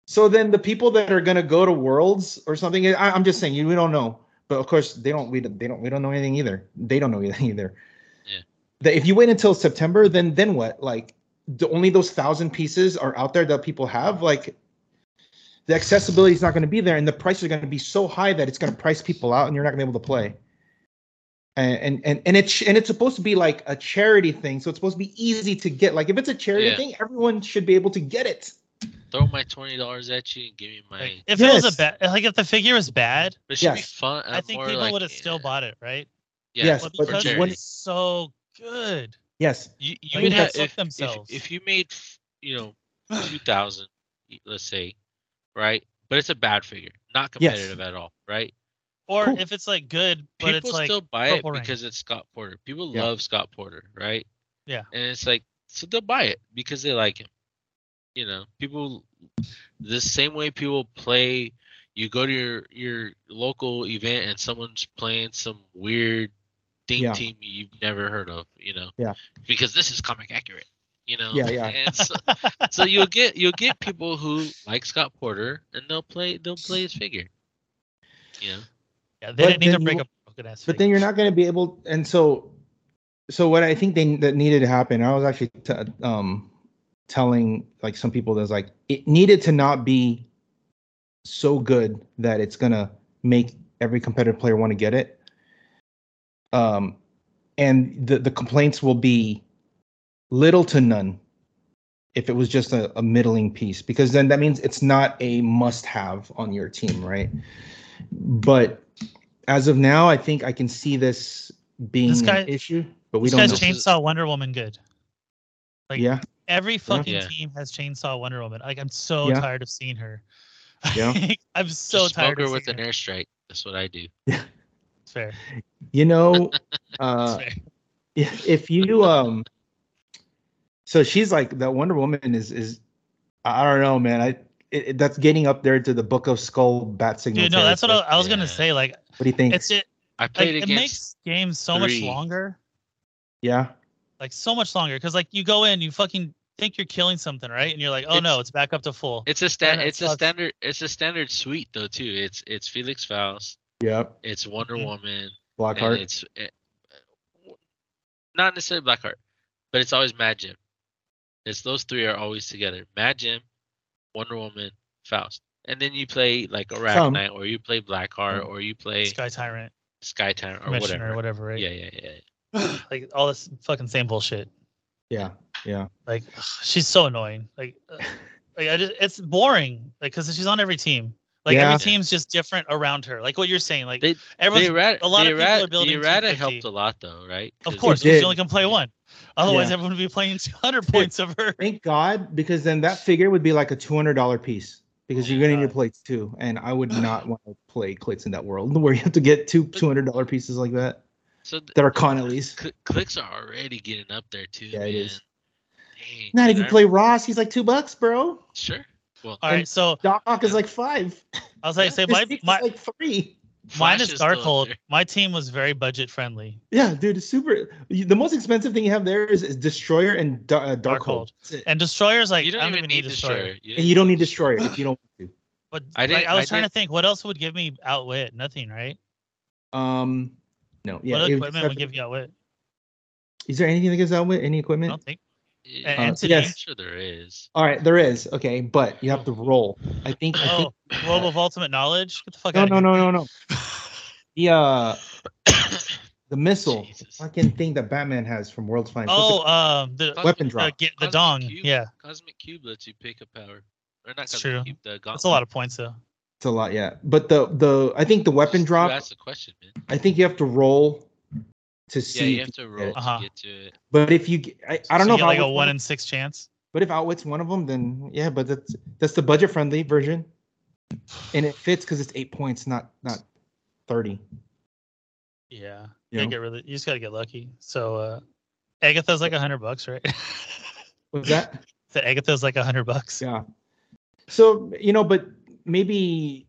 So then the people that are gonna go to Worlds or something, I, I'm just saying, you we don't know. But of course, they don't. We don't- they don't. We don't know anything either. They don't know [LAUGHS] anything either. Yeah. That if you wait until September, then then what? Like, the, only those thousand pieces are out there that people have. Like, the accessibility is not going to be there, and the prices are going to be so high that it's going to price people out, and you're not going to be able to play. And and and and it's and it's supposed to be like a charity thing, so it's supposed to be easy to get. Like, if it's a charity Yeah. thing, everyone should be able to get it. Throw my twenty dollars at you and give me my. Like, if it was Yes. a bad, like if the figure was bad, But it should be Yes. fun. i I'm think more people Uh, like, would have still yeah, bought it, right? Yeah, Yes, But but because charity. it was so good, Yes. you, you you would would think have that's- have took if, if, themselves. if you made f- you know two thousand, let's say, right? But it's a bad figure, not Yes. competitive at all, right? or Cool. if it's like good, but People it's like still buy it Purple Rain. because it's Scott Porter. People Yeah. love Scott Porter, right? Yeah. and it's like so they'll buy it because they like him. You know, people the same way people play. You go to your your local event and someone's playing some weird theme Yeah. team you've never heard of. You know, Yeah. because this is comic accurate. You know, Yeah, yeah. And [LAUGHS] so, so you'll get you'll get people who like Scott Porter and they'll play they'll play his figure. You know, yeah, but they didn't need to then break you- up a broken ass. but then you're not going to be able and so so what i think they that needed to happen i was actually t- um telling like some people that's like it needed to not be so good that it's going to make every competitive player want to get it um and the the complaints will be little to none if it was just a, a middling piece because then that means it's not a must have on your team right but as of now i think i can see this being This guy- an issue but we This don't guy's know chainsaw Wonder Woman good. like- yeah Every fucking Yeah. team has chainsaw Wonder Woman. Like I'm so Yeah. tired of seeing her. [LAUGHS] Yeah. I'm so just tired smoke her of with seeing an her. airstrike. That's what I do. It's fair. It's you know [LAUGHS] uh fair. Yeah, if you um so she's like that wonder woman is is i I don't know man i it, it- that's getting up there to the book of skull bat signal Dude, no, that's what I, territory. I was gonna Yeah. say. Like what do you think it's it. I Like, played it against makes games so much three. longer. yeah Like so much longer because like you go in, you fucking think you're killing something, right? And you're like, oh It's- no, it's back up to full. It's a stand. that It's a sucks. standard. It's a standard suite though too. It's it's Felix Faust. yeah It's Wonder Mhm. Woman. And blackheart it's eh, not necessarily Blackheart, but it's always Mad Jim. It's those three are always together. Mad Jim, Wonder Woman, Faust, and then you play like Arachnite, or you play Blackheart, or you play Sky Tyrant, Sky Town, or whatever. Commissioner, or whatever, right? Yeah, yeah, yeah. like all this fucking same bullshit. yeah Yeah. Like she's so annoying. Like, [LAUGHS] uh, like I just, it's boring. Like because she's on every team. Like Yeah. every team's just different around her. Like what you're saying. Like They- everyone's the errat- a lot the of people errat- are building The errata 250. helped a lot though, right? of 'Cause course It because did. you only can play one. Otherwise, Yeah. everyone would be playing [LAUGHS] 200 points of her. Thank God, because then that figure would be like a two hundred dollar piece. Because Oh you're my gonna need God. to play two, and I [SIGHS] would not want to play clicks in that world [LAUGHS] where you have to get two two hundred dollar pieces like that So th- that are con at least. cl- clicks are already getting up there too. Yeah, man. it is. Dang, Not if dude, you I- play Ross, he's like two bucks, bro. Sure. Well, All right, so Doc Ock is like five. I was like, say my Mystique is my like three. mine Flash is still up Darkhold. there. My team was very budget friendly. Yeah, dude, it's super. you- The most expensive thing you have there is, is Destroyer and da- uh, Darkhold. Darkhold. That's it. And Destroyer's like you don't, I even need destroyer. You- And you don't need Destroyer if you don't want But I like, I, didn't- I was trying didn't- to think what else would give me outwit. Nothing, right? to. Um, no, yeah. what it- equipment would give you outwit? Is there anything that gives out with any I equipment? don't think. you- and Uh, entity. yes. I'm sure [COUGHS] there is. All right, there is. Okay, but you have to roll. I think. I think Oh, globe of ultimate knowledge. Get the fuck no, out no, of no, no, no. The uh, the missile Jesus. fucking thing that Batman has from World's Finest. What's it Oh, um, the Cosmic- weapon the, drop. ge- the Cosmic dong. Cube- Yeah, Cosmic Cube lets you pick a power. Or not That's Cosmic true. Cube, the that's gauntlet. a lot of points though. It's a lot, yeah. But the the I think the weapon You drop. asked the question, man. I think you have to roll to Yeah, see. you have to roll Uh-huh. to get to it. But if you, g- I, I don't So know you if get like Outwit's a one one of- in six chance. but if outwits one of them, then yeah. But that's that's the budget friendly version, and it fits because it's eight points, not not thirty. Yeah, You you know? get really. You just gotta get lucky. So, uh, Agatha's like a hundred bucks, right? [LAUGHS] What's that? that Agatha's like a hundred bucks. Yeah. So you know, but maybe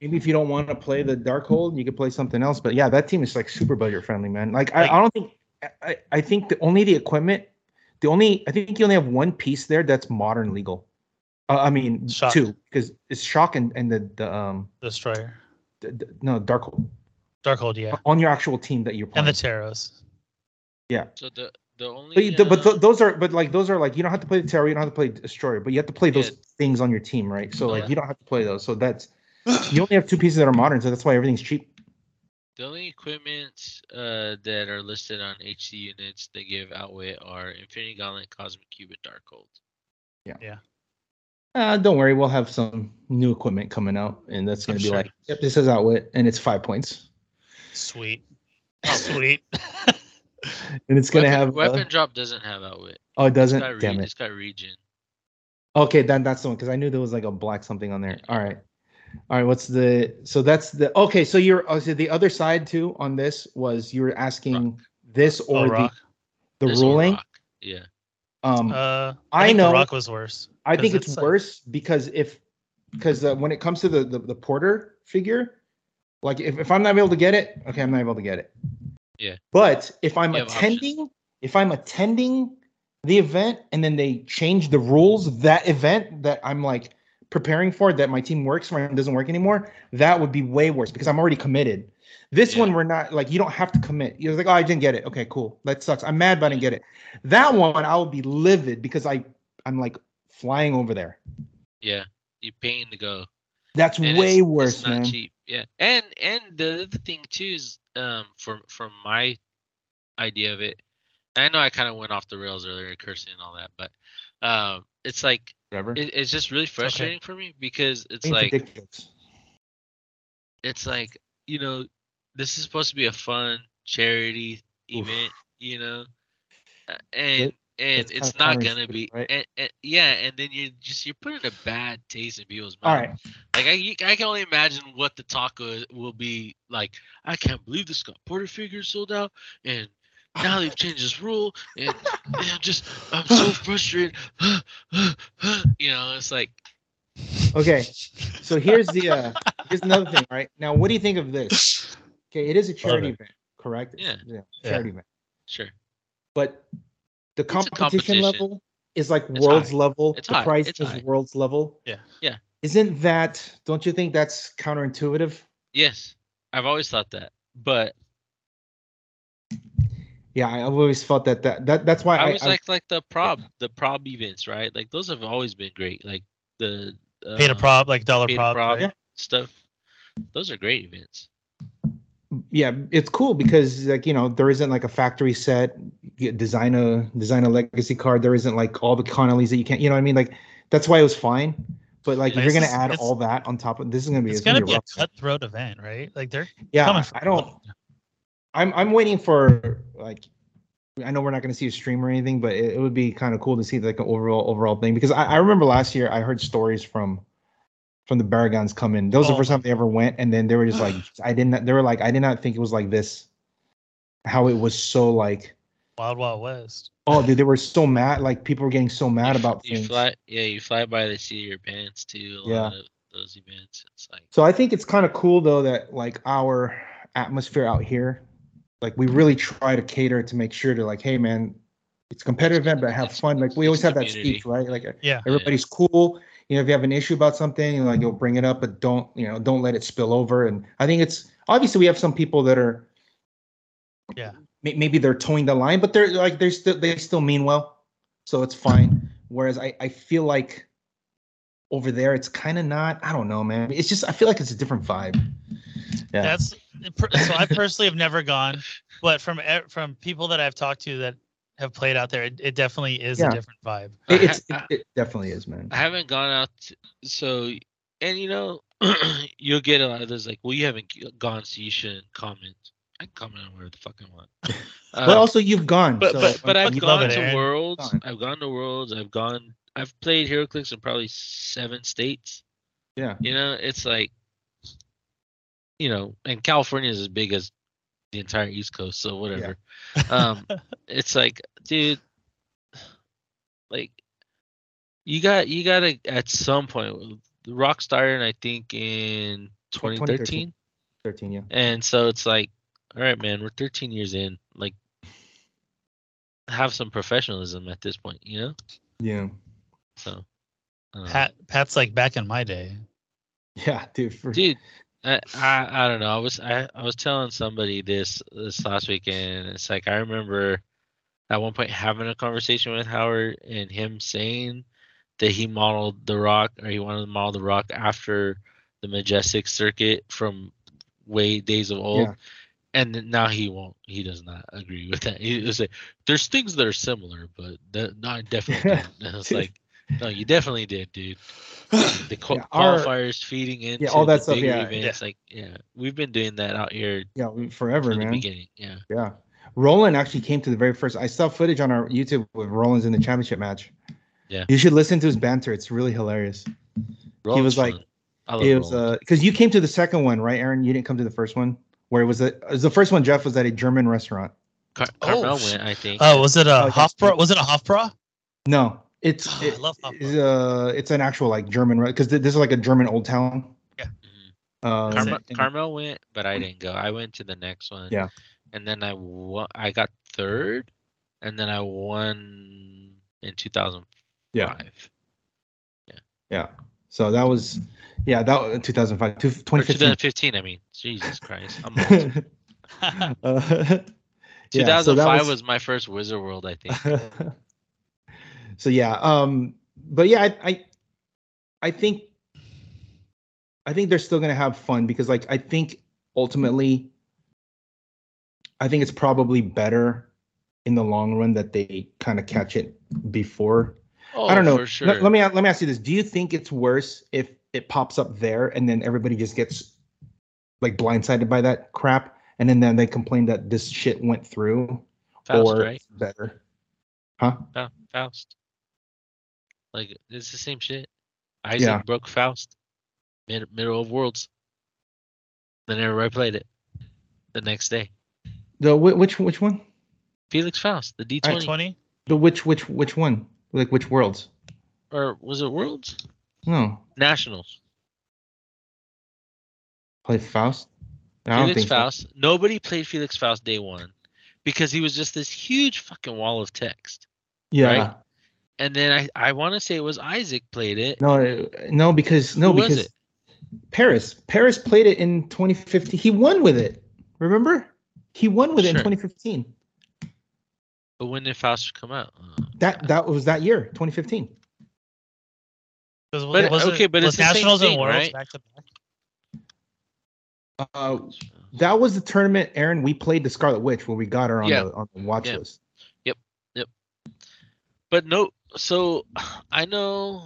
maybe if you don't want to play the Darkhold, you could play something else. But yeah, that team is like super budget friendly, man. Like I, Like- I don't think I, I think the only the equipment, the only I think you only have one piece there that's modern legal. Uh, I mean Shock. two because it's shock and and the the um Destroyer, the, the, no Darkhold Darkhold, yeah, on your actual team that you're and playing. the Taros. So the the only but, you- the- but uh, th- those are but like those are like you don't have to play the terror you don't have to play destroyer but you have to play those Yeah. things on your team right so like Yeah. you don't have to play those so that's [LAUGHS] you only have two pieces that are modern so that's why everything's cheap The only equipment uh, that are listed on HC units that give outwit are Infinity Gauntlet, Cosmic Cube, and Darkhold. uh, don't worry we'll have some new equipment coming out and that's going I'm to be sure. like yep this is outwit and it's five points Sweet, Oh. sweet. and it's going to Weapon- have uh, weapon drop doesn't have outwit. oh it It's doesn't got, re- damn it it's got region. okay then that's the one because i knew there was like a black something on there all right all right what's the so that's the okay so you're oh, so the other side too on this was you were asking this Oh, or the rock. the There's a ruling rock. Yeah. um Uh, I think the know- rock was worse. I 'Cause think it's, it's like- worse because if because uh, when it comes to the, the the porter figure, like if, if I'm not able to get it, okay, I'm not able to get it. Yeah. But if I'm You have options. attending, if I'm attending the event and then they change the rules of that event that I'm like preparing for that my team works for and doesn't work anymore, that would be way worse because I'm already committed. This Yeah. one we're not like you don't have to commit. You're like, oh, I didn't get it. Okay, cool. That sucks. I'm mad, but I didn't get it. That one I would be livid because I I'm like flying over there. Yeah. You're paying to go. That's And way it's- worse, it's not man. cheap. Yeah. And and the other thing too is um from from my idea of it, I know I kind of went off the rails earlier, cursing and all that, but um it's like Trevor, it, it's just really frustrating for me because it's It's like ridiculous. it's like you know this is supposed to be a fun charity Oof. event you know Uh, and and that's it's kinda not gonna be counterintuitive, right? and, and- yeah and then you're just you're putting a bad taste in people's mouth All right, like I, you- I can only imagine what the talk will, will be like i can't believe the scott porter figure sold out and now they've changed this rule and, and i'm just i'm [LAUGHS] so frustrated [SIGHS] you know it's like okay. [LAUGHS] So here's the uh here's another thing, right? Now, what do you think of this? [LAUGHS] Okay, it is a charity it. event, correct? Yeah. It's a Yeah. charity event. sure But the competition, competition. level is like It's world's high. level. It's the high. price It's is high. world's level. Yeah. Yeah. Isn't that? Don't you think that's counterintuitive? yes i've always thought that but Yeah, I- I've always felt that that, that that's why I, I always I- like like the prob the prob events, right? Like those have always been great. Like the uh, Paid a prop, like dollar pay to prop. prob right? right? stuff. Those are great events. yeah, it's cool because like you know there isn't like a factory set get design a design a legacy card. There isn't like all the Connollys that you can't. You know what I mean? Like that's why it was fine. But like Yeah, if you're this gonna is- add it's- all that on top of this is gonna be It's gonna be a rough. cutthroat event, right? Like they're yeah. coming for I don't. I'm I'm waiting for like I know we're not going to see a stream or anything, but it, it would be kind of cool to see like an overall overall thing because I, I remember last year I heard stories from from the Barragons come in. That was the Oh first time they ever went, and then they were just like I didn't. They were like I did not think it was like this. How it was so like Wild Wild West. oh dude, they were so mad. Like people were getting so mad You- about you things. fly yeah you fly by the seat of your pants too a Yeah. lot of those events it's like So I think it's kind of cool though that like our atmosphere out here, like we really try to cater to make sure to like, hey man, it's a competitive event, but have fun. Like we always have that speech, right? Like Yeah. everybody's cool. You know, if you have an issue about something, you know, like you'll bring it up, but don't you know, don't let it spill over. And I think it's obviously we have some people that are, Yeah. may- maybe they're towing the line, but they're like they're still they still mean well, so it's fine. Whereas I I feel like over there it's kind of not. I don't know, man. It's just I feel like it's a different vibe. Yeah. That's per- so. I personally have never gone, but from e- from people that I've talked to that have played out there, it, it definitely is Yeah. a different vibe. It, it's I- it, it definitely is, man. I haven't gone out, t so and you know, [CLEARS THROAT] you'll get a lot of those like, "Well, you haven't g- gone, so you shouldn't comment." I can comment on whatever the fuck I want. [LAUGHS] Uh, But also you've gone. but so- but, but I've you love gone it, to Aaron. worlds. Fine. I've gone to worlds. I've gone. I've played HeroClix in probably seven states. yeah. You know, it's like, you know, and California is as big as the entire East Coast, so whatever. [LAUGHS] Um, it's like, dude, like, you got you got to at some point. Rock started, I think, in 2013. 2013, 13, yeah. and so it's like, all right, man, we're 13 years in. Like, have some professionalism at this point, you know. Yeah. So, um, I don't know. Pat Pat's like back in my day. Yeah, dude. For, dude I, I i don't know i was I, I was telling somebody this this last weekend it's like i remember at one point having a conversation with howard and him saying that he modeled the rock or he wanted to model the rock after the majestic circuit from way days of old Yeah. and then now he won't he does not agree with that he was like there's things that are similar but that no, [LAUGHS] i definitely Yeah, didn't. and it's dude. like no you definitely [SIGHS] did dude the qual- Yeah, our- qualifiers feeding into all that the stuff, bigger yeah. events. Like, yeah, we've been doing that out here yeah, we- forever, from the man. beginning. Yeah, Yeah. Roland actually came to the very first. I saw footage on our YouTube with Roland's in the championship match. Yeah. You should listen to his banter. It's really hilarious. Roland's was like- fun. I love It was Roland. uh because you came to the second one, right, Aaron? You didn't come to the first one where it was a, it was the first one. Jeff was at a German restaurant. Car- oh, Carmel sh- went, I think. Oh, was it a Oh, that's Hofbra? right. Was it a Hofbra? No, it's Ah, I it- love Hofbra. it's, uh it's an actual like German because this is like a German old town. Mhm. Uh, Carmel, and- Carmel went, but I didn't go. I went to the next one. Yeah. and then I won. I got third, and then I won in 2005. Yeah. yeah. So that was yeah that 2005 two- Or 2015. 2015. I mean, Jesus Christ, [LAUGHS] I'm old. Uh, 2005 yeah, so that was... my first Wizard World, [LAUGHS] I think. so yeah um but yeah I, I i think i think they're still gonna have fun because like i think ultimately i think it's probably better in the long run that they kind of catch it before Oh, i don't know For sure. let, let me let me ask you this do you think it's worse if it pops up there and then everybody just gets like blindsided by that crap and then, then they complain that this shit went through Faust, or right? it's better huh Fa- Faust. Like it's the same shit. Isaac Yeah. broke Faust, mid- middle of worlds. Then everybody played it. The next day, The whi- which which one? Felix Faust, the D twenty, Twenty. The which which which one? Like which worlds? or was it Worlds No, Nationals? play Faust. I don't Felix think so. Faust. Nobody played Felix Faust day one because he was just this huge fucking wall of text. Yeah, right? And then I, I want to say it was Isaac played it. no, uh, no, because no, Who was because it? Paris Paris played it in 2015. He won with it. Remember, he won with it Sure. in 2015. But when did Faust come out? Uh, That that was that year, 2015. But- okay, but it's the same Nationals thing, and Worlds right? back to back. Uh, that was the tournament, Aaron. We played the Scarlet Witch when we got her on Yeah. the on the watch Yeah. list. Yep. But no, so [SIGHS] I know.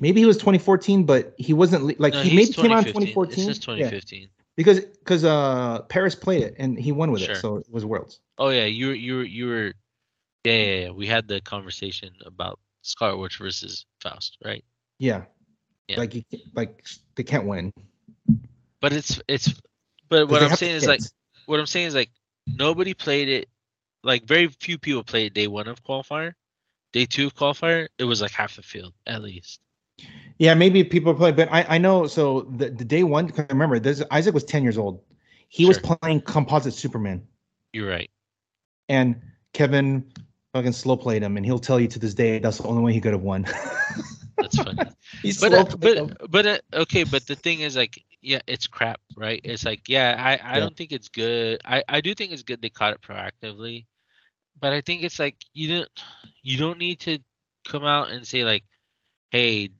Maybe he was 2014, but he wasn't le- like no, he he's maybe came out in 2015. 2014. It says Yeah, 2015. because because uh Paris played it and he won with Sure. it, so it was Worlds. Oh yeah, you were you were you were. Yeah, yeah, yeah. We had the conversation about Scarlet Witch versus Faust, right? Yeah. Yeah. Like you, like they can't win. 'Cause But it's it's. But what they have I'm the saying is like kids. what I'm saying is like nobody played it. Like very few people played day one of qualifier. Day two of qualifier, it was like half the field at least. Yeah, maybe people play, but I, I know. So the, the day one, 'cause remember, this Isaac was ten years old. He was Sure. playing composite Superman, You're right. and Kevin fucking slow played him, and he'll tell you to this day that's the only way he could have won. [LAUGHS] That's funny. he but slow uh, played him. but but uh, okay but the thing is like yeah it's crap right it's like yeah i i Yeah. don't think it's good i i do think it's good they caught it proactively but i think it's like you don't you don't need to come out and say like hey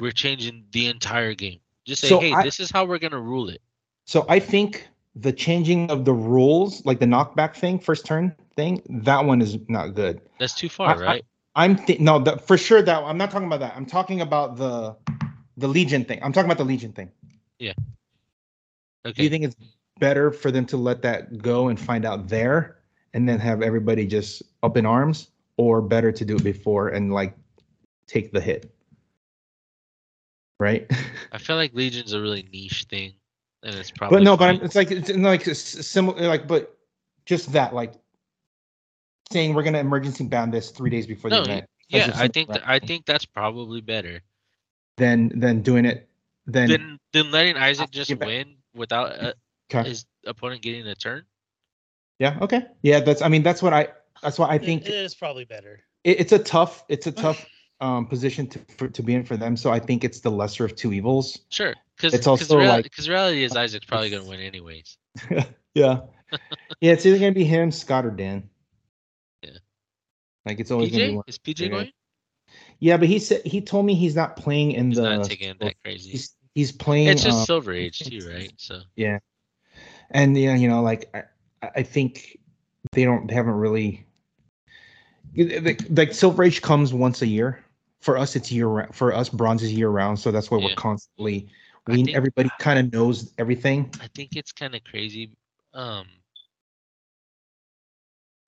we're changing the entire game just say So hey I- this is how we're gonna rule it So I think the changing of the rules, like the knockback thing, first turn thing, that one is not good. that's too far I- I- right I'm thi- no, that for sure. That I'm not talking about that. I'm talking about the the Legion thing. I'm talking about the Legion thing. Do okay you think it's better for them to let that go and find out there, and then have everybody just up in arms, or better to do it before and like take the hit? Right. i feel like legion's a really niche thing and it's probably but no, but [LAUGHS] fine. I'm, it's like it's like similar, like but just that, like saying we're gonna emergency ban this three days before No, the event. That's yeah just i some- think that i think that's probably better Then then doing it, then, then then letting Isaac just give back. win without uh, Okay. his opponent getting a turn. yeah, okay, yeah. That's I mean that's what I that's why I It- think it is probably better. it, it's a tough it's a tough um position to for, to be in for them. So I think it's the lesser of two evils. Sure, because It's also like- uh, reality is Isaac's probably gonna it's- win anyways. Yeah, [LAUGHS] yeah. It's either gonna be him, Scott, or Dan. Yeah. Like it's always gonna be PJ one. is PJ Okay. going? Yeah, but he said he told me he's not playing in He's the. not taking it that crazy. uh, He's he's playing. It's just um, Silver Age too, right? So and yeah, you know, like I, I- I think they don't they haven't really like like Silver Age comes once a year. For us, it's year round. For us, bronze is year round, so that's why Yeah. we're constantly. I We think- everybody kind of knows everything. I think it's kind of crazy. Um,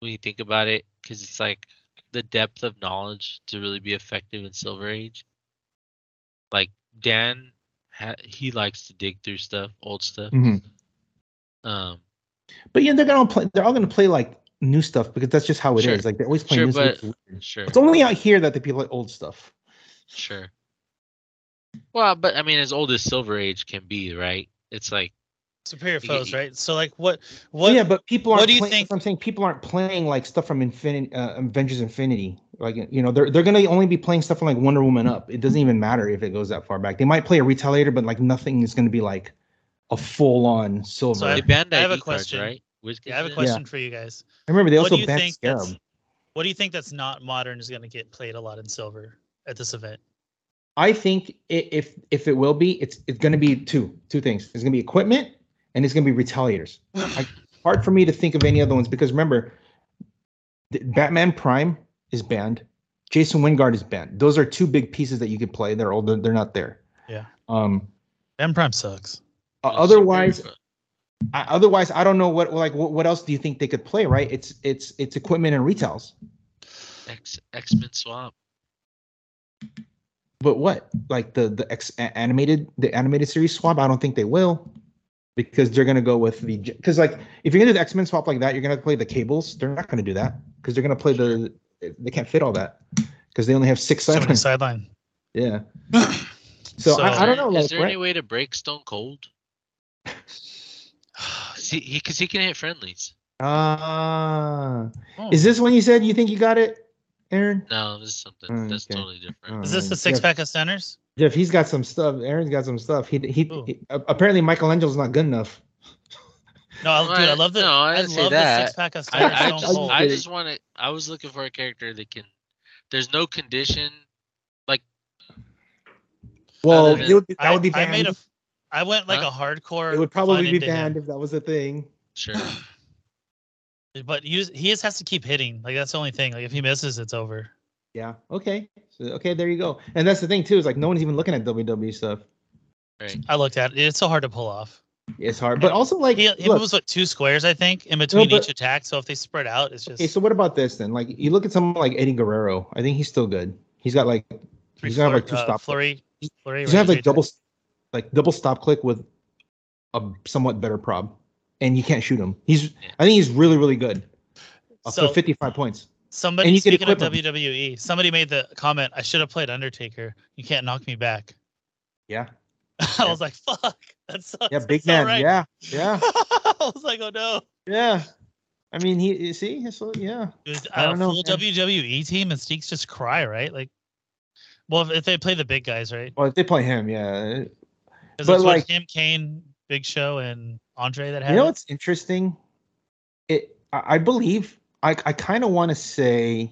when you think about it, because it's like the depth of knowledge to really be effective in Silver Age. Like Dan, ha- he likes to dig through stuff, old stuff. Mhm. Um, But yeah, they're gonna play. They're all gonna play like new stuff because that's just how it is. Sure. Like they always play Sure, new but- stuff. sure. It's only out here that the people like old stuff. Sure. Well, but I mean, as old as Silver Age can be, right? It's like Superior Y- foes, y- right? So like what Well, what yeah, but people what aren't. do you playing, think- that's what I'm saying people aren't playing like stuff from Infinity, uh, Avengers Infinity. Like you know, they're they're gonna only be playing stuff from like Wonder Woman up. It doesn't even matter if it goes that far back. They might play a retaliator, but like nothing is gonna be like a full on silver. So I, they banned I have ID a question. cards, right? Whiz yeah, I have a Kids question for you guys. remember they what do also you banned think Scarab. that's- What do you think that's not modern is going to get played a lot in silver at this event? I think i if if it will be, it's it's gonna be two two things. It's gonna be equipment and it's gonna be retaliators. I, hard for me to think of any other ones because remember, th- Batman Prime is banned. Jason Wingard is banned. Those are two big pieces that you could play. They're older. They're not there. Yeah. Um. M Prime sucks. o- was Otherwise, super- I, otherwise, I don't know what like what, what else do you think they could play? Right? It's it's it's equipment and retails. X X Men Swap. But what? Like the the ex- a- animated the animated series swap? I don't think they will, because they're gonna go with the because like if you're gonna do the X Men swap like that, you're gonna play the cables. They're not gonna do that because they're gonna play the they can't fit all that because they only have six So many sidelines. sideline. Yeah. Oh. So, So- I, I don't know. Is Like, there right? any way to break Stone Cold? [SIGHS] See, he because he can hit friendlies. Ah. Oh. is this when you said you think you got it, Aaron? No, this is something Oh, that's okay. totally Oh. different. Is this the Um, six yeah. pack of centers? Jeff, he's got some stuff. Aaron's got some stuff. He he, Ooh. he- a- apparently Michelangelo's not good enough. No, I, Oh, dude, I love the No, I I, didn't say love the that. six pack of centers. I, I Stone just Cold. I just want to. I was looking for a character that can. There's no condition. Well, than- it would be, that I- would be banned. I made a I went like Huh? a hardcore. it would line probably be into him. banned if that was a thing. [SIGHS] Sure. But he, was- he just has to keep hitting. Like that's the only thing. Like if he misses, it's over. Yeah. Okay. So, okay, there you go. And that's the thing too, is like no one's even looking at WWE stuff. Right. I looked at it. It's so hard to pull off. It's hard. But also like He, he look, moves what two squares, I think, in between but- each attack. So if they spread out, it's just okay, so what about this then? Like you look at someone like Eddie Guerrero. I think he's still good. He's got like three he's gonna have, flurry- like, two uh, stop- flurry. flurry he's gonna have right? like double like double stop click with a somewhat better prob. And you can't shoot him. He's I think he's really, really good. Uh, So- for fifty five points. and Somebody you get speaking of equipment. WWE, somebody made the comment, "I should have played Undertaker. You can't knock me back." [LAUGHS] Yeah. I Yeah. was like, "Fuck, that sucks." Yeah, big It's all man. right. Yeah. Yeah. [LAUGHS] I was like, "Oh no." Yeah. I mean he you see, so, yeah. It was I a don't know, full man. WWE team and Steaks just cry, right? Like, well, if, if they play the big guys, right? Well if they play him, yeah. Because But, it's like- like him, Kane, Big Show, and Andre that had. You know it. what's interesting? It I I believe I I kind of want to say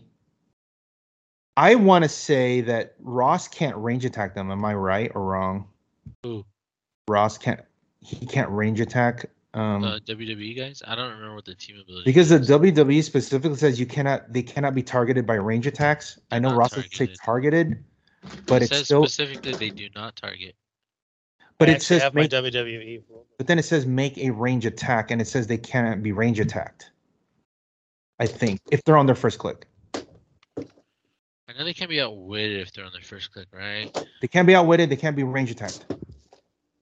I want to say that Ross can't range attack them. Am I right or wrong? Who? Ross can't he can't range attack um Uh, WWE guys? I don't remember what the team ability because the is. WWE specifically says you cannot they cannot be targeted by range attacks. I know Not Ross doesn't say targeted, but it it's says still specifically they do not target. but I it actually says have make, my E WWE. but then it says make a range attack and it says they cannot be range attacked. I think if they're on their first click. I know they can't be outwitted if they're on their first click, right? They can't be outwitted. They can't be range attacked.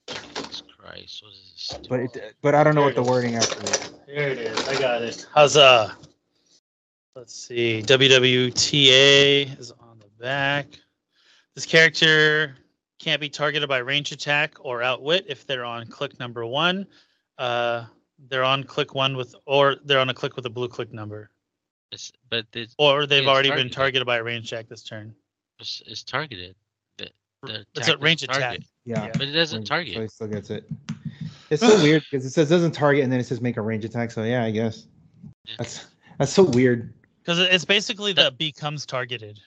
Jesus Christ, what is this? stupid- But it, but I don't know what the wording after is. There it is. I got it. How's uh? Let's see. WWTA is on the back. This character can't be targeted by range attack or outwit if they're on click number one. Uh, they're on click one with, or they're on a click with a blue click number, It's, but it's, or they've It's already been targeted. targeted by a range attack this turn. it's, it's targeted. The, the It's a attack range doesn't target, attack. Yeah. Yeah. But it doesn't So he target. still gets it. It's so weird because it says doesn't target and then it says make a range attack. So yeah, I guess Yeah. that's that's so weird. Because it's basically that becomes targeted.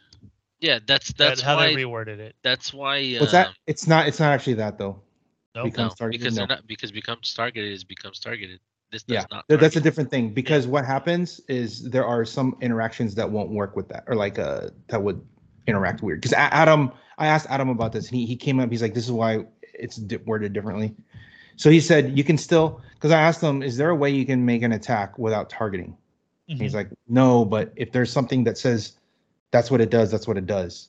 Yeah, that's that's That's how why they reworded it. that's why What's um, that? It's not. It's not actually that though. No, Nope. Becomes targeted. because no. they're not because becomes targeted is becomes targeted. This does yeah, not. Th- that's a target. different thing because what happens is there are some interactions that won't work with that or like uh that would interact weird. Because Adam, I asked Adam about this and he he came up. He's like, this is why it's di- worded differently. So he said you can still because I asked him, is there a way you can make an attack without targeting? And Mm-hmm. He's like, no, but if there's something that says that's what it does, that's what it does.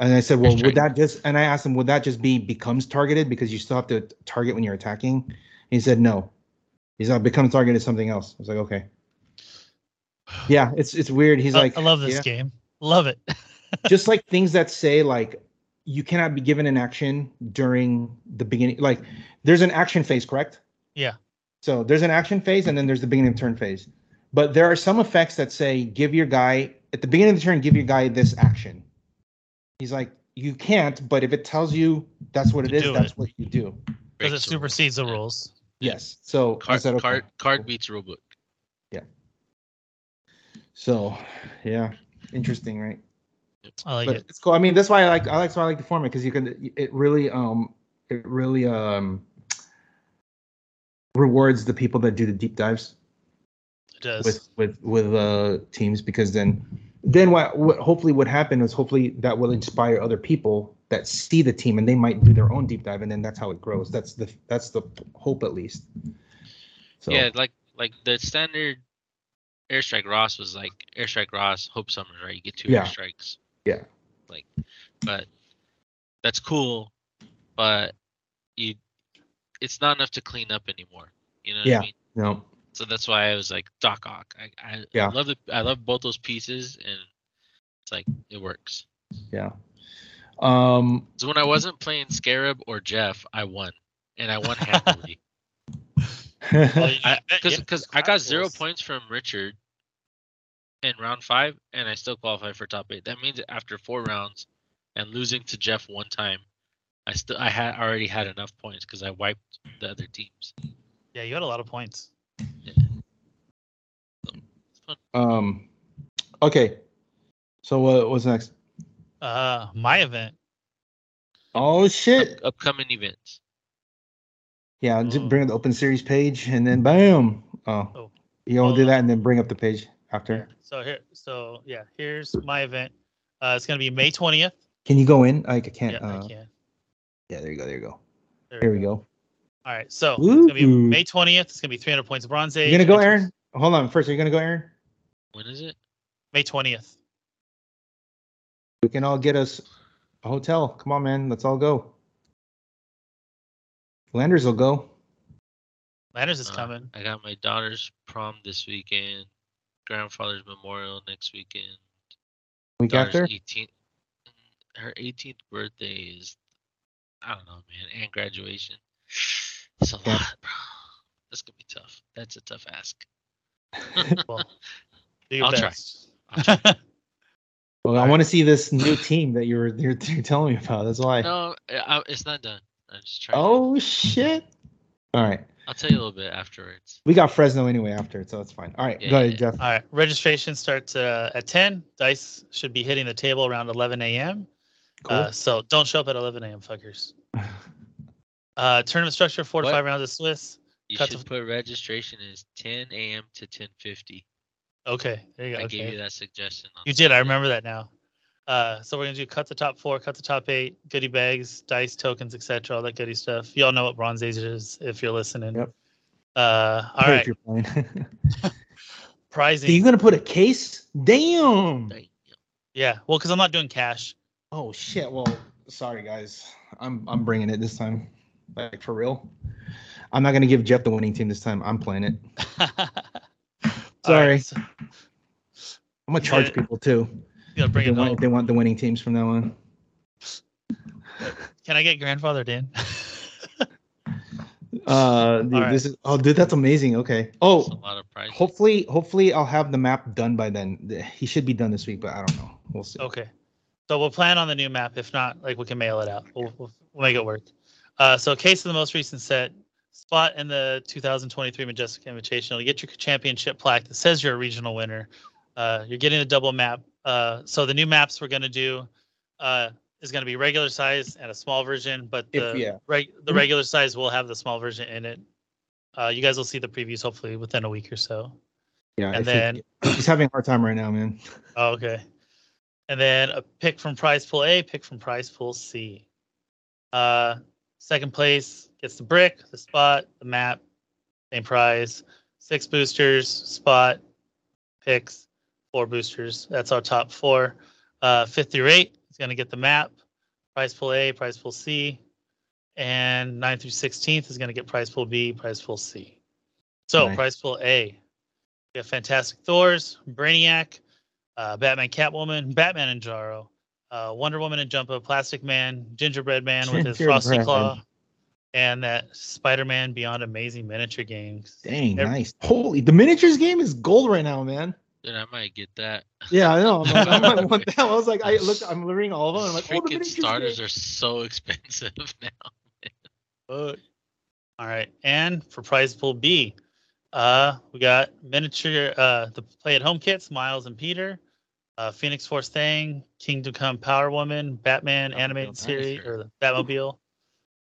And I said, well, That's would true. that just, and I asked him, would that just be becomes targeted because you still have to target when you're attacking? And he said, no. He's like, become targeted is something else. I was like, [SIGHS] okay. Yeah, it's it's weird. He's I, like, I love this yeah. game. Love it. [LAUGHS] just like things that say like you cannot be given an action during the beginning. Like there's an action phase, correct? Yeah. So there's an action phase and then there's the beginning of turn phase. But there are some effects that say give your guy at the beginning of the turn, give your guy this action. He's like, you can't, but if it tells you that's what it To is, do that's it. what you do. Because it Breaks the rule. supersedes the Yeah. rules. Yes. So I Card, said, okay. card, card beats rulebook. So yeah. Interesting, right? I like but it. it's cool. I mean, that's why I like I like that's why I like the format because you can it really um it really um rewards the people that do the deep dives It does. with with with uh teams because then then what what hopefully would happen is hopefully that will inspire other people that see the team and they might do their own deep dive and then that's how it grows. That's the that's the hope at least. So Yeah, like like the standard airstrike Ross was like airstrike Ross Hope Summers, right? You get two Yeah. airstrikes. Yeah. Like, but that's cool, but you, it's not enough to clean up anymore. You know what Yeah. I mean? no. So that's why I was like Doc Ock. I I, Yeah. I love the I love both those pieces, and it's like it works. Yeah. Um [LAUGHS] So when I wasn't playing Scarab or Jeff, I won, and I [LAUGHS] won handily. Well, you I bet, because yeah, because it's I got crap zero rules. points from Richard in round five, and I still qualified for top eight. That means after four rounds and losing to Jeff one time, I still I had already had enough points because I wiped the other teams. Yeah, you had a lot of points. Um, okay. So what what's next? Uh, my event. Oh Up- shit! upcoming events. Yeah, just bring up the open series page and then bam. Oh, Oh. you all Hold do on. that and then bring up the page. after. So here, so yeah, here's my event. Uh, it's gonna be May twentieth. Can you go in? Like I can't. Yeah, uh, I can. Yeah, there you go. There you go. There Here we go. All right, so it's gonna be Woo. May twentieth. It's gonna be three hundred points of Bronze Age. You gonna go, May tw- Aaron? Hold on. First, are you gonna go, Aaron? When is it? May twentieth. We can all get us a hotel. Come on, man. Let's all go. Landers will go. Landers is Uh, [LAUGHS] coming. I got my daughter's prom this weekend, grandfather's memorial next weekend. Week Daughter's after. 18th, her 18th birthday is, I don't know, man, and graduation. It's a lot, Yeah. bro. That's gonna be tough. That's a tough ask. Well, do your I'll try. best. [LAUGHS] I'll [LAUGHS] Well, I want to see this new team that you were you're, you're telling me about. That's why. No, I, I- it's not done. I'm just trying. Oh shit! All right, I'll tell you a little bit afterwards. we got Fresno anyway after, so it's fine. All right, Yeah, go yeah, ahead, yeah. Jeff. All right. Registration starts uh, at 10. Dice should be hitting the table around 11 a.m. Cool. Uh, so don't show up at 11 [LAUGHS] a.m., fuckers. Uh, tournament structure four to What? five rounds of Swiss. You Cut should the- put registration as 10 a.m. to 10:50. Okay. There you go. I okay. gave you that suggestion. On You did. I remember that now. Uh, so we're gonna do cut the top four, cut the top eight, goodie bags, dice, tokens, etc. All that goody stuff. Y'all know what Bronze Age is if you're listening. Yep. Uh, all Hey, right. if you're playing. [LAUGHS] Prizing. you gonna put a case? Damn. Damn. yeah. Well, because I'm not doing cash. [LAUGHS] Oh shit. Well, sorry guys. I'm I'm bringing it this time. Like for real. I'm not gonna give Jeff the winning team this time. I'm playing it. All right, Sorry. so- I'm gonna charge Yeah. people too. you know, bring if, it they want, if home. they want the winning teams from now on. Can I get grandfathered in? [LAUGHS] Uh, dude, Alright. this is. Oh, dude, that's amazing. Okay. That's a Oh, lot of prizes. hopefully, hopefully, I'll have the map done by then. He should be done this week, but I don't know. We'll see. okay. So we'll plan on the new map. If not, like we can mail it out. We'll, we'll, we'll make it work. Uh, so case of the most recent set spot in the 2023 Majestic Invitational. You get your championship plaque that says you're a regional winner. Uh, you're getting a double map. Uh, so the new maps we're gonna do uh, is gonna be regular size and a small version, but If- the yeah. reg- the Mhm. regular size will have the small version in it. Uh, you guys will see the previews hopefully within a week or so. Yeah. And if he- then [CLEARS THROAT] he's having a hard time right now, man. Oh, okay. And then a pick from prize pool A, pick from prize pool C. Uh, second place gets the brick, the spot, the map, same prize. Six boosters, spot, picks, four boosters. That's our top four. Uh, fifth through eight is going to get the map, prize pool A, prize pool C. And 9 through 16th is going to get prize pool B, prize pool C. So, Nice. prize pool A. We have Fantastic Thors, Brainiac, uh, Batman, Catwoman, Batman and Jaro, uh, Wonder Woman and Jumpa, Plastic Man, Gingerbread Man with his Gingerbread. frosty claw, and that Spider-Man Beyond Amazing miniature games. Dang, Every- nice. Holy, the miniatures game is gold right now, man. Dude, I might get that. Yeah, I know. I'm like, I might [LAUGHS] want that. I was like, I looked, I'm reading all of them. I'm like, oh, the miniatures Freaking starters game. are so [LAUGHS] expensive now. Fuck. All right, and for prize pool B, uh, we got miniature uh, the play at home kits, Miles and Peter, uh, Phoenix Force Thing, Kingdom Come Power Woman, Batman Batmobile animated series Dinosaur. or the Batmobile,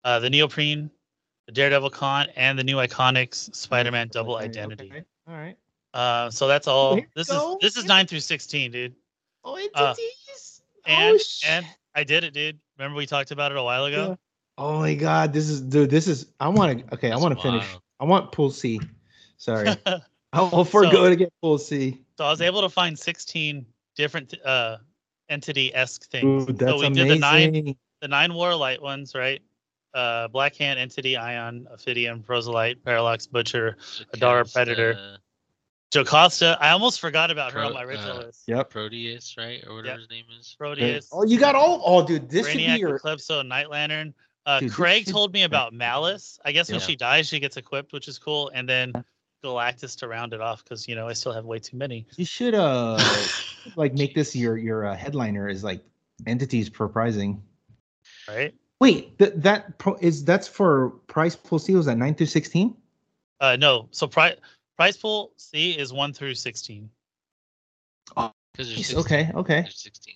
uh, the Neoprene, the Daredevil Con, and the new Iconics Spider-Man Double Okay, Identity. okay. All right. Uh, so that's all. Here we This go. is this is nine through sixteen, dude. Oh, Uh, entities. And oh, shit. and I did it, dude. Remember we talked about it a while ago. Yeah. Oh my god, this is dude. This is I want to. Okay, I That's want to finish. wild. I want pool C. [LAUGHS] Sorry, so I'll, I'll forego So- to get pool C. I was able to find sixteen different uh, entity esque Ooh, things. that's so we amazing. did the nine the nine warlight ones, right? Uh, Black Hand, Entity, Ion, Ophidian, Proselyte, Parallax, Butcher, Adara uh, Predator. Jocasta. I almost forgot about her on my Pro- original uh, list. Yep. Proteus, right? Or whatever his name is. Proteus. Oh, you got all. Oh, dude, this should be Brainiac, your. Eclipso, Night Lantern. Uh, Dude, this Craig should- told me about Malice. I guess when Yeah. she dies, she gets equipped, which is cool. And then Galactus to round it off because you know I still have way too many. You should [LAUGHS] uh, like make this your your uh, headliner is like entities per pricing. Right? Wait, that that pro, is that's for price pool C was that nine through sixteen? Uh, no. So pri- prize pool C is one through sixteen. Because there's Yes, 16. okay, okay. There's 16.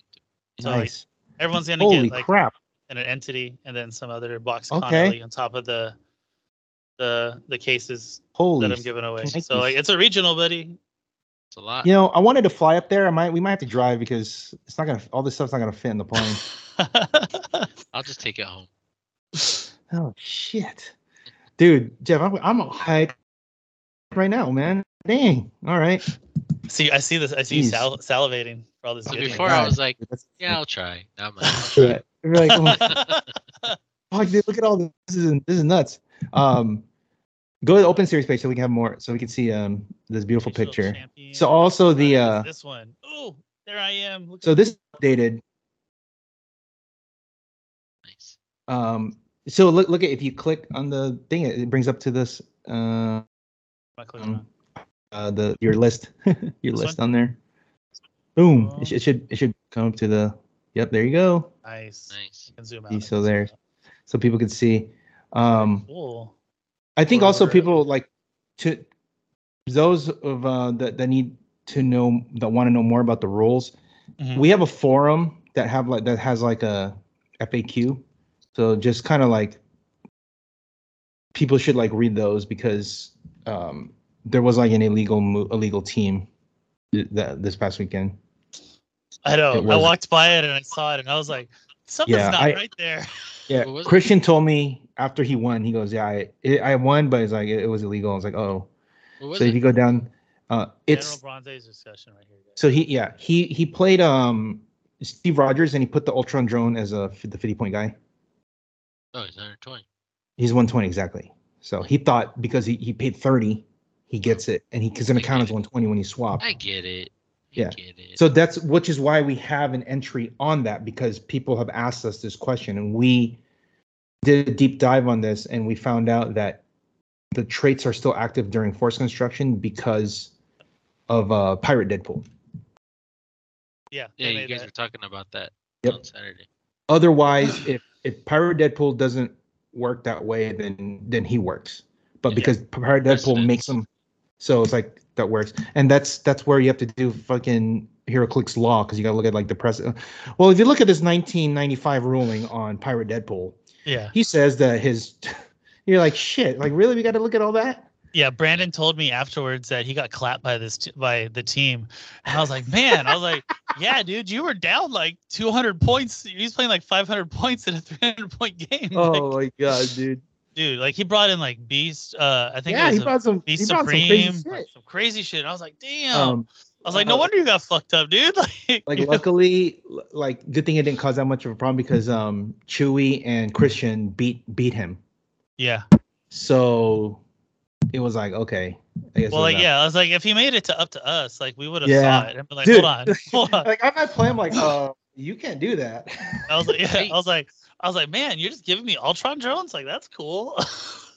So, like, Nice. Everyone's gonna Holy get like crap! and an entity and then some other box Okay. okay. on top of the the the cases Holy that I'm giving away. Christ. So like it's a regional buddy. [LAUGHS] It's a lot. You know, I wanted to fly up there. I might we might have to drive because it's not gonna all this stuff's not gonna fit in the [LAUGHS] plane. I'll just take it home. oh shit, dude, Jeff, I'm I'm hyped right now, man. Dang, all right. see, I see this. I see you Jeez. sal- salivating for all this. So good before stuff. I God. was like, That's- yeah, I'll try. Now I'm like, Right. [LAUGHS] We're like, [LAUGHS] oh my fuck, dude, look at all this. This is this is nuts. Um, go to the open series page so we can have more, so we can see um this beautiful Regional picture. champion. So also the Uh, uh, it's this one. Oh, there I am. Look so this updated nice. um. So look look at if you click on the thing, it it brings up to this uh, at my clothes um, on. uh the your list [LAUGHS] your This list on there. Boom! Oh. It, sh- it should it should come up to the. Yep, there you go. Nice. Nice. You can zoom out. See, and so zoom there. out. So people could see. Um, Cool. I think Or- also or- people like to those of uh, that that need to know that want to know more about the rules. Mhm. We have a forum that have like that has like a FAQ. So just kind of like people should like read those because um, there was like an illegal mo- illegal team th- that this past weekend. I know. It I was- walked by it and I saw it and I was like, something's Yeah, not I- right [LAUGHS] there. Yeah, What was it? Christian told me after he won, he goes, "Yeah, I, it, I won, but it's like it, it was illegal." I was like, "Oh." What was so if it? you go down, uh, it's General Bronte's discussion right here. guys. So he, yeah, he he played um Steve Rogers, and he put the Ultron drone as a the fifty point guy. Oh, it's 120. He's one twenty exactly. So he thought because he, he paid thirty, he gets it, and he because an account is one twenty when he swapped. I get it. I Yeah. get it. So that's which is why we have an entry on that because people have asked us this question, and we did a deep dive on this, and we found out that the traits are still active during force construction because of uh, Pirate Deadpool. yeah. yeah, they you made guys that. were talking about that Yep. on Saturday. otherwise if if pyro deadpool doesn't work that way then then he works but Yeah. because pyro deadpool Precedence. makes him so it's like that works and that's that's where you have to do fucking heroclix law because you gotta look at like the precedent well if you look at this 1995 ruling on pyro deadpool Yeah. he says that his [LAUGHS] you're like shit like really we gotta look at all that Yeah. Brandon told me afterwards that he got clapped by this t- by the team. And I was like, man, I was like, [LAUGHS] yeah, dude, you were down like 200 points. He's playing like 500 points in a 300 point [LAUGHS] game. [LAUGHS] Like, Oh my god dude dude, like he brought in like Beast. Uh, I think yeah it was he a brought some he Beast brought some crazy Supreme. shit like, some crazy shit. And I was like, damn. um I was like, no uh, wonder you got fucked up, dude. [LAUGHS] Like, like luckily l- like good thing it didn't cause that much of a problem because um chewy and christian beat beat him yeah. so it was like okay i guess Well, it was like, that. yeah, I was like, if he made it to up to us, like, we would have Yeah. saw it and been like, Dude. hold on, [LAUGHS] hold on. like i might play him like uh you can't do that I was like, yeah, Right. [LAUGHS] I was like, I was like, man, you're just giving me Ultron drones. Like, that's cool,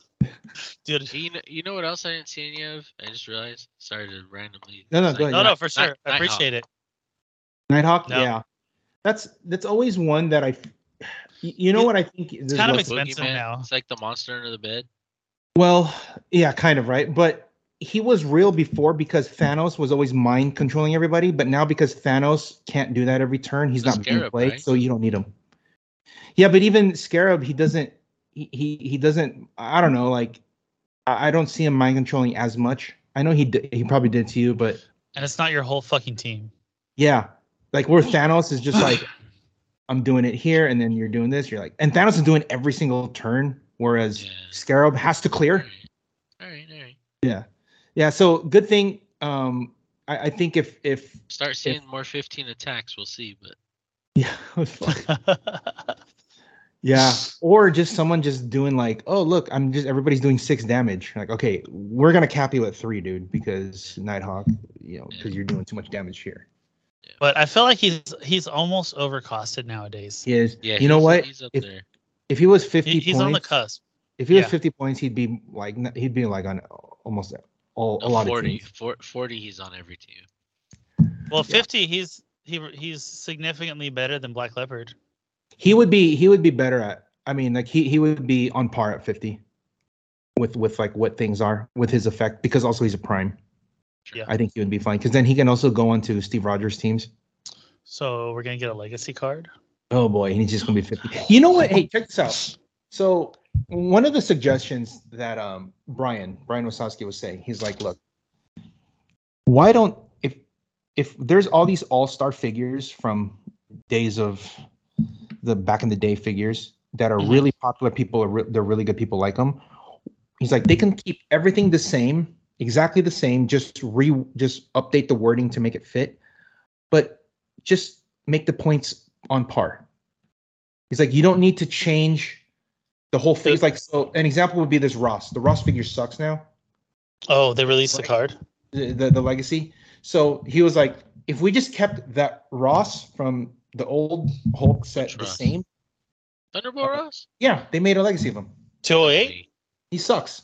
[LAUGHS] dude. You know, you know what else I didn't see any of? I just realized. Sorry to randomly. No, no, say- go ahead. No, no, for Night- sure. I Nighthawk. appreciate it. [LAUGHS] nighthawk No. yeah that's that's always one that i f- y- you know It- what i think this kind of was- It's expensive Boogeyman, now. It's like the monster under the bed. well yeah kind of right but he was real before because Thanos was always mind controlling everybody, but now because Thanos can't do that every turn, he's The not being Scarab, played, right? so you don't need him. Yeah, but even Scarab, he doesn't. He he, he doesn't. I don't know. Like, I, I don't see him mind controlling as much. I know he did, he probably did to you, but And it's not your whole fucking team. yeah, like where Thanos is just [SIGHS] like, I'm doing it here, and then you're doing this. You're like, and Thanos is doing every single turn, whereas Yeah. Scarab has to All clear. right, all right. all right. Yeah, yeah. So good thing. Um, I, I think if if Start seeing more 15 attacks. We'll see. But yeah, [LAUGHS] yeah, or just someone just doing like, oh look, I'm just everybody's doing six damage. Like, okay, we're gonna cap you at three, dude, because Nighthawk, you know, because you're doing too much damage here. [LAUGHS] but I feel like he's he's almost overcosted nowadays. He is. yeah, you know he's- what? He's up If, there. if he was 50 He- he's points, on the cusp. if he was yeah. 50 points, he'd be like, n- he'd be like on almost all a No, lot 40, of teams. four- 40, He's on every team. Well, Yeah. fifty, he's he he's significantly better than Black Leopard. He would be he would be better at. I mean, like he he would be on par at 50 with with like what things are with his effect because also he's a prime. Sure. Yeah. I think he would be fine because then he can also go on to Steve Rogers teams. So we're gonna get a legacy card. Oh boy, and he's just gonna be 50. You know what? Hey, check this out. So one of the suggestions that um Brian, Brian Wasowski was saying, he's like, look, why don't if if there's all these all-star figures from days of the back in the day figures that are Mhm. really popular people are re- they're really good people like them he's like they can keep everything the same exactly the same just re just update the wording to make it fit but just make the points on par he's like you don't need to change the whole thing He's like so an example would be this ross the ross figure sucks now Oh, they released the Right. card. the, the the legacy. So he was like, if we just kept that Ross from the old Hulk set the Sure. same, Oh, Thunderbolt Ross? yeah, they made a legacy of him. 208? He sucks.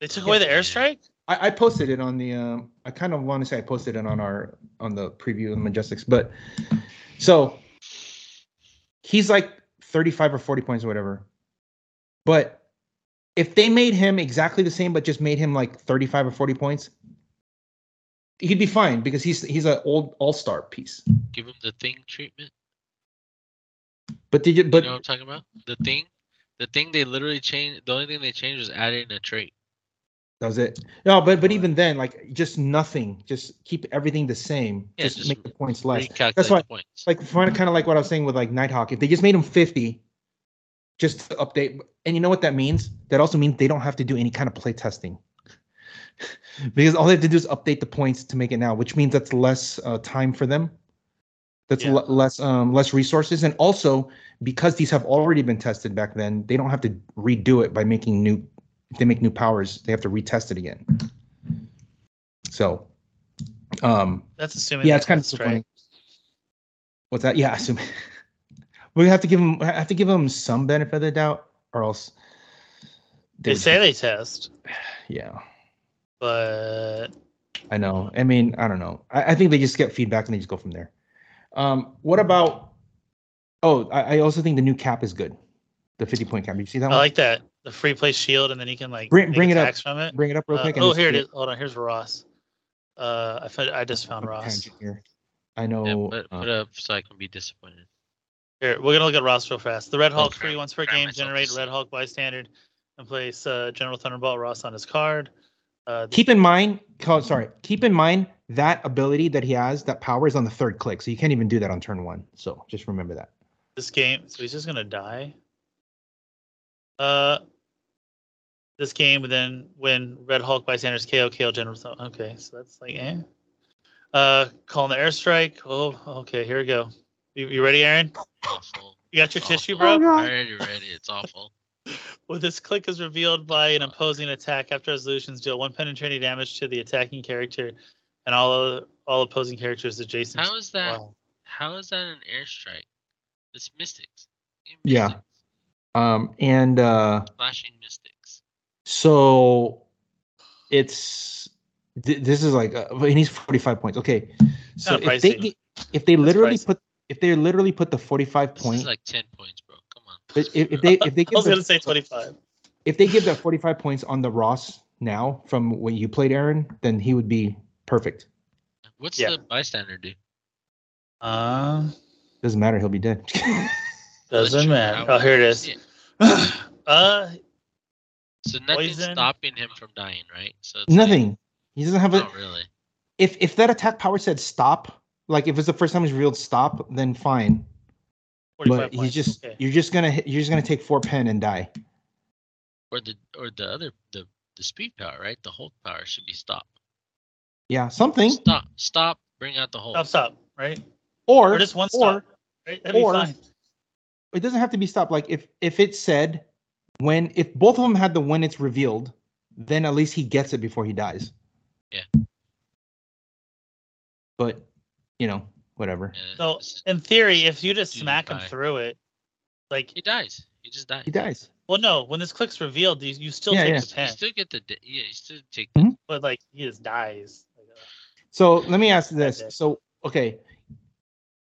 They took away the airstrike? I, I posted it on the. Um, I kind of want to say I posted it on our on the preview of Majestics, but so he's like thirty five or forty points or whatever. But if they made him exactly the same, but just made him like thirty five or forty points, he'd be fine because he's he's an old all star piece. Give him the thing treatment. But did you? You But know what I'm talking about? The thing? The thing they literally changed, the only thing they changed was adding a trait. Does it? No, but but even then, like just nothing. Just keep everything the same. Yeah, just, just make the points less. Recalculate That's why, the points. like, kind of like what I was saying with like Nighthawk. If they just made him fifty, just to update. And you know what that means? That also means they don't have to do any kind of play testing, [LAUGHS] because all they have to do is update the points to make it now, which means that's less uh, time for them. That's Yeah. le- less um, less resources, and also because these have already been tested back then, they don't have to redo it by making new. If they make new powers, they have to retest it again. So, um, That's assuming. yeah, they it's kind of took the disappointing. strike. What's that? Yeah, I assume [LAUGHS] we have to give them. I have to give them some benefit of the doubt, or else They would- say they test, Yeah, but I know. I mean, I don't know. I, I think they just get feedback and they just go from there. Um, what about? Oh, I, I also think the new cap is good. The fifty-point cap. Did you see that I one? like that. The free play shield, and then he can like Bring- make bring it up. attacks from it. Bring it up real Uh, quick. and oh, just here it do is. Hold on. Here's Ross. Uh, I, found, I just found Ross. Tangent here. I Yeah, know. put, uh, put up so I can be disappointed. Here, we're gonna look at Ross real fast. The Red Hulk Okay. free once per Grab game. myself Generate this. Red Hulk bystander and place uh, General Thunderbolt Ross on his card. Uh, keep in mind. oh, Sorry. Keep in mind that ability that he has, that power, is on the third click, so you can't even do that on turn one. So just remember that. this game, so he's just gonna die. Uh, this game, and then when Red Hulk bystanders KO KO General. Thun- Okay, so that's like eh. Uh, calling the airstrike. Oh, okay. Here we go. You, you ready, Aaron? Awful. You got your Oh, tissue, oh, bro? no. I already read it. It's awful. Well, this click is revealed by an opposing attack. After resolutions, deal one penetrating damage to the attacking character and all other, all opposing characters adjacent. How to- is that? Wow. How is that an airstrike? It's mystics. You're Yeah. mystics. Um, and uh, Flashing mystics. so it's th- this is like uh, and he's 45 points. Okay, so Kinda if they pricey. gi- if they That's literally pricey. put if they literally put the 45 This point is like ten points, bro. Come on. but if, if they if [LAUGHS] they I give was the, gonna say twenty-five. if they give that 45 points on the Ross now from when you played Aaron, then he would be perfect. What's Yeah. the bystander do? Uh, Doesn't matter, he'll be dead. [LAUGHS] Electric doesn't matter. power. Oh, here it is. Yeah. [SIGHS] uh, So nothing's Poison. stopping him from dying, right? So it's like- Nothing. He doesn't have a not really. if if that attack power said stop, like if it's the first time he's revealed stop, then fine. forty-five But he's points. just Okay. you're just gonna hit- you're just gonna take four pen and die. Or the or the other the the speed power, right? The Hulk power should be stop. Yeah, something. Stop. Stop. Bring out the Hulk. Stop, stop, right? Or, Or just one or stop. Right? That'd be or- fine. it doesn't have to be stopped. Like if if it said when if both of them had the when it's revealed, then at least he gets it before he dies. Yeah. But you know, whatever. Yeah, So, it's- in theory, if you just Dude, smack him bye. through it, like, he dies. He just dies. He dies. well, no, when this click's revealed, you, you still Yeah, take yeah. the You pen, still get the da- yeah. You still take Mhm. but like he just dies. uh, So let me ask you this. Okay. So okay,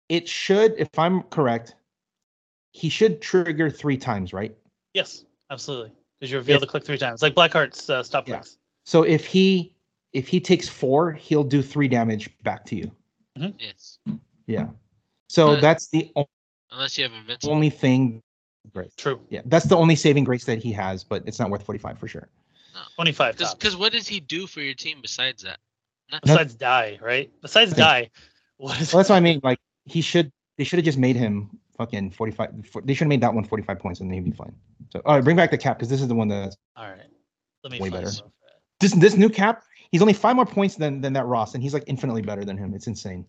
it should, if I'm correct, he should trigger three times, right? Yes, absolutely. Because you reveal the click three times, like Black Hearts uh, stop Yeah. clicks. So if he if he takes four, he'll do three damage back to you. yes. Yeah. So But- that's the o- Unless you have invincible. only thing. Great. True. Yeah, that's the only saving grace that he has, but it's not worth 45 for sure. Twenty-five. Top. Because what does he do for your team besides that? Besides die, right? Besides die, what is Well, that's what I mean. Like he should, they should have just made him fucking forty-five. for- They should have made that one 45 points, and then he'd be fine. So, all right, bring back the cap because this is the one that All right, let me Way find better. some of that. this this new cap. He's only five more points than than that Ross, and he's like infinitely better than him. It's insane.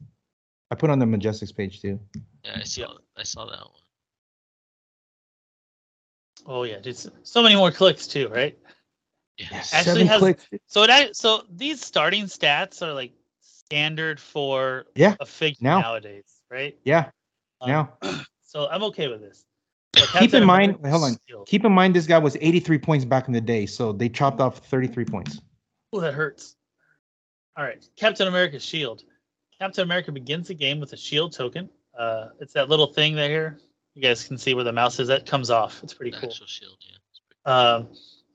I put on the Majestics page too. Yeah, I saw. I saw that one. Oh yeah, dude, so- so many more clicks too, right? Yes. Actually Seven has- clicks. So it act- so these starting stats are like standard for Yeah, a fig now. nowadays, right? Yeah. Um, Now So I'm okay [CLEARS THROAT] with this. Keep in mind- hold on. keep in mind this guy was 83 points back in the day, so they chopped off 33 points. Oh, that hurts. All right, Captain America's shield. Captain America begins the game with a shield token. Uh, it's that little thing there. You guys can see where the mouse is. That comes off. It's pretty The cool. actual shield. Yeah. Um,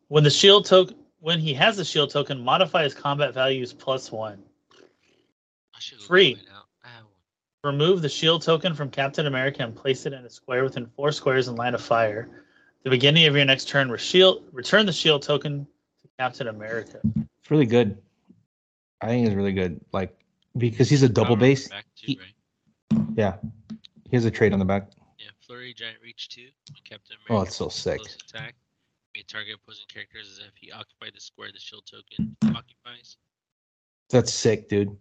when the shield token, when he has the shield token, modify his combat values plus one. I should look Free. mine out. I have one. Remove the shield token from Captain America and place it in a square within four squares in line of fire. At the beginning of your next turn, re- shield, return the shield token to Captain America. It's really good. I think it's really good. Like because he's a double Power base. Back two, He- right? Yeah. He has a trade on the back. Yeah. Flurry, giant reach two. Captain America. Oh, it's so sick. Close attack. May target opposing characters as if he occupied the square the shield token occupies. That's sick, dude. Did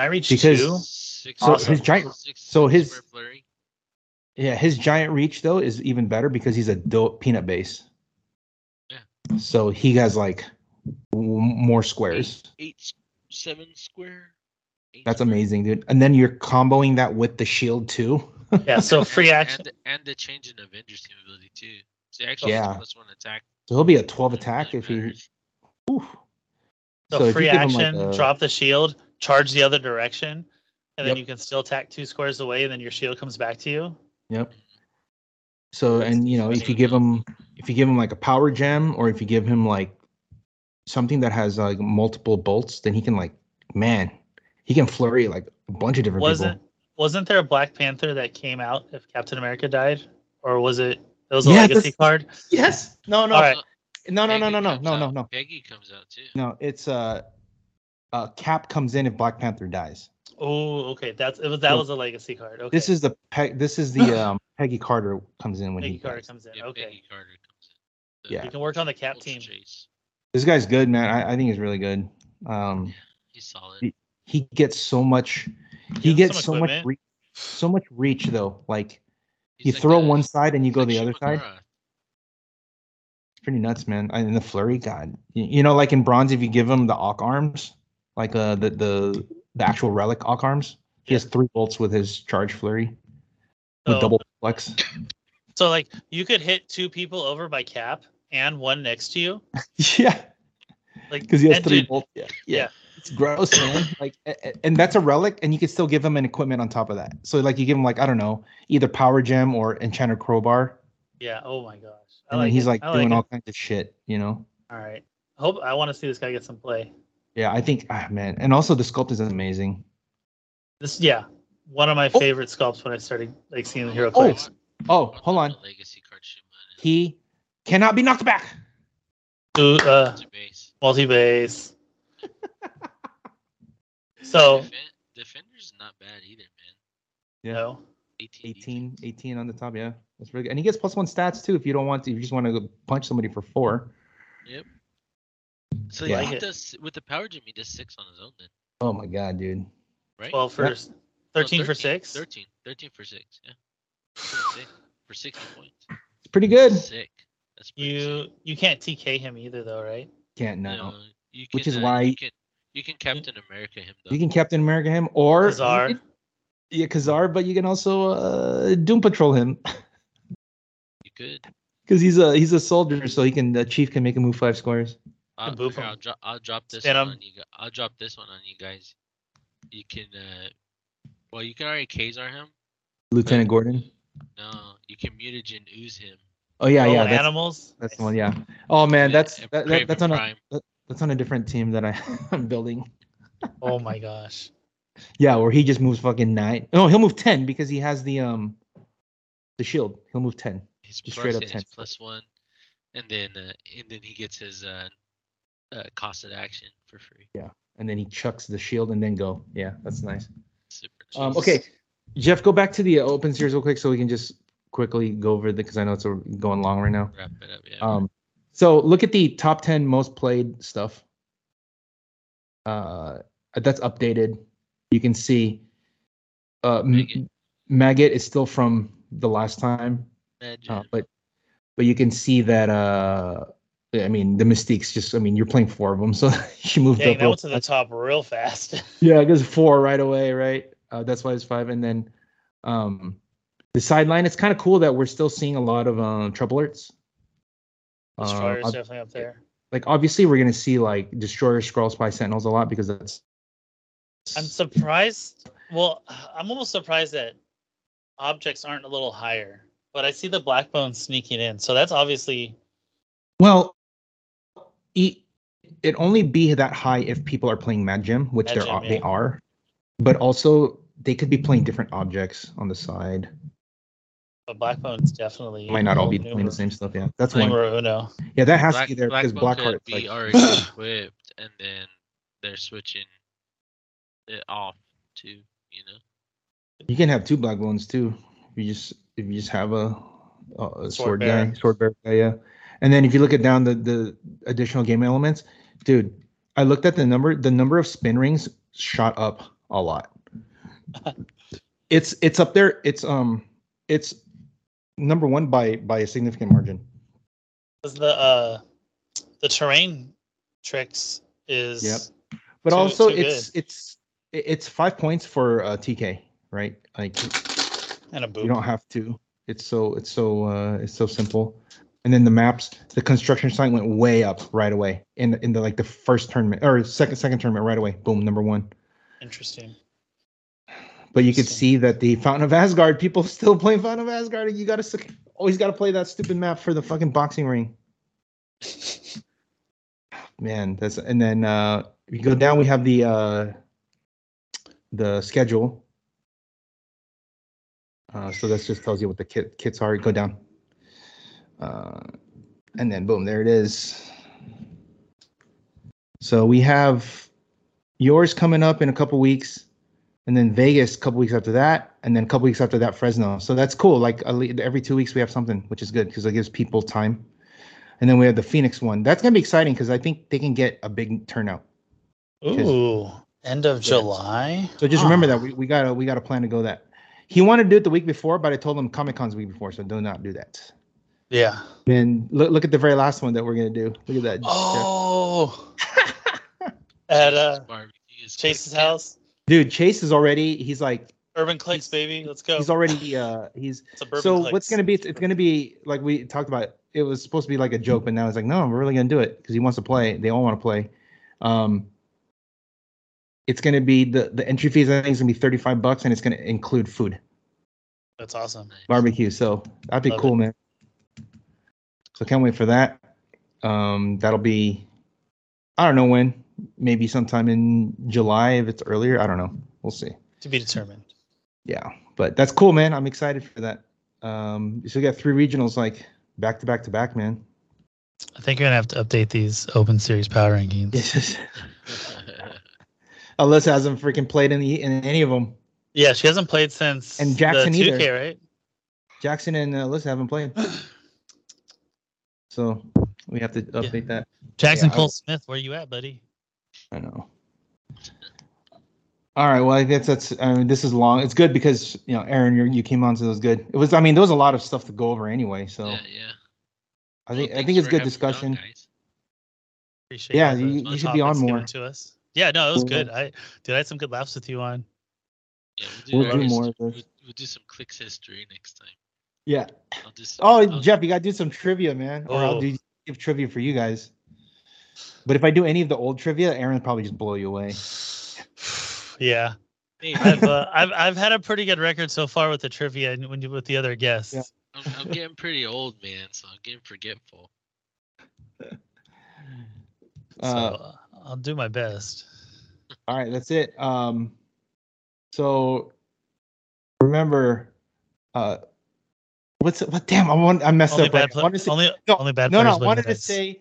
I reach Because- two? [LAUGHS] Six Oh. So his giant- six so square his- flurry. Yeah, his giant reach though is even better because he's a dope peanut base. Yeah. So he has like w- more squares. Eight, s- seven square. Eight That's square. amazing, dude. And then you're comboing that with the shield too. Yeah, so And- free [LAUGHS] action. And, the- and the change in Avengers team ability too. So he actually Yeah. has plus one attack. So he'll be a 12 It attack really if he. matters. Oof. So, if you free give him, like, action, a- drop the shield, charge the other direction, and Yep. then you can still attack two squares away, and then your shield comes back to you. Yep. So and you know if you give him if you give him like a power gem or if you give him like something that has like multiple bolts, then he can like man, he can flurry like a bunch of different Wasn't people. wasn't there a Black Panther that came out if Captain America died, or was it? It was a Yeah, legacy that's- card. Yes. No. No. All right. No. No. No. Peggy No. No. comes No. No. out- No. Peggy comes out too. No. It's uh, uh, Cap comes in if Black Panther dies. Oh, okay. That's it was that So, was a legacy card. Okay. This is the Peg. This is the um Peggy Carter comes in when Peggy he. Carter dies. comes in. Yeah, okay. Peggy Carter comes in. Yeah. You can work on the cap Ultra team. Chase. This guy's good, man. I, I think he's really good. Um, He's solid. He- he gets so much. He Yeah, gets some so much. equipment. Re- so much reach though. Like He's you like throw a- one side and you he's go like the other side. Shimamura. It's pretty nuts, man. And the flurry, god, Y- you know, like in bronze, if you give him the awk arms, like uh, the the the actual relic awk arms, he has three bolts with his charge flurry with So- double flex. So like you could hit two people over by cap and one next to you. [LAUGHS] yeah, Like because he has and three dude, bolts. Yeah, yeah. Yeah. It's gross, man. Like, a- a- and that's a relic, and you can still give him an equipment on top of that. So, like, you give him like I don't know, either power gem or enchanted crowbar, Yeah. Oh my gosh. I and then he's it. like I doing it. all kinds of shit. You know? All right. Hope I want to see this guy get some play. Yeah, I think ah man, and also the sculpt is amazing. This yeah, one of my Oh. favorite sculpts when I started like seeing the hero Oh. clicks. Oh, What hold the on, Legacy card Shimamura he cannot be knocked back. Do uh, is a base. multi base. [LAUGHS] so Defen- Defender's not bad either, man. you Yeah. know, 18. 18, 18 on the top. Yeah, that's really good. And he gets plus one stats too if you don't want to. If you just want to go punch somebody for four. defense. So Yeah. he does with the power gym. He does six on his own then, Oh my god, dude. right? twelve for Yeah. s- No, thirteen for six. 13, 13 for six. Yeah. For six- for sixty points. It's pretty good. Sick. That's pretty You you can't TK him either though, right? Can't sick. no. No, you Which can, is uh, why- you can, you can Captain America him though. You can Captain America him or Bizarre. Yeah, Kazar, but you can also uh, Doom Patrol him [LAUGHS] You could. because he's a he's a soldier, so he can the chief can make him move five squares. I'll, boop Uh, here, him. I'll, dro- I'll drop this Spin one him. on you. gu- I'll drop this one on you guys. You can. uh Well, you can already Kazar him. Lieutenant Gordon. No, you can mutagen ooze him. Oh yeah, Oh, yeah, that's, animals. that's the one. Yeah. Oh man, that's and that, that, Craven that's on a Prime. that's on a different team that I [LAUGHS] I'm building. Oh my gosh. Yeah, where he just moves fucking nine. No, he'll move ten because he has the um the shield. He'll move ten. He's Just plus straight up it, 10. he's plus one, and then uh, and then he gets his uh, uh cost of action for free. and then he chucks the shield and then go. Yeah, that's nice. Super Um, cheese. okay, Jeff, go back to the open series real quick so we can just quickly go over the because I know it's a, going long right now. Wrap it up. Yeah. Um, so look at the top ten most played stuff. Uh, that's updated. You can see, uh, M- Maggot. Maggot is still from the last time, Imagine. uh, but but you can see that. Uh, I mean, the Mystique's just. I mean, you're playing four of them, so [LAUGHS] she moved Dang, up. that real went to the top real fast. [LAUGHS] yeah, it goes four right away, right? Uh, that's why it's five. And then um, the sideline, it's kind of cool that we're still seeing a lot of um, trouble alerts. Uh, Destroyer's ob- definitely up there. like, obviously, we're going to see like Destroyer, Scroll, Spy, Sentinels a lot because that's. I'm surprised. Well, I'm almost surprised that objects aren't a little higher, but I see the Blackbone sneaking in. So that's obviously well, it, it only be that high if people are playing Mad Gym, which Mad they're, Gym, they yeah. are. But also, they could be playing different objects on the side. but Blackbone's definitely Might not all be numero- playing the same stuff. Yeah, that's one. numero uno. Yeah, that has Black, to be there Black because Buck could Blackheart. be Like, [LAUGHS] already equipped, and then they're switching it off to you know. You can have two black bones too. If you just if you just have a, a a sword, Sword guy, bearer. sword bearer guy, yeah. And then if you look at down the the additional game elements, dude, I looked at the number. The number of spin rings shot up a [LAUGHS] lot. it's it's up there. It's um it's number one by by a significant margin. Because the uh, the terrain tricks is Yep. But Too- also too it's it's it's five points for uh, TK, right? Like and a boot. you don't have to it's so it's so uh it's so simple and then the maps the construction sign went way up right away in in the like the first tournament or second second tournament right away boom number one Interesting. but you could Interesting. see that the fountain of asgard people [LAUGHS] still play fountain of asgard you gotta suck- always gotta play that stupid map for the fucking boxing ring man that's and then uh if you go down we have the uh the schedule uh so that just tells you what the kit, kits are go down uh and then boom there it is so we have yours coming up in a couple weeks and then vegas a couple weeks after that and then a couple weeks after that fresno so that's cool like at lea- every two weeks we have something which is good because it gives people time and then we have the Phoenix one. That's gonna be exciting because I think they can get a big turnout. Ooh, end of July. So just remember Huh. that we, we gotta we gotta plan to go that. He wanted to do it the week before, but I told him Comic Con's the week before, so do not do that. Yeah. Then look, look at the very last one that we're gonna do. Look at that. Jeff. Oh. [LAUGHS] At uh, Chase's barbecue is [LAUGHS] Chase's cooking. house, Dude, Chase is already he's like Urban Clicks, He's- baby. Let's go. he's already uh he's Suburban so Clicks. what's gonna be it's, it's gonna be like we talked about it. it was supposed to be like a joke, but now it's like, no, we're really gonna do it because he wants to play. They all want to play. Um it's gonna be the the entry fees, I think is gonna be 35 bucks and it's gonna include food. That's awesome. barbecue. So that'd be Love cool, man. So can't wait for that. Um, that'll be, I don't know when, maybe sometime in July if it's earlier. I don't know. We'll see. To be determined. Yeah, but that's cool, man. I'm excited for that. Um, so we got three regionals like back to back to back, [LAUGHS] man. I think you're gonna have to update these Open Series power rankings. Alyssa hasn't freaking played in, the, in any of them. Yeah, she hasn't played since And Jackson the either. 2K, right? Jackson and uh, Alyssa haven't played. So we have to update that. [GASPS] Jackson Yeah, I- Cole Smith, where you at, buddy? I know. All right. Well, I guess that's. I mean, this is long. It's good because you know, Aaron, you you came on, so it was good. It was. I mean, there was a lot of stuff to go over anyway. So yeah, yeah. I Well, think I thanks think it's for good having me on, discussion. guys. Appreciate Yeah, all the you- you should be topics on given more. to us. Yeah, no, it was Cool. good. I did. I had some good laughs with you on. [SIGHS] Yeah, We'll our do hist- more of We'll, this. we'll do some clicks history next time. Yeah. I'll just. Oh, Jeff, you gotta do some trivia, man. Or I'll Oh. do give trivia for you guys. But if I do any of the old trivia, Aaron would probably just blow you away. yeah, Hey, I've, [LAUGHS] I'm, uh, I've I've had a pretty good record so far with the trivia and when you, with the other guests. Yeah. I'm getting pretty old, man, so I'm getting forgetful. So Uh, uh, I'll do my best. all right, that's it. Um, so remember, uh, what's what? Damn, I want I messed Only up. right bad, now. I pla- wanted to say- only, no, only bad no, [LAUGHS] players. no. I win wanted to events. say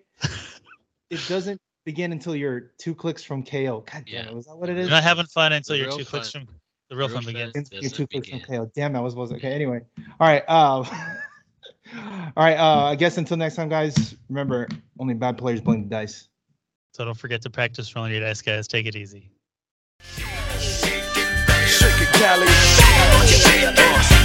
it doesn't begin until you're two clicks from KO. God damn Yeah. it, was that what it is? You're not having fun until The you're real two clicks fun. from the real Real fun begins. fun. You're Doesn't two clicks from begin. KO. Damn, I was supposed to. Okay, anyway. All right. Uh, [LAUGHS] all right. Uh, I guess until next time, guys. Remember, only bad players blink the dice. So don't forget to practice rolling your dice, guys. Take it easy. Shake it, Cali. Shake it,